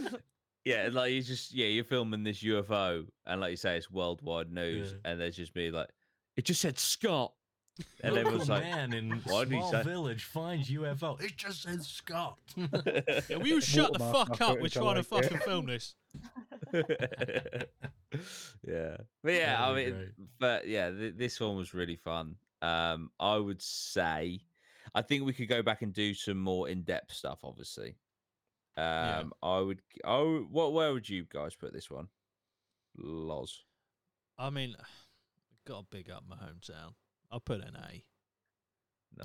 Speaker 1: yeah, like you just yeah, you're filming this UFO, and like you say, it's worldwide news,
Speaker 3: Yeah.
Speaker 1: and there's just me like, it just said Scott, and
Speaker 2: Oh,
Speaker 3: Local
Speaker 1: everyone's like,
Speaker 3: man in
Speaker 1: "Why did he
Speaker 3: small
Speaker 1: say-"
Speaker 3: village finds UFO. It just says Scott.
Speaker 2: Yeah, will you shut the
Speaker 5: Watermark
Speaker 2: fuck
Speaker 5: my
Speaker 2: up? We're
Speaker 5: footage, I
Speaker 2: trying to
Speaker 5: like it.
Speaker 2: fucking film this.
Speaker 1: yeah, but yeah, I
Speaker 3: That'd be
Speaker 1: mean,
Speaker 3: great.
Speaker 1: but yeah, th- this one was really fun. Um, I would say, I think we could go back and do some more in-depth stuff. Obviously, um,
Speaker 2: Yeah.
Speaker 1: I would. Oh, what? Where would you guys put this one? Loz.
Speaker 2: I mean, got to big up my hometown. I'll put an A.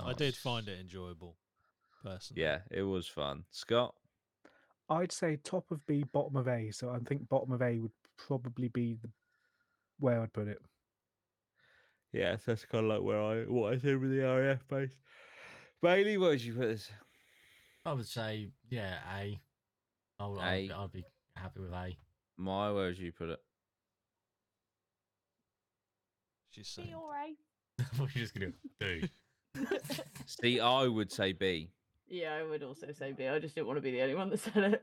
Speaker 2: I did
Speaker 1: Nice.
Speaker 2: find it enjoyable, personally.
Speaker 1: Yeah, it was fun. Scott.
Speaker 5: I'd say top of B, bottom of A. So I think bottom of A would probably be the where I'd put it.
Speaker 1: Yeah, so that's kind of like where I what I said with the RAF base. Bailey, where would you put this?
Speaker 3: I would say, yeah, A. I would, I'd, be-
Speaker 1: A.
Speaker 3: I'd be happy with A.
Speaker 1: My, where would you put it?
Speaker 2: She's
Speaker 4: Be
Speaker 2: saying.
Speaker 4: alright.
Speaker 3: I thought you were just gonna go, dude.
Speaker 1: See, I would say B.
Speaker 4: yeah, I would also say B. I just didn't want to be the only one that said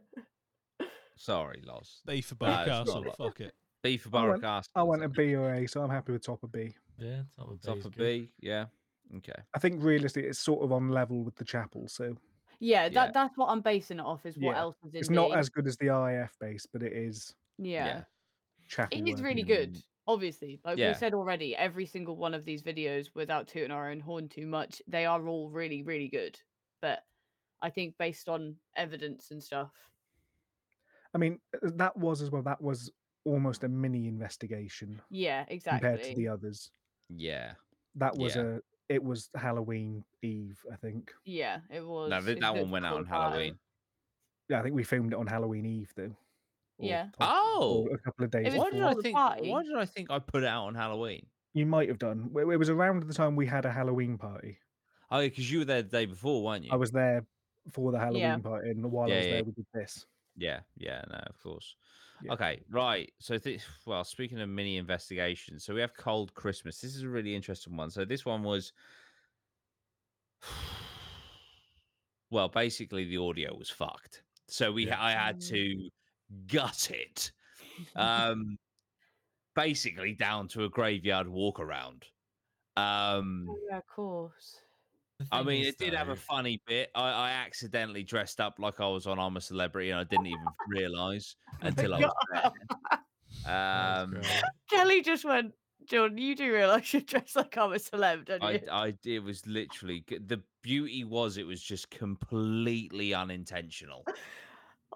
Speaker 4: it.
Speaker 1: Sorry, Loz.
Speaker 2: B for
Speaker 1: Nah,
Speaker 2: Barry
Speaker 1: it's not
Speaker 2: Castle.
Speaker 1: like-
Speaker 2: Fuck it.
Speaker 1: B for
Speaker 5: I
Speaker 1: Borough
Speaker 5: went-
Speaker 1: Castle.
Speaker 5: I
Speaker 1: is
Speaker 5: want
Speaker 1: it?
Speaker 5: a B or A, so I'm happy with top of B.
Speaker 3: Yeah, top of B.
Speaker 1: Top
Speaker 3: is
Speaker 1: of
Speaker 3: good.
Speaker 1: B. Yeah. Okay.
Speaker 5: I think realistically, it's sort of on level with the chapel, so
Speaker 4: Yeah, that
Speaker 1: Yeah.
Speaker 4: that's what I'm basing it off. Is what
Speaker 5: Yeah.
Speaker 4: else is in
Speaker 5: it's not
Speaker 4: B.
Speaker 5: as good as the IF base, but it is
Speaker 4: yeah.
Speaker 5: chapel.
Speaker 4: It is
Speaker 5: worthy.
Speaker 4: really good, obviously. Like
Speaker 1: Mm. Yeah.
Speaker 4: we said already, every single one of these videos, without tooting our own horn too much, they are all really, really good. But I think based on evidence and stuff,
Speaker 5: I mean, uh, that was as well. That was almost a mini investigation
Speaker 4: yeah, exactly.
Speaker 5: compared to the others.
Speaker 1: Yeah.
Speaker 5: That was
Speaker 1: Yeah.
Speaker 5: a. It was Halloween Eve, I think.
Speaker 4: Yeah, it was.
Speaker 1: No, th-
Speaker 4: it
Speaker 1: that
Speaker 4: looked
Speaker 1: one went out
Speaker 4: cool
Speaker 1: on
Speaker 4: party.
Speaker 1: Halloween.
Speaker 5: Yeah, I think we filmed it on Halloween Eve though. or
Speaker 4: Yeah.
Speaker 5: top- or
Speaker 1: Oh!
Speaker 5: a couple of days.
Speaker 4: was
Speaker 1: Why did I
Speaker 5: before.
Speaker 4: for the
Speaker 1: think?
Speaker 4: party.
Speaker 1: Why did I think I put it out on Halloween?
Speaker 5: You might have done. It it was around the time we had a Halloween party.
Speaker 1: Oh, because you were there the day before, weren't you?
Speaker 5: I was there for the Halloween party, and while
Speaker 1: Yeah,
Speaker 5: I was
Speaker 1: yeah, yeah.
Speaker 5: there, we did this.
Speaker 1: Yeah, yeah, no, of course.
Speaker 5: Yeah.
Speaker 1: Okay, right. So, th- well, speaking of mini investigations, so we have Cold Christmas. This is a really interesting one. So, this one was, well, basically the audio was fucked. So we,
Speaker 3: Yeah.
Speaker 1: I had
Speaker 4: Mm.
Speaker 1: to gut it, um, basically down to a graveyard walk around. Um,
Speaker 4: Oh, yeah, of course.
Speaker 3: The
Speaker 1: I
Speaker 3: thing
Speaker 1: mean,
Speaker 3: is,
Speaker 1: it did have a
Speaker 3: though,
Speaker 1: funny bit. I, I accidentally dressed up like I was on I'm a Celebrity, and I didn't even realize until I was there.
Speaker 3: that is
Speaker 1: Um,
Speaker 3: great.
Speaker 4: Kelly just went, Jordan, you do realize you're dressed like I'm a celeb, don't you?
Speaker 1: I, I, d- it was literally g- the beauty was it was just completely unintentional.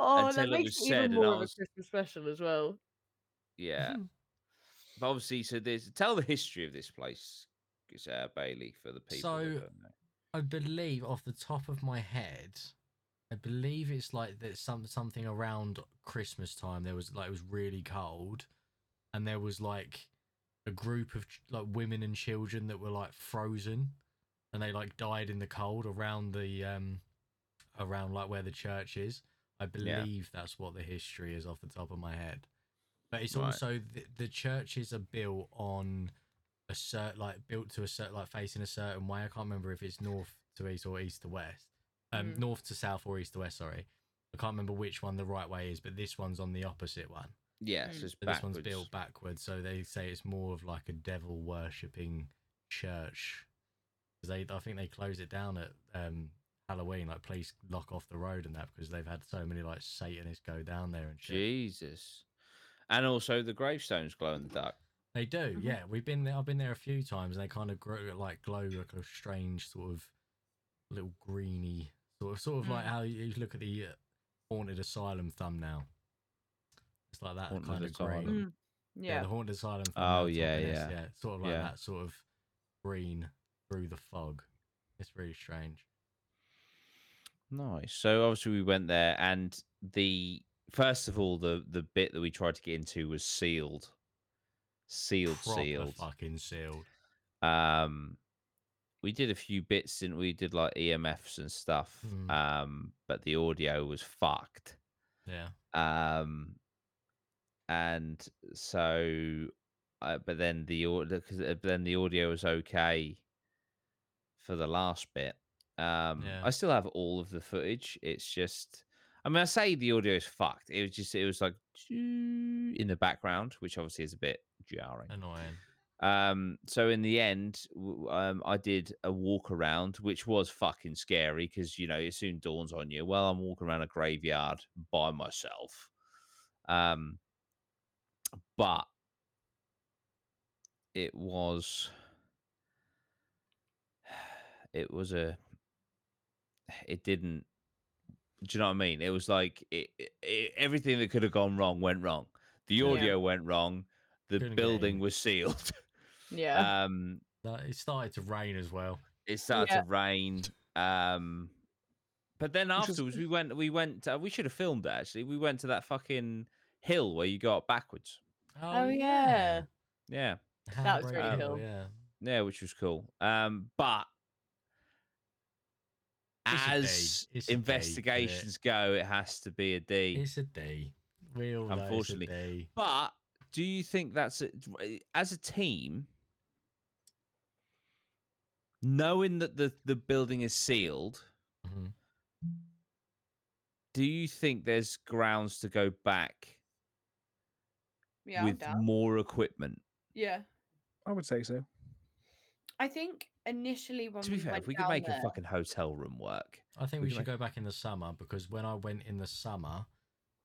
Speaker 4: oh,
Speaker 1: until
Speaker 4: that
Speaker 1: it
Speaker 4: makes
Speaker 1: was said
Speaker 4: it even
Speaker 1: and
Speaker 4: more
Speaker 1: I
Speaker 4: of a
Speaker 1: was-
Speaker 4: Christmas special as well.
Speaker 1: Yeah, but obviously, so there's tell the history of this place, 'cause, uh, Bailey, for the people. that
Speaker 3: So-
Speaker 1: don't know.
Speaker 3: I believe off the top of my head, I believe it's like that some something around Christmas time. There was like it was really cold, and there was like a group of ch- like women and children that were like frozen, and they like died in the cold around the um around like where the church is. I believe that's what the history is off the top of my head. But it's
Speaker 1: Right.
Speaker 3: also the, the churches are built on a certain like built to a certain like facing a certain way. I can't remember if it's north to east or east to west. Um,
Speaker 4: Mm.
Speaker 3: north to south or east to west. Sorry, I can't remember which one the right way is, but this one's on the opposite one.
Speaker 1: yeah,
Speaker 4: Mm.
Speaker 1: so it's
Speaker 3: Hmm. So
Speaker 1: backwards.
Speaker 3: this one's built backwards, so they say it's more of like a devil worshipping church. 'Cause They, I think they closed it down at um, Halloween. Like, police lock off the road and that because they've had so many like Satanists go down there and shit.
Speaker 1: Jesus, and also the gravestones glow in the dark.
Speaker 3: They do,
Speaker 4: Mhm.
Speaker 3: yeah. We've been there. I've been there a few times, and they kind of grow like glow like a strange sort of little greeny sort of sort of like
Speaker 4: Mm.
Speaker 3: how you you look at the uh, haunted asylum thumbnail. It's like that
Speaker 1: Haunted
Speaker 3: kind of green.
Speaker 1: Asylum.
Speaker 3: Yeah.
Speaker 4: Mm, Yeah.
Speaker 3: the haunted asylum.
Speaker 1: Oh,
Speaker 3: thumbnail top
Speaker 1: yeah,
Speaker 3: of this,
Speaker 1: yeah.
Speaker 3: yeah. it's Sort of like
Speaker 1: Yeah.
Speaker 3: that sort of green through the fog. It's really strange.
Speaker 1: Nice. So obviously we went there, and the first of all, the the bit that we tried to get into was sealed, sealed,
Speaker 3: Proper
Speaker 1: sealed.
Speaker 3: fucking sealed.
Speaker 1: Um, we did a few bits, didn't we? Did like EMFs and stuff.
Speaker 3: Mm.
Speaker 1: Um, but the audio was fucked.
Speaker 3: Yeah.
Speaker 1: Um, and so, uh, but then the audio, then the audio was okay for the last bit. Um,
Speaker 3: Yeah.
Speaker 1: I still have all of the footage. It's just, I mean, I say the audio is fucked. It was just, it was like in the background, which obviously is a bit jarring.
Speaker 3: Annoying.
Speaker 1: Um, so in the end, w- um, I did a walk around, which was fucking scary because you know it soon dawns on you. Well, I'm walking around a graveyard by myself, um, but it was it was a it didn't. Do you know what I mean? It was like it, it, it, everything that could have gone wrong went wrong. The
Speaker 3: Yeah.
Speaker 1: audio went wrong. The
Speaker 3: Couldn't get
Speaker 1: building
Speaker 3: in.
Speaker 1: was sealed.
Speaker 4: Yeah.
Speaker 1: Um,
Speaker 3: Like, It started to rain as well.
Speaker 1: it started
Speaker 4: Yeah.
Speaker 1: to rain. Um, but then
Speaker 5: Which is
Speaker 1: afterwards, we went. We went. Uh, we should have filmed it. Actually, we went to that fucking hill where you go up backwards.
Speaker 4: Oh, yeah.
Speaker 1: Yeah,
Speaker 3: How
Speaker 4: That was really
Speaker 3: great.
Speaker 4: cool.
Speaker 3: Yeah.
Speaker 1: yeah, which was cool. Um, but
Speaker 3: It's a D,
Speaker 1: as
Speaker 3: it's a D, but-
Speaker 1: investigations go, it has to be a D.
Speaker 3: It's a D. We all
Speaker 1: Unfortunately.
Speaker 3: know it's a D.
Speaker 1: but do you think that's a, as a team? Knowing that the, the building is sealed,
Speaker 3: Mhm.
Speaker 1: do you think there's grounds to go back
Speaker 4: yeah. I'm
Speaker 1: with
Speaker 4: down.
Speaker 1: more equipment?
Speaker 4: Yeah.
Speaker 5: I would say so.
Speaker 4: I think initially when
Speaker 1: To be
Speaker 4: we
Speaker 1: fair,
Speaker 4: went
Speaker 1: if we could make a
Speaker 4: down there-
Speaker 1: fucking hotel room work,
Speaker 3: I think
Speaker 1: We
Speaker 3: we
Speaker 1: can
Speaker 3: should go back in the summer because when I went in the summer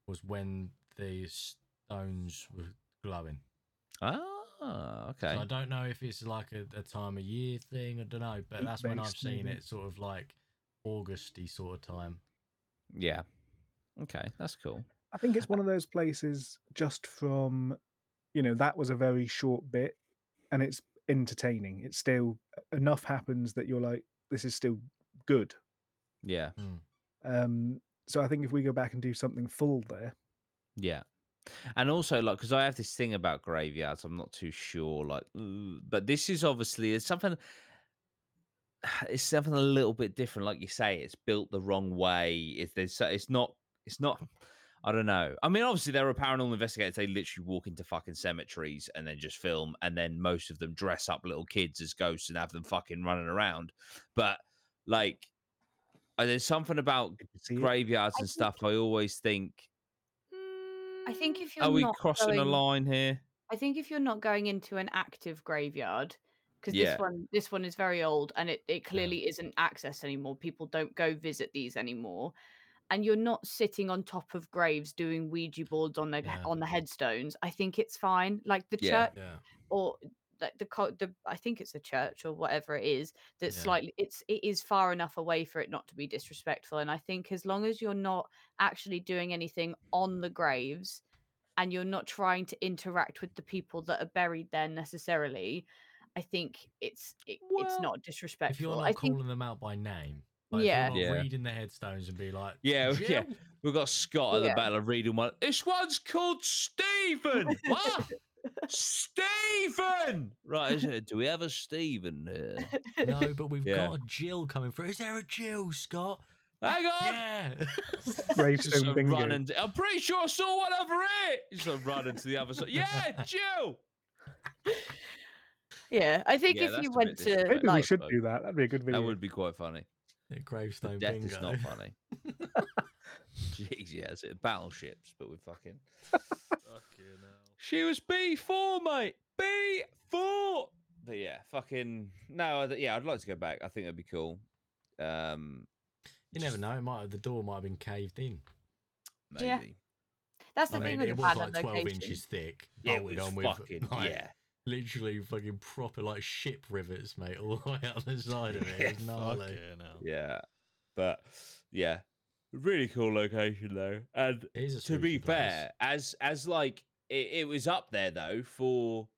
Speaker 3: was when the stones were glowing.
Speaker 1: ah, okay,
Speaker 3: So I don't know if it's like a, a time of year thing. I don't know, but
Speaker 5: Heat
Speaker 3: that's when I've
Speaker 5: based,
Speaker 3: seen
Speaker 5: maybe.
Speaker 3: it sort of like Augusty sort of time.
Speaker 1: yeah, okay, that's cool.
Speaker 5: I think it's one of those places just from, you know, that was a very short bit and it's entertaining. It's still e, enough happens that you're like, this is still good.
Speaker 1: Yeah,
Speaker 5: Um, so I think if we go back and do something full there,
Speaker 1: yeah, and also like because I have this thing about graveyards, I'm not too sure. Like, ooh, but this is obviously it's something. It's something a little bit different, like you say. It's built the wrong way. It's there's so- it's not it's not. I don't know. I mean, obviously there are paranormal investigators. They literally walk into fucking cemeteries and then just film, and then most of them dress up little kids as ghosts and have them fucking running around. But like, uh, there's something about
Speaker 5: you see it.
Speaker 1: graveyards
Speaker 4: I
Speaker 1: and
Speaker 4: think-
Speaker 1: stuff. I always think,
Speaker 4: I think if you're
Speaker 1: are we
Speaker 4: not
Speaker 1: crossing a
Speaker 4: going-
Speaker 1: line here?
Speaker 4: I think if you're not going into an active graveyard, because
Speaker 1: Yeah.
Speaker 4: this one this one is very old and it, it clearly isn't accessed anymore. People don't go visit these anymore. And you're not sitting on top of graves doing Ouija boards on the
Speaker 3: Yeah.
Speaker 4: on the headstones. I think it's fine. Like the
Speaker 1: Yeah.
Speaker 4: church
Speaker 3: Yeah.
Speaker 4: or like the, co- the I think it's a church or whatever it is that's
Speaker 3: Yeah.
Speaker 4: slightly it's it is far enough away for it not to be disrespectful and I think as long as you're not actually doing anything on the graves and you're not trying to interact with the people that are buried there necessarily I think it's it, it's
Speaker 1: Well,
Speaker 4: not disrespectful
Speaker 3: If you're
Speaker 4: I
Speaker 3: not
Speaker 4: think
Speaker 3: calling them out by name, like
Speaker 4: Yeah.
Speaker 3: if you're
Speaker 1: Yeah.
Speaker 3: not reading the headstones and be like,
Speaker 1: Yeah, yeah.
Speaker 3: "Jill?"
Speaker 1: We've got Scott at the
Speaker 4: Yeah.
Speaker 1: Battle of Reading one. This one's called Stephen. What? Stephen. Right? is it- Do we have a Stephen here?
Speaker 3: No, but we've
Speaker 1: Yeah.
Speaker 3: got a Jill coming through. Is there a Jill, Scott?
Speaker 1: Hang on.
Speaker 3: Yeah.
Speaker 1: Just
Speaker 5: gravestone
Speaker 1: a
Speaker 5: bingo.
Speaker 1: run and I'm pretty sure I saw one over here. He's a run into the other side. Yeah, Jill.
Speaker 4: yeah I think
Speaker 1: Yeah,
Speaker 4: if
Speaker 1: that's a
Speaker 4: you
Speaker 1: bit
Speaker 4: went to
Speaker 5: Maybe we
Speaker 4: like
Speaker 5: should
Speaker 1: Like-
Speaker 5: do that. That'd be a good video.
Speaker 1: That would be quite funny.
Speaker 3: Yeah,
Speaker 1: But
Speaker 3: Gravestone
Speaker 1: death
Speaker 3: bingo.
Speaker 1: is not funny. Jeez, yeah, it's battleships, but we fucking.
Speaker 2: Fucking hell.
Speaker 1: She was B four, mate. B four. But yeah, fucking no. I th- Yeah, I'd like to go back. I think that'd be cool. Um,
Speaker 3: You never
Speaker 1: Just-
Speaker 3: know. It might the door might have been caved in.
Speaker 1: maybe.
Speaker 4: Yeah. that's the
Speaker 3: I
Speaker 4: thing
Speaker 3: mean,
Speaker 4: with
Speaker 3: it
Speaker 4: the
Speaker 3: was
Speaker 4: pattern
Speaker 3: like twelve
Speaker 4: location.
Speaker 3: inches thick.
Speaker 1: Yeah,
Speaker 3: bolted
Speaker 1: it was
Speaker 3: on with,
Speaker 1: Oh, fucking
Speaker 3: like,
Speaker 1: yeah.
Speaker 3: literally fucking proper like ship rivets, mate, all the way up the side of it. It was gnarly.
Speaker 2: Fucking hell.
Speaker 1: Yeah. But yeah. Really cool location though. And
Speaker 3: It is a
Speaker 1: to be
Speaker 3: spooky place.
Speaker 1: fair, as as like it, it was up there though for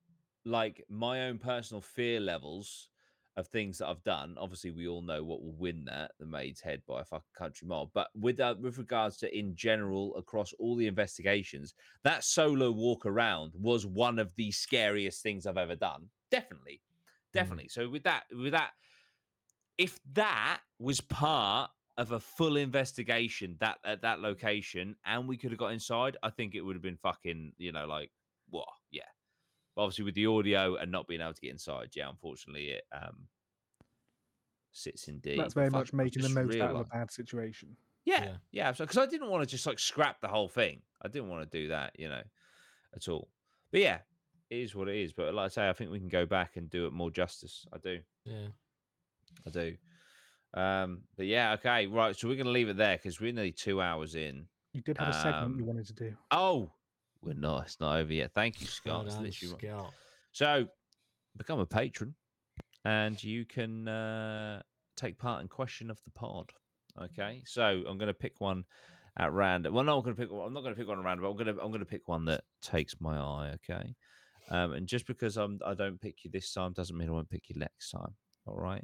Speaker 1: like my own personal fear levels of things that I've done. Obviously, we all know what will win that the maid's head by a fucking country mile. But with uh, with regards to in general across all the investigations, that solo walk around was one of the scariest things I've ever done. Definitely, definitely. So with that, with that if that was part of a full investigation that at that location and we could have got inside, I think it would have been fucking, you know, like what? Yeah. But obviously with the audio and not being able to get inside, yeah, unfortunately it um sits in D.
Speaker 5: That's
Speaker 1: But
Speaker 5: very
Speaker 1: fuck,
Speaker 5: much
Speaker 1: I've
Speaker 5: making the
Speaker 1: just
Speaker 5: most out of a
Speaker 1: realised-
Speaker 5: bad situation.
Speaker 1: Yeah.
Speaker 3: Yeah.
Speaker 1: Yeah, because I didn't want to just like scrap the whole thing. I didn't want to do that, you know, at all. But yeah, it is what it is. But like I say, I think we can go back and do it more justice. I do.
Speaker 3: Yeah.
Speaker 1: I do. Um, but yeah, okay, right. So we're gonna leave it there because we're nearly two hours in.
Speaker 5: You did have a segment you
Speaker 1: Um,
Speaker 5: wanted to do.
Speaker 1: Oh, we're not. It's not over yet. Thank you, Scott.
Speaker 3: Well
Speaker 1: It's
Speaker 3: done,
Speaker 1: literally right-
Speaker 3: Scott.
Speaker 1: So become a patron, and you can uh, take part in question of the pod. Okay, so I'm going to pick one at random. Well, no, I'm going to pick. One, I'm not going to pick one at random. But I'm going to I'm going to pick one that takes my eye. Okay, um, and just because I'm I don't pick you this time doesn't mean I won't pick you next time. All right.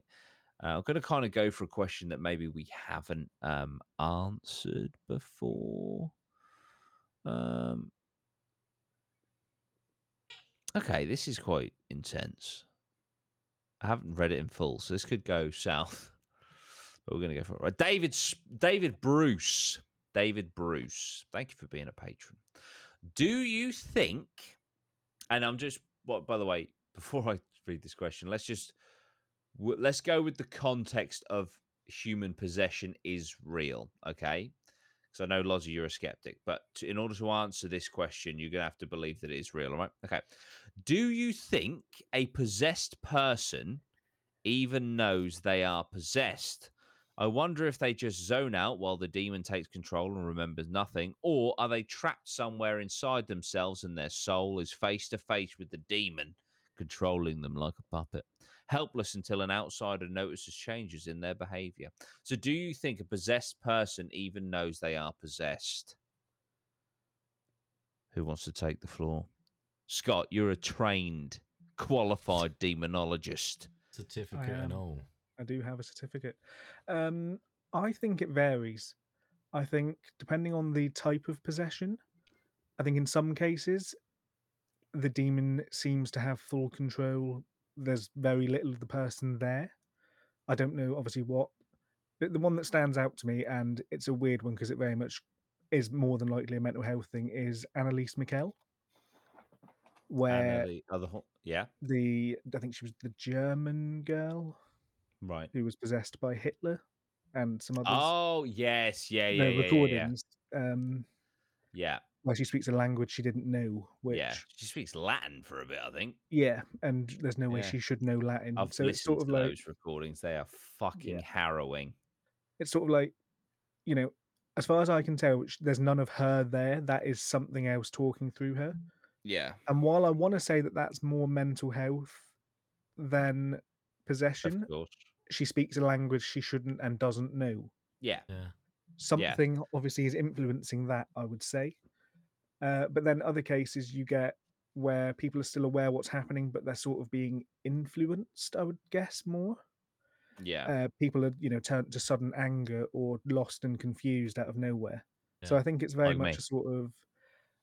Speaker 1: Uh, I'm going to kind of go for a question that maybe we haven't um, answered before. Um, okay, this is quite intense. I haven't read it in full, so this could go south. But we're going to go for it. Right, David, S- David Bruce, David Bruce. Thank you for being a patron. Do you think? And I'm just. Well, by the way, before I read this question, let's just w- let's go with the context of human possession is real. Okay, because I know Lozzie, you're a skeptic, but to, in order to answer this question, you're gonna have to believe that it is real. All right. Okay. Do you think a possessed person even knows they are possessed? I wonder if they just zone out while the demon takes control and remembers nothing, or are they trapped somewhere inside themselves and their soul is face to face with the demon controlling them like a puppet, helpless until an outsider notices changes in their behavior? So, do you think a possessed person even knows they are possessed? Who wants to take the floor? Scott, you're a trained, qualified demonologist.
Speaker 3: Certificate
Speaker 5: am.
Speaker 3: and all.
Speaker 5: I do have a certificate. Um, I think it varies. I think depending on the type of possession, I think in some cases, the demon seems to have full control. There's very little of the person there. I don't know, obviously, what the the one that stands out to me, and it's a weird one because it very much is more than likely a mental health thing. Is Annalise Mikkel, where
Speaker 1: Anna, the other ho- yeah,
Speaker 5: the I think she was the German girl
Speaker 1: right.
Speaker 5: who was possessed by Hitler and some others.
Speaker 1: Oh yes, yeah, yeah,
Speaker 5: the
Speaker 1: yeah, yeah, yeah,
Speaker 5: recordings Um,
Speaker 1: yeah,
Speaker 5: where she speaks a language she didn't know, which
Speaker 1: yeah.
Speaker 5: yeah,
Speaker 1: She speaks Latin for a bit, I think.
Speaker 5: and there's no way
Speaker 1: Yeah.
Speaker 5: she should know Latin.
Speaker 1: I've
Speaker 5: Mm, so
Speaker 1: listened
Speaker 5: it's sort of
Speaker 1: to
Speaker 5: like
Speaker 1: those recordings. They are fucking harrowing.
Speaker 5: it's sort of like, you know, as far as I can tell, sh- there's none of her there. That is something else talking through her.
Speaker 1: Yeah,
Speaker 5: And while I want to say that that's more mental health than
Speaker 1: of
Speaker 5: possession,
Speaker 1: course.
Speaker 5: she speaks a language she shouldn't and doesn't know.
Speaker 1: Yeah,
Speaker 3: Yeah.
Speaker 5: something obviously is influencing that i would say uh, but then other cases you get where people are still aware what's happening but they're sort of being influenced i would guess more
Speaker 1: yeah.
Speaker 5: uh, people are you know turned to sudden anger or lost and confused out of nowhere so
Speaker 3: Yeah.
Speaker 5: i think it's very
Speaker 1: Like
Speaker 5: much
Speaker 1: me.
Speaker 5: a sort of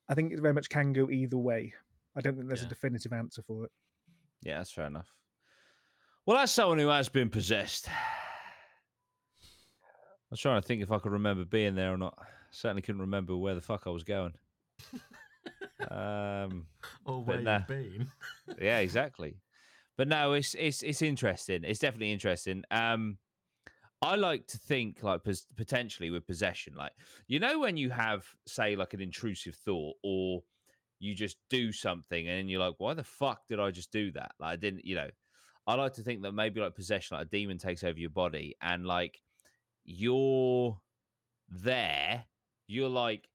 Speaker 5: i think it very much can go either way i don't think there's
Speaker 3: Yeah.
Speaker 5: a definitive answer for it
Speaker 1: Yeah, that's fair enough. Well, that's someone who has been possessed. I was trying to think if I could remember being there or not. Certainly couldn't remember where the fuck I was going. um,
Speaker 3: Or where
Speaker 1: nah.
Speaker 3: you've been.
Speaker 1: yeah, exactly. But no, it's it's it's interesting. It's definitely interesting. Um, I like to think like pos- potentially with possession, like you know when you have say like an intrusive thought or you just do something and then you're like, why the fuck did I just do that? Like I didn't, you know. I like to think that maybe like possession, like a demon takes over your body and like you're there, you're like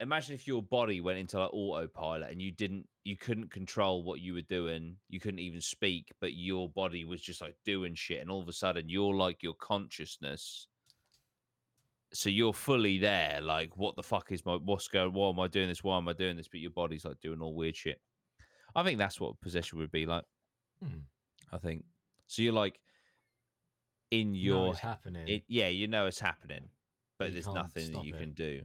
Speaker 1: imagine if your body went into like autopilot and you didn't you couldn't control what you were doing you couldn't even speak but your body was just like doing shit and all of a sudden you're like your consciousness so you're fully there like what the fuck is my what's going why am i doing this why am i doing this but your body's like doing all weird shit i think that's what possession would be like
Speaker 3: Hmm.
Speaker 1: i think so you're like in
Speaker 3: You know
Speaker 1: your
Speaker 3: it's happening.
Speaker 1: it, yeah, you know it's happening, but
Speaker 3: you
Speaker 1: there's
Speaker 3: can't
Speaker 1: nothing that
Speaker 3: stop
Speaker 1: you
Speaker 3: it.
Speaker 1: can do.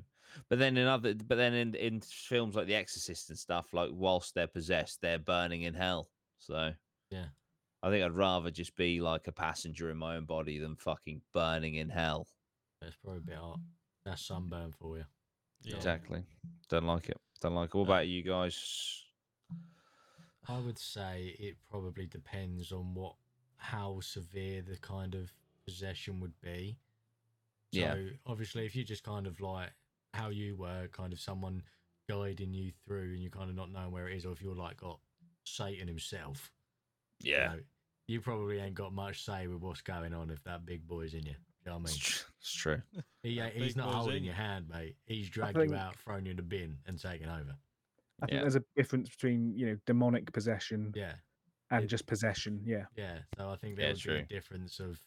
Speaker 1: But then in other, but then in, in films like The Exorcist and stuff, like whilst they're possessed, they're burning in hell. So
Speaker 3: Yeah.
Speaker 1: I think I'd rather just be like a passenger in my own body than fucking burning in hell.
Speaker 3: That's probably a bit hot. That's sunburn for you.
Speaker 2: Yeah.
Speaker 1: Exactly. Don't like it. Don't like it. What
Speaker 2: No.
Speaker 1: about you guys?
Speaker 3: I would say it probably depends on what how severe the kind of possession would be. So
Speaker 1: Yeah.
Speaker 3: obviously if you just kind of like how you were, kind of someone guiding you through and you kind of not knowing where it is, or if you're like got Satan himself. you
Speaker 1: Yeah.
Speaker 3: know, You probably ain't got much say with what's going on if that big boy's in you. You know what
Speaker 1: It's,
Speaker 3: I mean?
Speaker 1: tr- it's true.
Speaker 3: He,
Speaker 2: That
Speaker 3: ain't- he's
Speaker 2: big
Speaker 3: not
Speaker 2: boy's
Speaker 3: holding
Speaker 2: in
Speaker 3: your
Speaker 2: you.
Speaker 3: hand, mate. He's dragged
Speaker 5: think-
Speaker 3: you out, thrown you in the bin, and taken over.
Speaker 5: I think
Speaker 1: Yeah.
Speaker 5: there's a difference between you know demonic possession
Speaker 3: Yeah.
Speaker 5: and
Speaker 3: it-
Speaker 5: just possession. Yeah,
Speaker 3: Yeah, so I think there
Speaker 1: Yeah,
Speaker 3: would be a
Speaker 1: true.
Speaker 3: difference of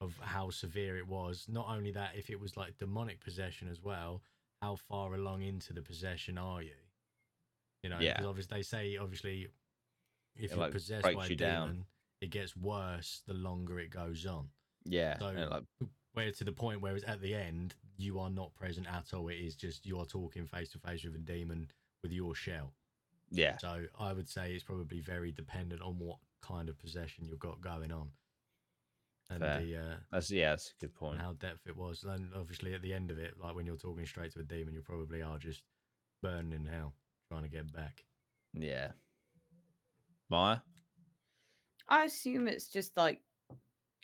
Speaker 3: of how severe it was. Not only that, if it was like demonic possession as well, how far along into the possession are you? You know,
Speaker 1: Yeah.
Speaker 3: because obviously they say obviously if
Speaker 1: It,
Speaker 3: you're
Speaker 1: like,
Speaker 3: possessed
Speaker 1: breaks
Speaker 3: by a
Speaker 1: you
Speaker 3: demon,
Speaker 1: down.
Speaker 3: it gets worse the longer it goes on.
Speaker 1: Yeah.
Speaker 3: So-
Speaker 1: and, like,
Speaker 3: Where to the point where it's at the end, you are not present at all. It is just you are talking face to face with a demon with your shell.
Speaker 1: yeah.
Speaker 3: So I would say it's probably very dependent on what kind of possession you've got going on. And
Speaker 1: Fair.
Speaker 3: the uh,
Speaker 1: That's yeah. That's a good point.
Speaker 3: and how depth it was. And obviously, at the end of it, like when you're talking straight to a demon, you probably are just burning in hell, trying to get back.
Speaker 1: Yeah. Maya.
Speaker 4: I assume it's just like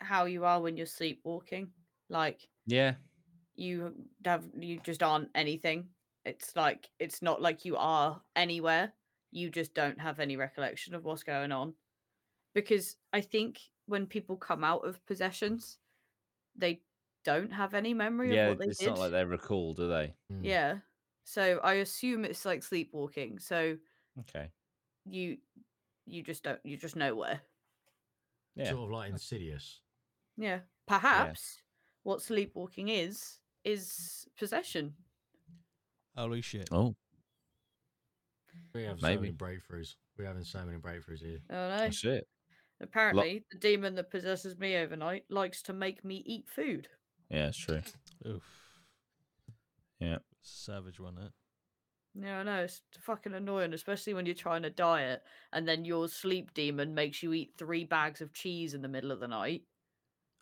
Speaker 4: how you are when you're sleepwalking. Like
Speaker 1: Yeah.
Speaker 4: you have you just aren't anything. It's like it's not like you are anywhere. You just don't have any recollection of what's going on. Because I think when people come out of possessions, they don't have any memory
Speaker 1: Yeah.
Speaker 4: of what they
Speaker 1: It's
Speaker 4: did.
Speaker 1: not like they recall, do they?
Speaker 3: Mm.
Speaker 4: Yeah. So I assume it's like sleepwalking. So
Speaker 1: Okay.
Speaker 4: you you just don't you just nowhere.
Speaker 1: Yeah.
Speaker 3: Sort of like insidious.
Speaker 4: Yeah. Perhaps what sleepwalking is is possession.
Speaker 2: Holy shit.
Speaker 1: Oh,
Speaker 3: We have so
Speaker 1: Maybe.
Speaker 3: many breakthroughs. We're having so many breakthroughs here.
Speaker 4: I don't know.
Speaker 1: that's it.
Speaker 4: Apparently, the demon that possesses me overnight likes to make me eat food.
Speaker 1: Yeah, it's true.
Speaker 2: Oof.
Speaker 1: Yeah.
Speaker 2: Savage one, it.
Speaker 4: Yeah, I know it's fucking annoying, especially when you're trying to diet and then your sleep demon makes you eat three bags of cheese in the middle of the night.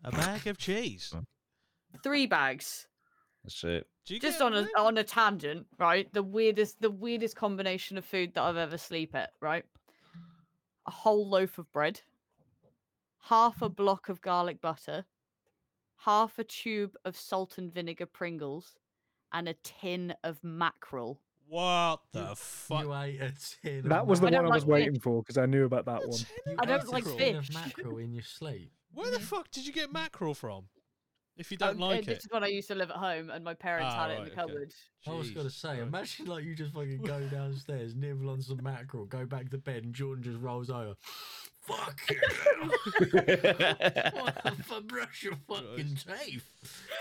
Speaker 2: A bag of cheese.
Speaker 4: Three bags.
Speaker 1: That's it.
Speaker 2: Do you
Speaker 4: Just
Speaker 2: get
Speaker 4: on a
Speaker 2: blue?
Speaker 4: on a tangent, right? The weirdest the weirdest combination of food that I've ever sleep at, right? A whole loaf of bread, half a block of garlic butter, half a tube of salt and vinegar Pringles, and a tin of mackerel.
Speaker 2: What the
Speaker 3: You-
Speaker 2: fuck?
Speaker 3: You ate a tin. of
Speaker 5: that was the
Speaker 4: I don't
Speaker 5: one I was
Speaker 4: like fish.
Speaker 5: waiting for because I knew about that
Speaker 2: A
Speaker 5: one.
Speaker 2: tin
Speaker 3: You
Speaker 2: of
Speaker 4: I don't
Speaker 3: ate a
Speaker 4: like
Speaker 2: mackerel?
Speaker 3: tin of
Speaker 4: fish.
Speaker 3: mackerel in your sleep.
Speaker 2: Where the
Speaker 4: Mhm.
Speaker 2: fuck did you get mackerel from? If you don't
Speaker 4: Um, uh,
Speaker 2: like
Speaker 4: This
Speaker 2: it.
Speaker 4: is when I used to live at home, and my parents
Speaker 2: Ah,
Speaker 4: had it in the
Speaker 2: right, okay.
Speaker 4: cupboard.
Speaker 3: I was gonna
Speaker 2: Jesus
Speaker 3: say,
Speaker 2: Christ.
Speaker 3: imagine like you just fucking go downstairs, nibble on some mackerel, go back to bed, and Jordan just rolls over. Fuck you! brush your fucking teeth.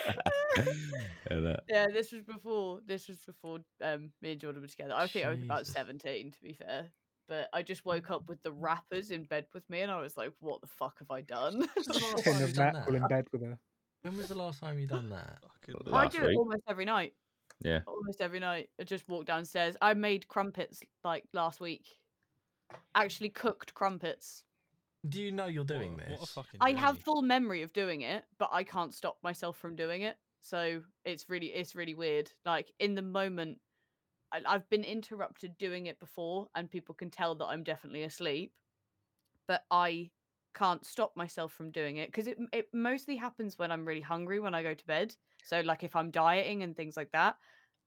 Speaker 2: Oh,
Speaker 1: And, uh,
Speaker 4: Yeah, this was before. This was before um, me and Jordan were together. I think I was about
Speaker 3: Jesus.
Speaker 4: seventeen, to be fair. But I just woke up with the wrappers in bed with me, and I was like, "What the fuck have I done?"
Speaker 3: When was the last
Speaker 5: Tin
Speaker 3: time you done
Speaker 5: of mackerel in
Speaker 3: that?
Speaker 5: bed with her.
Speaker 3: When was the last time you done that?
Speaker 2: Fucking
Speaker 1: Well,
Speaker 4: I
Speaker 1: Last
Speaker 2: love-
Speaker 4: do it
Speaker 1: week.
Speaker 4: almost every night.
Speaker 1: Yeah.
Speaker 4: almost every night. I just walk downstairs. I made crumpets like last week. Actually, cooked crumpets.
Speaker 3: Do you know you're doing
Speaker 2: what,
Speaker 3: this?
Speaker 2: What a fucking
Speaker 4: I have
Speaker 2: journey.
Speaker 4: full memory of doing it, but I can't stop myself from doing it. So it's really it's really weird. Like in the moment, I, I've been interrupted doing it before, and people can tell that I'm definitely asleep, but I can't stop myself from doing it because it it mostly happens when I'm really hungry when I go to bed. So like if I'm dieting and things like that.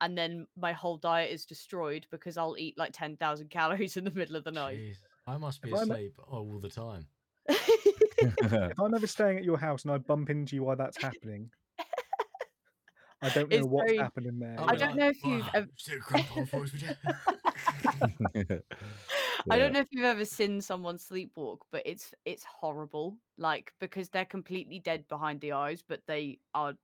Speaker 4: And then my whole diet is destroyed because I'll eat like 10,000 calories in the middle of the night.
Speaker 3: Jeez, I must be
Speaker 5: If I'm a-
Speaker 3: asleep all the time.
Speaker 5: If I'm ever staying at your house and I bump into you while that's happening, I don't know
Speaker 4: It's
Speaker 5: what's
Speaker 4: very-
Speaker 5: happening there.
Speaker 4: I don't know if you've
Speaker 3: Ah,
Speaker 4: ev- I
Speaker 1: Yeah.
Speaker 4: don't know if you've ever seen someone sleepwalk, but it's it's horrible. Like because they're completely dead behind the eyes, but they are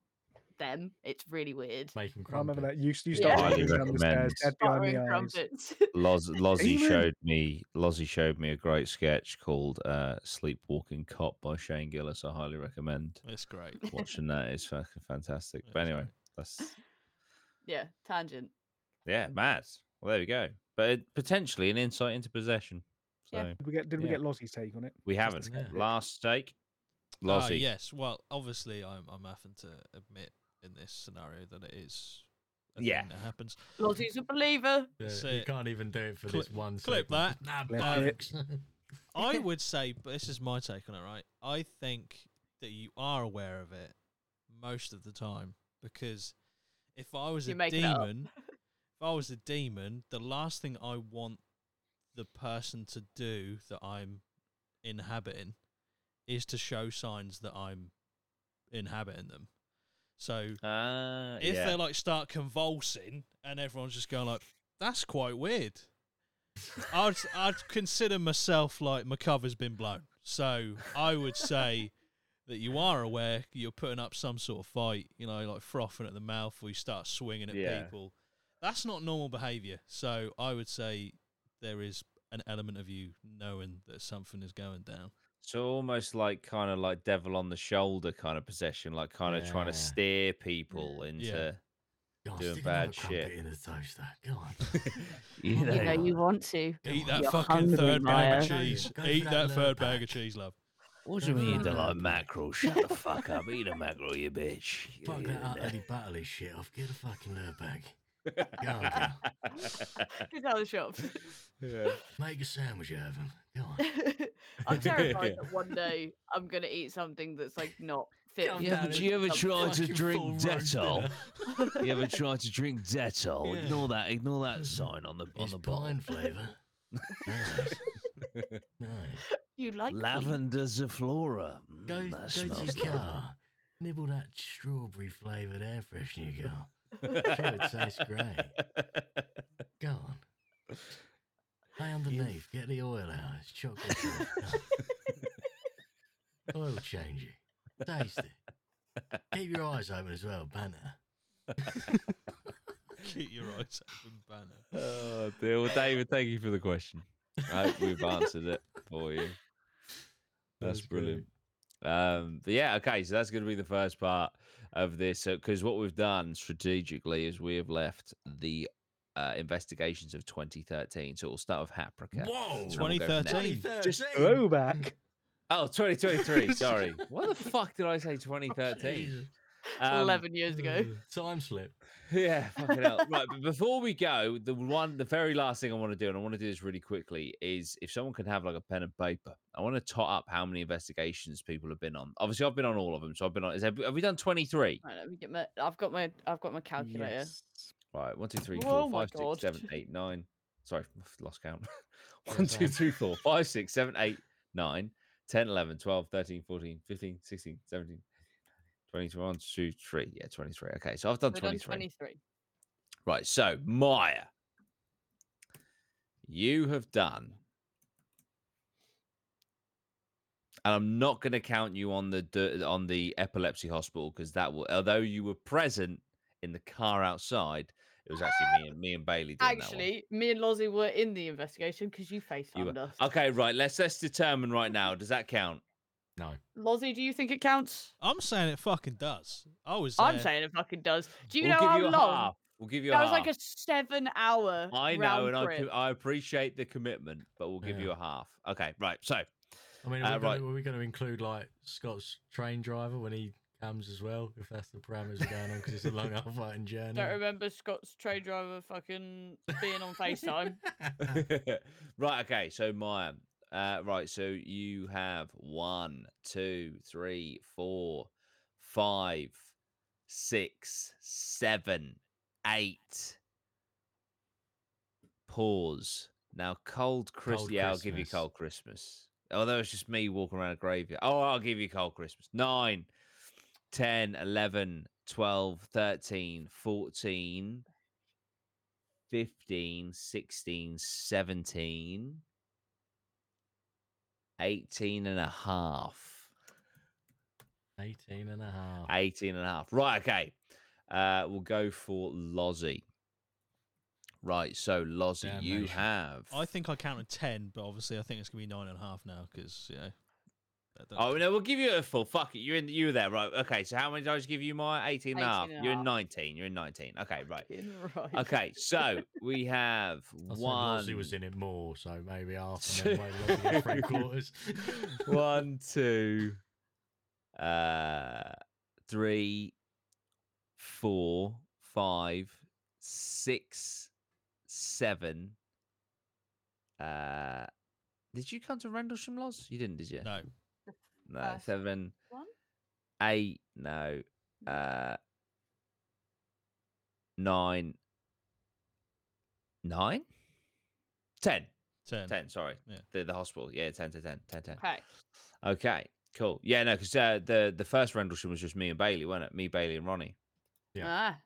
Speaker 4: them. It's really weird.
Speaker 3: Making
Speaker 5: I remember that
Speaker 3: crumpets.
Speaker 5: you, you
Speaker 4: Yeah.
Speaker 5: started
Speaker 4: Highly
Speaker 5: running down the
Speaker 1: recommend.
Speaker 5: stairs, dead behind
Speaker 4: Fluttering
Speaker 5: the eyes.
Speaker 4: trumpets.
Speaker 1: Loz, Lozzie
Speaker 5: Even-
Speaker 1: showed me Lozzie showed me a great sketch called uh, "Sleepwalking Cop" by Shane Gillis. I highly recommend
Speaker 2: It's great.
Speaker 1: watching that. It's fucking fantastic.
Speaker 2: That's
Speaker 1: But anyway,
Speaker 2: great.
Speaker 1: that's
Speaker 4: yeah, tangent.
Speaker 1: yeah, mad. Well, there we go. But it, potentially an insight into possession. So
Speaker 4: Yeah.
Speaker 5: Did we get did we
Speaker 2: Yeah.
Speaker 5: get Lottie's take on it?
Speaker 1: we
Speaker 5: Just
Speaker 1: haven't.
Speaker 5: to check.
Speaker 3: Yeah.
Speaker 1: Last take.
Speaker 2: Ah,
Speaker 1: Lossie.
Speaker 2: yes. Well, obviously, I'm I'm having to admit in this scenario that it is. a thing
Speaker 1: Yeah.
Speaker 2: that happens.
Speaker 4: Lottie's a believer.
Speaker 3: Yeah,
Speaker 2: So-
Speaker 3: you can't even do it for
Speaker 2: Clip-
Speaker 3: this one.
Speaker 2: clip
Speaker 3: segment.
Speaker 5: Clip
Speaker 3: Nah,
Speaker 2: it.
Speaker 3: bollocks.
Speaker 2: I would say, but this is my take on it, right? I think that you are aware of it most of the time because if I was
Speaker 4: You're
Speaker 2: a
Speaker 4: making it up.
Speaker 2: demon, if I was a demon, the last thing I want the person to do that I'm inhabiting is to show signs that I'm inhabiting them. So
Speaker 1: Ah,
Speaker 2: if
Speaker 1: yeah.
Speaker 2: they like start convulsing and everyone's just going like, "That's quite weird," I'd I'd consider myself like my cover's been blown. So I would say that you are aware you're putting up some sort of fight. You know, like frothing at the mouth or you start swinging at
Speaker 1: Yeah.
Speaker 2: people. That's not normal behaviour. So I would say there is an element of you knowing that something is going down.
Speaker 1: So almost like kind of like devil on the shoulder kind of possession, like kind of trying to
Speaker 3: Yeah.
Speaker 1: steer people into.
Speaker 3: God,
Speaker 1: Doing
Speaker 3: stick
Speaker 1: bad
Speaker 3: another crumpet
Speaker 1: shit.
Speaker 3: In the toaster. Go on.
Speaker 1: You
Speaker 3: Yeah.
Speaker 1: know,
Speaker 3: You know, you
Speaker 6: want to.
Speaker 3: Go
Speaker 2: Eat
Speaker 3: on.
Speaker 2: that
Speaker 6: You're
Speaker 2: fucking third
Speaker 6: hungry,
Speaker 2: bag of
Speaker 3: Maya.
Speaker 2: cheese.
Speaker 3: Go for
Speaker 2: Eat
Speaker 3: that
Speaker 2: that
Speaker 3: little
Speaker 2: third bag of
Speaker 3: pack.
Speaker 2: cheese, love.
Speaker 1: what
Speaker 3: Go for that little pack.
Speaker 1: mackerel? Shut the fuck up! Eat a mackerel, you bitch. You
Speaker 3: Fuck that
Speaker 1: know,
Speaker 3: utterly battley shit off. Get a fucking lure bag.
Speaker 1: you
Speaker 3: Go on,
Speaker 1: know.
Speaker 4: Get out of the shop.
Speaker 3: Make a sandwich out of 'em. Go on.
Speaker 4: I'm terrified that one day I'm gonna eat something that's like not fit.
Speaker 3: Come
Speaker 4: for
Speaker 1: Yeah,
Speaker 3: down
Speaker 1: but
Speaker 3: and
Speaker 4: purpose
Speaker 1: you
Speaker 4: or
Speaker 1: ever
Speaker 4: something.
Speaker 1: tried to
Speaker 3: fucking full
Speaker 1: drink
Speaker 3: roast dinner.
Speaker 1: Dettol? you ever tried to drink Dettol?
Speaker 3: Yeah.
Speaker 1: Ignore that. Ignore that sign on the on
Speaker 3: It's
Speaker 1: the bottle.
Speaker 3: pine flavour. nice. nice.
Speaker 4: You like me.
Speaker 1: Lavender zaflora. Mm,
Speaker 3: Go,
Speaker 1: that
Speaker 3: go to
Speaker 1: smells
Speaker 3: your
Speaker 1: lovely.
Speaker 3: car. Nibble that strawberry flavoured air freshener you got. Sure, it tastes great. Go on. Lay underneath. Get the oil out. It's chocolate. milk. Go on. oil change it. Taste it. Keep your eyes open as well, banner.
Speaker 2: Keep your eyes open, banner. Uh,
Speaker 1: Oh dear. Well, David, thank you for the question. I hope we've answered it for you. That's brilliant. Um, but yeah, okay, so that's going to be the first part of this. Because what we've done strategically is we have left the uh, investigations of 2013. So we'll start with Haprica.
Speaker 3: Whoa!
Speaker 1: So we'll go from there.
Speaker 2: 2013.
Speaker 5: Just throwback.
Speaker 1: Oh, 2023. sorry. What the fuck did I say 2013? Um,
Speaker 4: Eleven years ago.
Speaker 3: Oh, Time slip.
Speaker 1: Yeah, fucking hell. Right, but before we go, the one, the very last thing I want to do, and I want to do this really quickly, is if someone can have like a pen and paper, I want to tot up how many investigations people have been on. Obviously, I've been on all of them, so I've been on. Is there, have we done twenty three?
Speaker 4: Right, let me get my. I've got my. I've got my calculator.
Speaker 1: Right, one, two, three,
Speaker 4: Oh
Speaker 1: four,
Speaker 4: my
Speaker 1: five, six,
Speaker 4: God.
Speaker 1: seven, eight, nine. Sorry, I've lost count.
Speaker 3: Yeah,
Speaker 1: One, two,
Speaker 3: same.
Speaker 1: three, four, five, six, seven, eight, nine, 10, 11, 12, 13, 14, 15, 16, 17, 21, 2, 3. Yeah, 23. Okay, so I've done
Speaker 4: We're done
Speaker 1: 23.
Speaker 4: twenty-three.
Speaker 1: Right, so Maya, you have done, and I'm not going to count you on the d- on the epilepsy hospital because that will, although you were present in the car outside, it was actually me and me and Bailey. Doing
Speaker 4: Actually, me and Lozzie were in the investigation because you
Speaker 1: that one. You
Speaker 4: FaceTimed
Speaker 1: were-
Speaker 4: us.
Speaker 1: okay, right. Let's let's determine right now. Does that count?
Speaker 3: No.
Speaker 4: Lozzie, do you think it counts?
Speaker 2: I'm saying it fucking does. I was.
Speaker 4: I'm
Speaker 2: there.
Speaker 4: saying it fucking does. Do you
Speaker 1: We'll
Speaker 4: know
Speaker 1: give
Speaker 4: how
Speaker 1: you a
Speaker 4: long?
Speaker 1: half. We'll give you.
Speaker 4: That
Speaker 1: a
Speaker 4: was like a
Speaker 1: half.
Speaker 4: seven-hour.
Speaker 1: I know,
Speaker 4: round
Speaker 1: and I,
Speaker 4: trip.
Speaker 1: co- I appreciate the commitment, but we'll give
Speaker 3: Yeah.
Speaker 1: you a half. Okay, right. So
Speaker 3: I mean,
Speaker 1: Uh,
Speaker 3: are, we
Speaker 1: right.
Speaker 3: gonna, are we going to include like Scott's train driver when he comes as well, if that's the parameters we're going on? Because it's a long old fighting journey.
Speaker 4: Don't remember Scott's trade driver fucking being on FaceTime.
Speaker 1: right, okay. So Maya. Uh, right, so you have one, two, three, four, five, six, seven, eight. Pause. Now, cold Christmas.
Speaker 3: Cold
Speaker 1: Yeah, I'll give you
Speaker 3: Christmas.
Speaker 1: cold Christmas. Although it's just me walking around a graveyard. Oh, I'll give you cold Christmas. Nine, 10, 11, 12, 13, 14, 15, 16, 17, 18 and a half.
Speaker 3: 18 and a half.
Speaker 1: 18 and a half. Right, okay. Uh, we'll go for Lozzie. Right, so Lozzie, you
Speaker 3: Damnation.
Speaker 1: have.
Speaker 2: I think I counted ten, but obviously I think it's gonna be nine and a half now because you know I don't-
Speaker 1: Oh no, we'll give you a full. Fuck it, you're in. You were there, right? Okay, so how many did I just give you? My 18 and a half.
Speaker 4: 18 and a
Speaker 1: You're in
Speaker 4: half.
Speaker 1: 19. You're in 19. Okay, right.
Speaker 4: Fucking right.
Speaker 1: Okay, so we have
Speaker 3: I think
Speaker 1: one.
Speaker 3: Ozzy was in it more, so maybe half and then wait longer than three quarters.
Speaker 1: one, two, uh, three, four, five, six, seven. Uh, did you come to Rendlesham Laws? You didn't, did you?
Speaker 2: no.
Speaker 1: no
Speaker 4: First
Speaker 1: seven,
Speaker 4: one?
Speaker 1: eight, no, uh, nine, nine, ten.
Speaker 2: 10.
Speaker 1: 10 sorry
Speaker 2: Yeah.
Speaker 1: the, the hospital yeah 10 to 10 10 10
Speaker 4: Okay.
Speaker 1: okay cool yeah no because uh, the the first rendlesham was just me and bailey wasn't it me bailey and ronnie
Speaker 3: Yeah.
Speaker 4: Ah.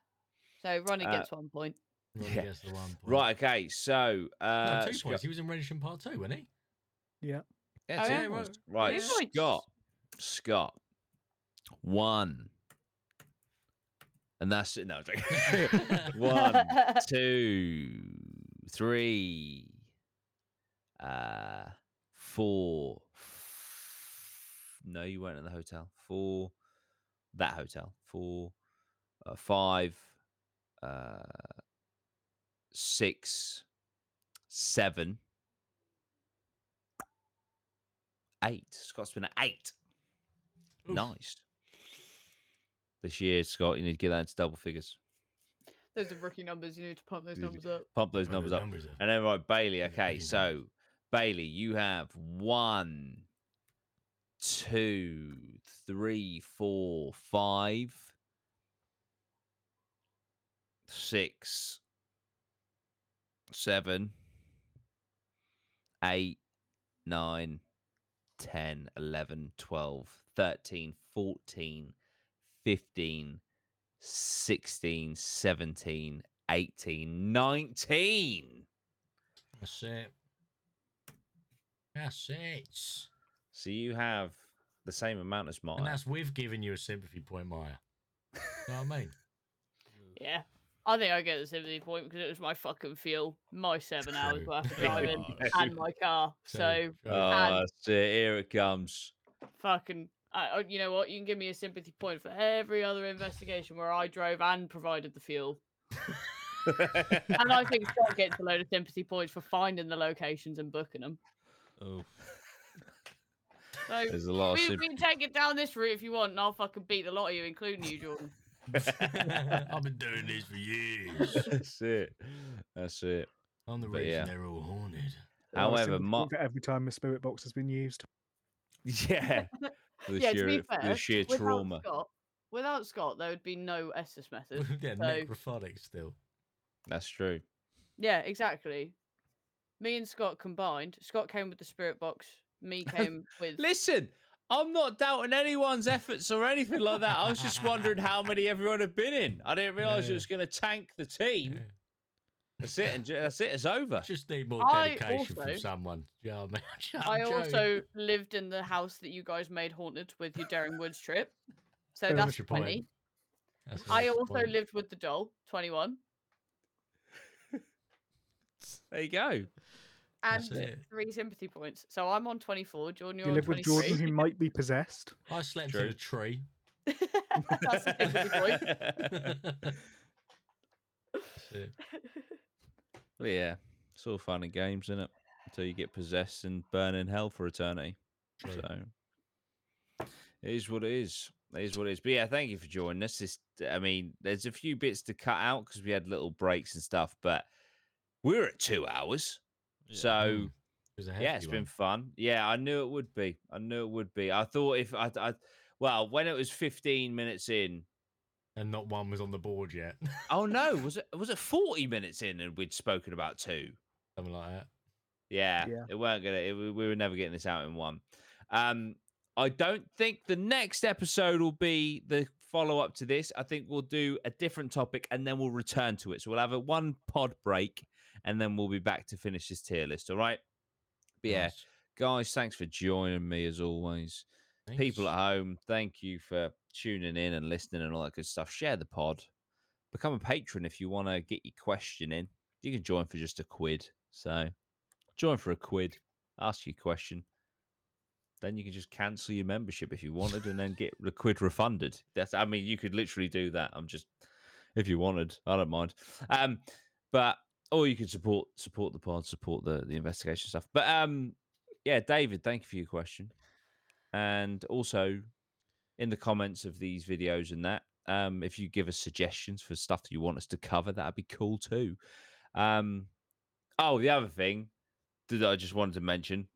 Speaker 4: So Ronnie
Speaker 1: Uh,
Speaker 4: gets one point.
Speaker 3: Ronnie
Speaker 1: Yeah.
Speaker 3: gets the one point.
Speaker 1: right okay so
Speaker 3: No,
Speaker 1: uh
Speaker 3: two
Speaker 1: Scott-
Speaker 3: points. He was in Reddish Part Two, wasn't he?
Speaker 1: yeah, two
Speaker 4: Oh, yeah.
Speaker 1: points.
Speaker 3: Two
Speaker 1: right
Speaker 4: points.
Speaker 1: scott scott one and that's it no I'm joking. one two, three, uh, four. f- No, you weren't at the hotel. Four, that hotel. Four, uh, five, uh, six, seven, eight. Scott's been at eight.
Speaker 3: Oof.
Speaker 1: Nice. This year, Scott, you need to get that into double figures.
Speaker 4: Those are rookie numbers. You need to pump those
Speaker 1: Did you-
Speaker 4: numbers up.
Speaker 1: Pump those
Speaker 3: Right,
Speaker 1: numbers
Speaker 3: the
Speaker 1: up.
Speaker 3: numbers are-
Speaker 1: And then right, Bailey.
Speaker 3: Yeah,
Speaker 1: Okay,
Speaker 3: Bailey.
Speaker 1: so Bailey, you have one, two, three, four, five, six, seven, eight, nine, ten, eleven, twelve, thirteen, fourteen, fifteen, sixteen, seventeen, eighteen, nineteen.
Speaker 3: That's it. That's it.
Speaker 1: So you have the same amount as mine.
Speaker 3: And that's with giving you a sympathy point, Maya. You know what I mean?
Speaker 4: Yeah. I think I get the sympathy point because it was my fucking fuel, my seven hours
Speaker 3: True.
Speaker 4: worth of
Speaker 1: Yeah.
Speaker 4: driving,
Speaker 3: Yes.
Speaker 4: and my car. So
Speaker 3: True, true.
Speaker 1: oh, shit, here it comes.
Speaker 4: fucking, I, I- you know what? You can give me a sympathy point for every other investigation where I drove and provided the fuel.
Speaker 1: Oh.
Speaker 4: And I think Scott gets a load of sympathy points for finding the locations and booking them.
Speaker 2: Oh.
Speaker 4: So
Speaker 1: There's a lot of
Speaker 4: we, we
Speaker 1: sim-
Speaker 4: can take it down this route if you want, and I'll fucking beat the lot of you, including you, Jordan.
Speaker 3: I've been doing this for years.
Speaker 1: That's it. That's it.
Speaker 3: I'm the
Speaker 1: But
Speaker 3: reason
Speaker 1: yeah.
Speaker 3: they're all haunted.
Speaker 5: There are
Speaker 1: However,
Speaker 5: sympathy
Speaker 1: my-
Speaker 5: points for every time a spirit box has been used.
Speaker 1: Yeah. For the
Speaker 4: yeah,
Speaker 1: sheer,
Speaker 4: to be
Speaker 1: for
Speaker 4: fair,
Speaker 1: the sheer
Speaker 4: without
Speaker 1: trauma.
Speaker 4: Scott, without Scott, there would be no Estes method.
Speaker 3: yeah,
Speaker 4: so-
Speaker 3: necrophotic still.
Speaker 1: That's true.
Speaker 4: Yeah, exactly. Me and Scott combined. Scott came with the spirit box. Me came with.
Speaker 1: Listen, I'm not doubting anyone's efforts or anything like that. I was just wondering how many everyone had been in. I didn't realize
Speaker 3: Yeah.
Speaker 1: it was going to tank the team.
Speaker 3: Yeah.
Speaker 1: That's it. And ju- that's it. It's over.
Speaker 3: Just need more
Speaker 4: I
Speaker 3: dedication
Speaker 4: also-
Speaker 3: from someone. Do you know what I mean?
Speaker 4: I
Speaker 3: I'm joking.
Speaker 4: also lived in the house that you guys made haunted with your Daring Woods trip. So
Speaker 3: Very
Speaker 4: that's
Speaker 3: much a point.
Speaker 4: 20.
Speaker 3: That's an
Speaker 4: I
Speaker 3: extra
Speaker 4: also
Speaker 3: point.
Speaker 4: lived with the doll, 21.
Speaker 1: There you go.
Speaker 3: That's
Speaker 4: And
Speaker 3: it.
Speaker 4: three sympathy points. So I'm on 24. Jordan, you're
Speaker 5: you
Speaker 4: on
Speaker 5: live with Jordan,
Speaker 4: 23.
Speaker 5: who might be possessed.
Speaker 3: I slept in
Speaker 1: True.
Speaker 3: a tree.
Speaker 4: that's a sympathy point.
Speaker 3: That's it.
Speaker 1: But yeah, it's all fun and games, isn't it? Until you get possessed and burn in hell for eternity.
Speaker 3: True.
Speaker 1: So it is what it is. It is what it is. But yeah, thank you for joining us. This, I mean, there's a few bits to cut out because we had little breaks and stuff, but we're at two hours.
Speaker 2: Yeah.
Speaker 1: So
Speaker 3: Mm. It was a
Speaker 1: oh, yeah, it's
Speaker 3: hefty
Speaker 1: been
Speaker 3: one.
Speaker 1: fun. Yeah, I knew it would be. I knew it would be. I thought if I, I well, when it was 15 minutes in,
Speaker 3: and not one was on the board yet.
Speaker 1: oh no, was it was it 40 minutes in and we'd spoken about two?
Speaker 3: Something like that.
Speaker 1: Yeah,
Speaker 5: Yeah.
Speaker 1: it weren't gonna. It, we were never getting this out in one. Um, I don't think the next episode will be the follow up to this. I think we'll do a different topic and then we'll return to it. So we'll have a one pod break and then we'll be back to finish this tier list. All right. But yeah,
Speaker 3: Nice.
Speaker 1: guys, thanks for joining me as always. People
Speaker 3: Thanks.
Speaker 1: at home, thank you for tuning in and listening and all that good stuff. Share the pod. Become a patron if you want to get your question in. You can join for just a quid. So join for a quid. Ask your question. Then you can just cancel your membership if you wanted, and then get the quid refunded. That's, I mean, you could literally do that. I'm just, if you wanted, I don't mind. Um, but or you could support support the pod, support the the investigation stuff. But um, yeah, David, thank you for your question, and also in the comments of these videos and that, um, if you give us suggestions for stuff that you want us to cover, that'd be cool too. Um, oh, the other thing that I just wanted to mention,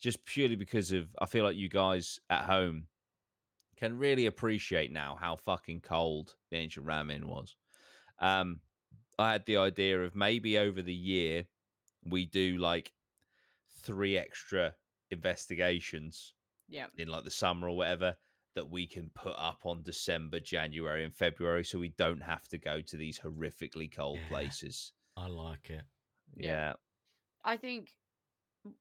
Speaker 1: just purely because of I feel like you guys at home can really appreciate now how fucking cold the ancient ramen was. Um, I had the idea of maybe over the year we do like three extra investigations
Speaker 4: Yeah.
Speaker 1: in like the summer or whatever that we can put up on December, January, and February, so we don't have to go to these horrifically cold
Speaker 3: Yeah.
Speaker 1: places.
Speaker 3: I like it.
Speaker 1: Yeah.
Speaker 4: Yeah. I think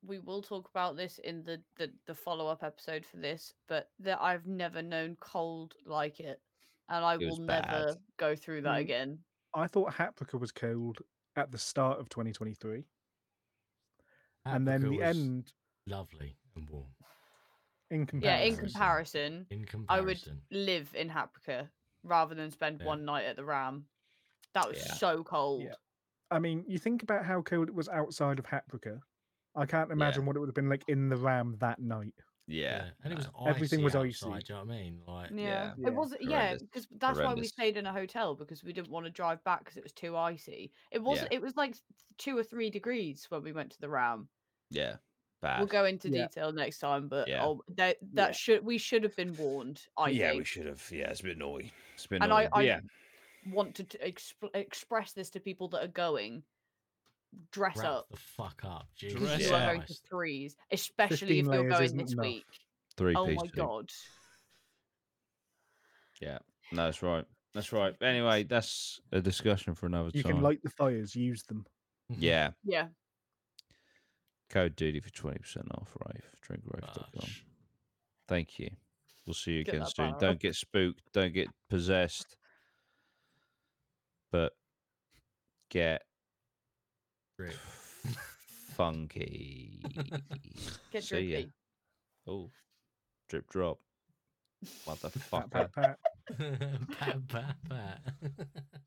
Speaker 4: we will talk about this in the the, the follow up episode for this, but that I've never known cold like it, and I
Speaker 1: It was
Speaker 4: will never
Speaker 1: bad.
Speaker 4: go through that
Speaker 5: Mm.
Speaker 4: again.
Speaker 5: I thought Haprica was cold at the start of 2023, and then
Speaker 3: Africa
Speaker 5: the
Speaker 3: was
Speaker 5: end
Speaker 3: Lovely and warm.
Speaker 5: in
Speaker 4: Yeah,
Speaker 5: comparison.
Speaker 4: in comparison,
Speaker 3: In
Speaker 4: I would
Speaker 3: comparison.
Speaker 4: live in Haprica rather than spend
Speaker 3: Yeah.
Speaker 4: one night at the Ram. That was
Speaker 1: Yeah.
Speaker 4: so cold.
Speaker 5: I mean, you think about how cold it was outside of Haprica. I can't imagine what it would have been like in the Ram that night.
Speaker 1: Yeah.
Speaker 3: And it was icy
Speaker 5: Everything was icy.
Speaker 3: outside, Do you know what I mean? Like,
Speaker 4: Yeah.
Speaker 5: Yeah.
Speaker 4: it was. Yeah,
Speaker 1: Uh, Horrendous.
Speaker 4: because that's why we
Speaker 1: Horrendous.
Speaker 4: stayed in a hotel because we didn't want to drive back because it was too icy. It was. not It was like two or three degrees when we went to the Ram.
Speaker 1: Yeah. Bad.
Speaker 4: We'll go into
Speaker 5: Yeah.
Speaker 4: detail next time, but
Speaker 1: Yeah.
Speaker 4: oh, that that
Speaker 5: Yeah.
Speaker 4: should we should have been warned. I
Speaker 1: yeah,
Speaker 4: think.
Speaker 1: we should have. Yeah, it's a bit annoying. It's a bit
Speaker 4: And I-
Speaker 1: annoying.
Speaker 4: I-
Speaker 1: yeah.
Speaker 4: want to t- exp- express this to people that are going. Dress
Speaker 3: wrap
Speaker 4: up
Speaker 3: the fuck up. Jesus
Speaker 4: because
Speaker 2: Dress
Speaker 4: you are going to
Speaker 3: Christ.
Speaker 4: threes, especially
Speaker 5: 15
Speaker 4: if you're
Speaker 5: layers
Speaker 4: going
Speaker 5: isn't
Speaker 4: this
Speaker 5: enough.
Speaker 4: week.
Speaker 1: Three
Speaker 4: Oh
Speaker 1: piece.
Speaker 4: my god!
Speaker 1: No, that's right. That's right. Anyway, that's a discussion for another
Speaker 5: You
Speaker 1: time.
Speaker 5: can light the fires, use them.
Speaker 1: yeah.
Speaker 4: Yeah,
Speaker 1: Code duty for 20% off, right? Drinkrife.com.
Speaker 3: Gosh.
Speaker 1: Thank you. We'll see you
Speaker 4: Get
Speaker 1: again
Speaker 4: that
Speaker 1: soon.
Speaker 4: bar
Speaker 1: Don't
Speaker 4: up.
Speaker 1: get spooked. Don't get possessed. But get
Speaker 3: Great.
Speaker 1: funky.
Speaker 4: get
Speaker 1: See ya.
Speaker 4: drippy.
Speaker 1: Oh, drip drop. Motherfucker.
Speaker 5: Pat, pat, pat.
Speaker 3: pat, pat, pat.